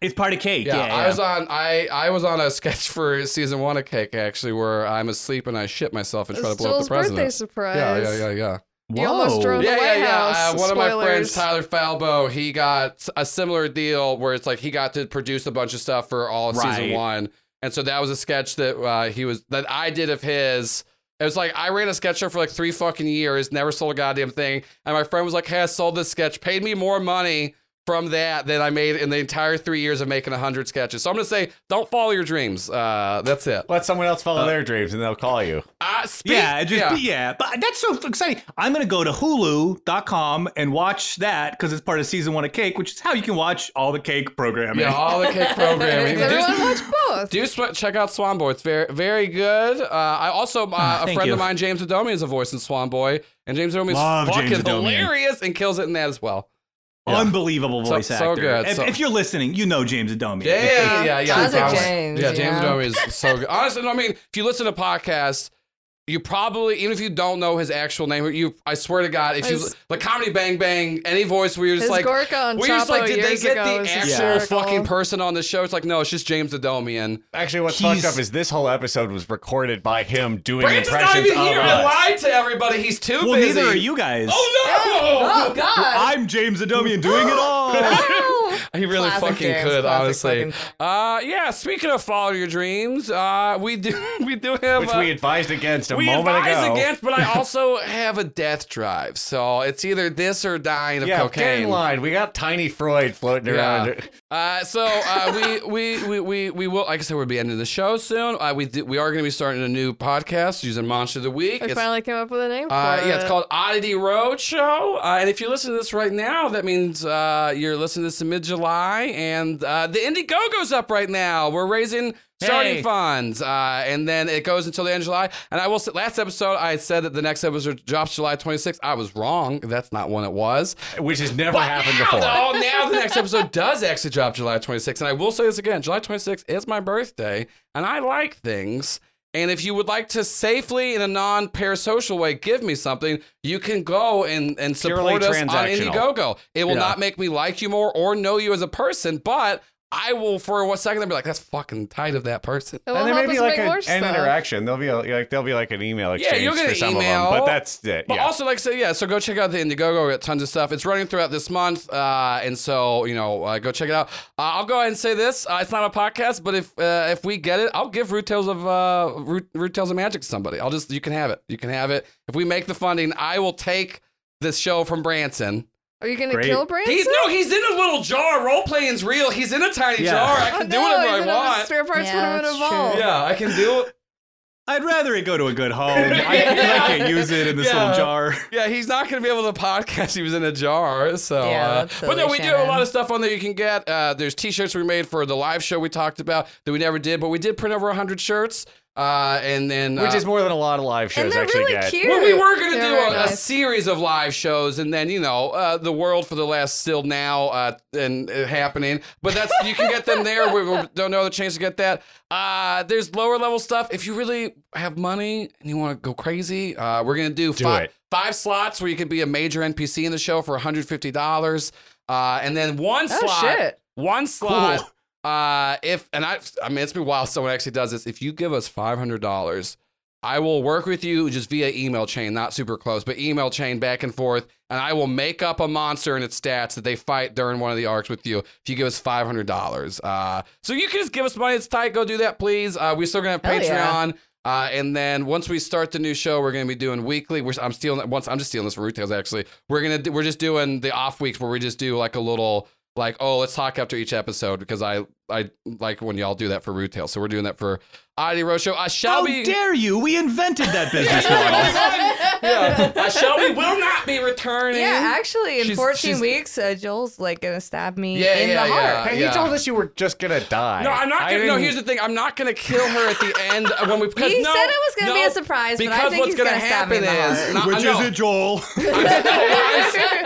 It's part of cake.
yeah,
Yeah,
I was on I I was on a sketch for season one of Cake actually, where I'm asleep and I shit myself and try to blow up
Joel's
the president.
birthday surprise.
yeah, yeah, yeah, yeah.
You almost drove
yeah,
the
yeah,
White
yeah.
House.
Uh, one of my friends,
Spoilers.
Tyler Falbo, he got a similar deal where it's like he got to produce a bunch of stuff for all of season
Right.
one, and so that was a sketch that uh, he was that I did of his. It was like I ran a sketch show for like three fucking years, never sold a goddamn thing, and my friend was like, "Hey, I sold this sketch, paid me more money." from that that I made in the entire three years of making 100 sketches. So I'm going to say, don't follow your dreams. Uh, that's it.
Let someone else follow their dreams and they'll call you.
Uh, speak-
Yeah, just yeah. but that's so exciting. I'm gonna go to Hulu.com and watch that because it's part of season one of Cake, which is how you can watch all the Cake programming.
Yeah, all the cake programming.
Does
Do-
everyone watch both?
Do sw- check out Swanboy. It's very, very good. Uh, I also, uh,
Ah,
a
thank
friend
you.
of mine, James Adomian, is a voice in Swanboy, and James Adomian
Love
is fucking
James Adomian.
hilarious and kills it in that as well.
Unbelievable
So-
voice
so
actor.
good,
If,
so-
if you're listening, you know James Adomian.
Yeah, yeah, yeah, yeah.
I was like,
Probably.
James,
yeah, James
yeah.
Adomian is so good. Honestly, no, I mean, if you listen to podcasts, you probably even if you don't know his actual name, you I swear to God, if you
His-
like comedy Bang Bang, any voice where you're
His
just like,
Gorka on
where you're just
Chapo
like, did they
years
get
ago
the
is
actual
hysterical.
fucking person on the show? It's like, no, it's just James Adomian.
Actually, what's
He's-
fucked up is this whole episode was recorded by him doing
Brandon's not
impressions
even
of
here. I
us.
lied to everybody. He's too
Well,
busy.
neither are you guys.
Oh no!
Oh God.
I'm James Adomian doing it all.
He really
Classic
fucking
James,
could,
classic
honestly.
fucking-
Uh, yeah. Speaking of follow your dreams, uh, we do we do have
Which
uh,
we advised against a
we
moment
advise
ago.
against, but I also have a death drive, so it's either this or dying of
yeah, get
cocaine.
in line. We got Tiny Freud floating around.
Uh, so uh, we, we, we, we, we will, like I said, we'll be ending the show soon. Uh, we, do, we are going to be starting a new podcast using Monster of the Week.
I
It's-
finally came up with a name for
uh, yeah, it's
it.
called Oddity Road Show. Uh, and if you listen to this right now, that means uh, you're listening to this in mid July. And uh, the Indiegogo's up right now. We're raising starting
Hey.
funds. Uh, and then it goes until the end of July. And I will say, last episode, I had said that the next episode drops July 26th. I was wrong. That's not when it was.
which has never happened
Now,
before.
though, now the next episode does actually drop July 26th. And I will say this again July 26th is my birthday, and I like things. And if you would like to safely, in a non parasocial way, give me something, you can go and, and
Purely
support us on
transactional.
Indiegogo. It will
Yeah.
not make me like you more or know you as a person, but I will, for a second, be like, that's fucking tight of that person.
It will
And there
help
may
us
be like
make
a-
more
an
stuff.
interaction. There'll be a, like there'll be like an email
Yeah,
exchange
you'll get
for
an
some
email,
of them, but that's it.
But
yeah.
also, like I said, yeah, so go check out the Indiegogo. We got tons of stuff. It's running throughout this month. Uh, and so, you know, uh, go check it out. Uh, I'll go ahead and say this. Uh, it's not a podcast, but if uh, if we get it, I'll give Root Tales of uh, Root, Root Tales of Magic to somebody. I'll just, you can have it. You can have it. If we make the funding, I will take this show from Branson.
Are you gonna
Great.
kill Branson?
He's no, he's in a little jar. Role playing's real. He's in a tiny
Yeah.
jar. I
Oh,
can do
no,
whatever
he's
I
gonna have
want.
his Spare parts
Yeah,
would
that's
have
true.
evolved.
Yeah, I can do it.
I'd rather it go to a good home. I, I can't use it in this
Yeah.
little jar.
Yeah, he's not going to be able to podcast. He was in a jar. So,
Yeah,
uh,
that's
but no,
silly,
we do have a lot
Shannon.
of stuff on there you can get. Uh, there's t-shirts we made for the live show we talked about that we never did, but we did print over 100 shirts. Uh, and then
which
uh,
is more than a lot of live shows
they're
actually
really
get.
cute.
well, we were going to
They're
do a,
very
a
nice.
series of live shows, and then you know uh, the world for the last still now uh, and uh, happening. But that's you can get them there. We, we don't know the chance to get that. Uh, there's lower level stuff. If you really have money and you want to go crazy, uh, we're going to do,
Do
fi-
it.
five slots where you can be a major NPC in the show for 150 dollars, uh, and then one
Oh,
slot,
shit.
one slot. Uh, if and I, I mean, it's been a while. since Someone actually does this. If you give us five hundred dollars, I will work with you just via email chain, not super close, but email chain back and forth, and I will make up a monster and its stats that they fight during one of the arcs with you. If you give us five hundred dollars, uh, so you can just give us money. It's tight. Go do that, please. Uh, we're still gonna have
Hell yeah.
Patreon. Uh, and then once we start the new show, we're gonna be doing weekly. Which I'm stealing. Once I'm just stealing this from Retails. Actually, we're gonna do, we're just doing the off weeks where we just do like a little like oh let's talk after each episode because I I like when y'all do that for Retail. So we're doing that for Oddity Roadshow. I shall
How
Oh,
be.
dare you? We invented that business model.
yeah, uh, Shelby will not be returning.
Yeah, actually, in
She's-
14
she's-
weeks, uh, Joel's like gonna stab me
Yeah,
in
yeah,
the heart.
yeah.
Hey, you told us you were just gonna die.
No, I'm not
I
gonna. No,
didn't-
here's the thing. I'm not gonna kill her at the end when we. Because,
He
no,
said it was gonna be
no,
a surprise, but I
Because
think
what's
he's
gonna,
gonna stab me
happen
in the
is, not,
Which
no,
is it, Joel?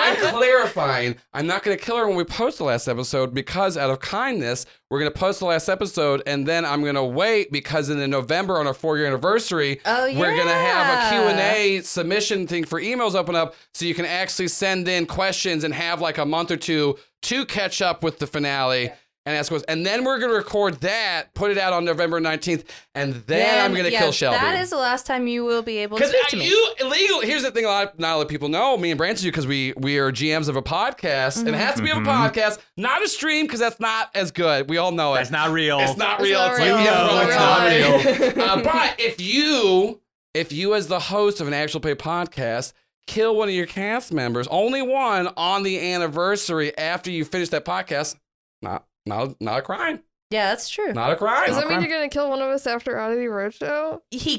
I'm clarifying. I'm not going to kill her when we post the last episode because, out of kindness, we're going to post the last episode and then I'm going to wait because in November on our four year anniversary,
Oh,
we're going to have a
yeah.
Q&A submission thing for emails open up so you can actually send in questions and have like a month or two to catch up with the finale. And ask questions. And then we're going to record that, put it out on November 19th, and then, I'm going to
yeah,
kill Shelby.
That is the last time you will be able to
Because
speak to me.
you illegal. Here's the thing: a lot, of, not a lot of people know me and Branson do because we we are GMs of a podcast, and it has to be
Mhm.
a podcast, not a stream, because that's not as good. We all know it.
That's not real.
Oh, It's not
It's
real.
not
It's
real.
like, yeah,
It's
bro,
not
it's not
real.
real. Uh, but if you, if you as the host of an actual play podcast kill one of your cast members, only one, on the anniversary after you finish that podcast, not not not a crime.
Yeah, that's true.
Not a crime.
Does that mean
Not a
you're gonna kill one of us after Oddity Roadshow?
He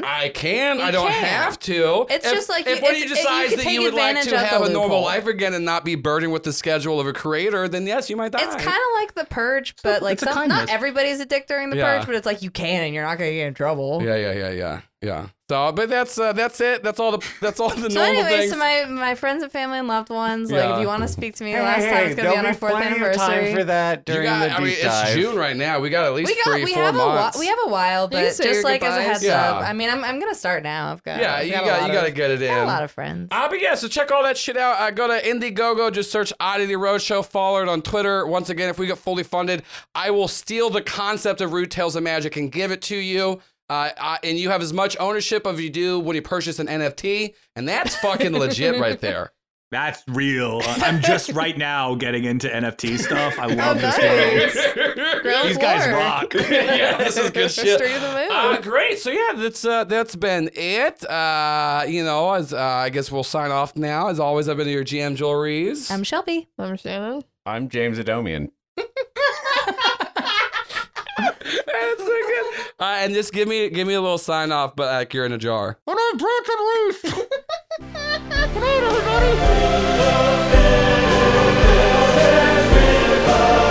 crime. I can.
You
I don't
can.
have to.
It's
If-
just like
if
you-
one of
it's-
you
it- you
decides
can
that
take
you would like
advantage
to
of the
have a normal
loophole.
life again and not be burdened with the schedule of a creator, then yes, you might die.
It's kind of like the purge, but like
it's a
some, not
kindness.
everybody's a dick during the
Yeah.
purge, but it's like you can and you're not going to get in trouble.
Yeah, yeah, yeah, yeah, yeah. So, but that's uh, that's it. That's all the that's all the
So
normal
anyway,
things.
so my, my friends and family and loved ones, like
Yeah.
if you want to speak to me,
Hey,
last
hey,
time it's
hey,
gonna be on
there'll
our fourth
plenty of
anniversary.
Time for that
you
during
got,
the
I mean,
deep
it's
dive.
June right now. We got at least
we got
three,
we
four
have
months.
a while we have a while,
can
but
say
just
your
like as a
goodbyes.
heads up,
Yeah.
I mean, I'm I'm gonna start now. I've got
yeah,
I've
you
got, a
got
lot
you got to
of-
get it in.
got a lot of friends.
Uh, but yeah, so check all that shit out. Uh, go to Indiegogo, just search Oddity Roadshow, follow it on Twitter. Once again, if we get fully funded, I will steal the concept of Root Tales of Magic and give it to you. Uh, uh, and you have as much ownership of you do when you purchase an NFT, and that's fucking legit right there.
That's real. Uh, I'm just right now getting into NFT stuff. I love this
nice.
world. These guys rock.
yeah, this is good shit.
Straight to the moon.
Uh, great. So yeah, that's uh, that's been it. Uh, you know, as uh, I guess we'll sign off now. As always, I've been your GM Jewelries.
I'm Shelby.
I'm Shannon.
I'm James Adomian.
That's so good. Uh, and just give me give me a little sign off, but like you're in a jar.
When I've broken loose. Good night, everybody.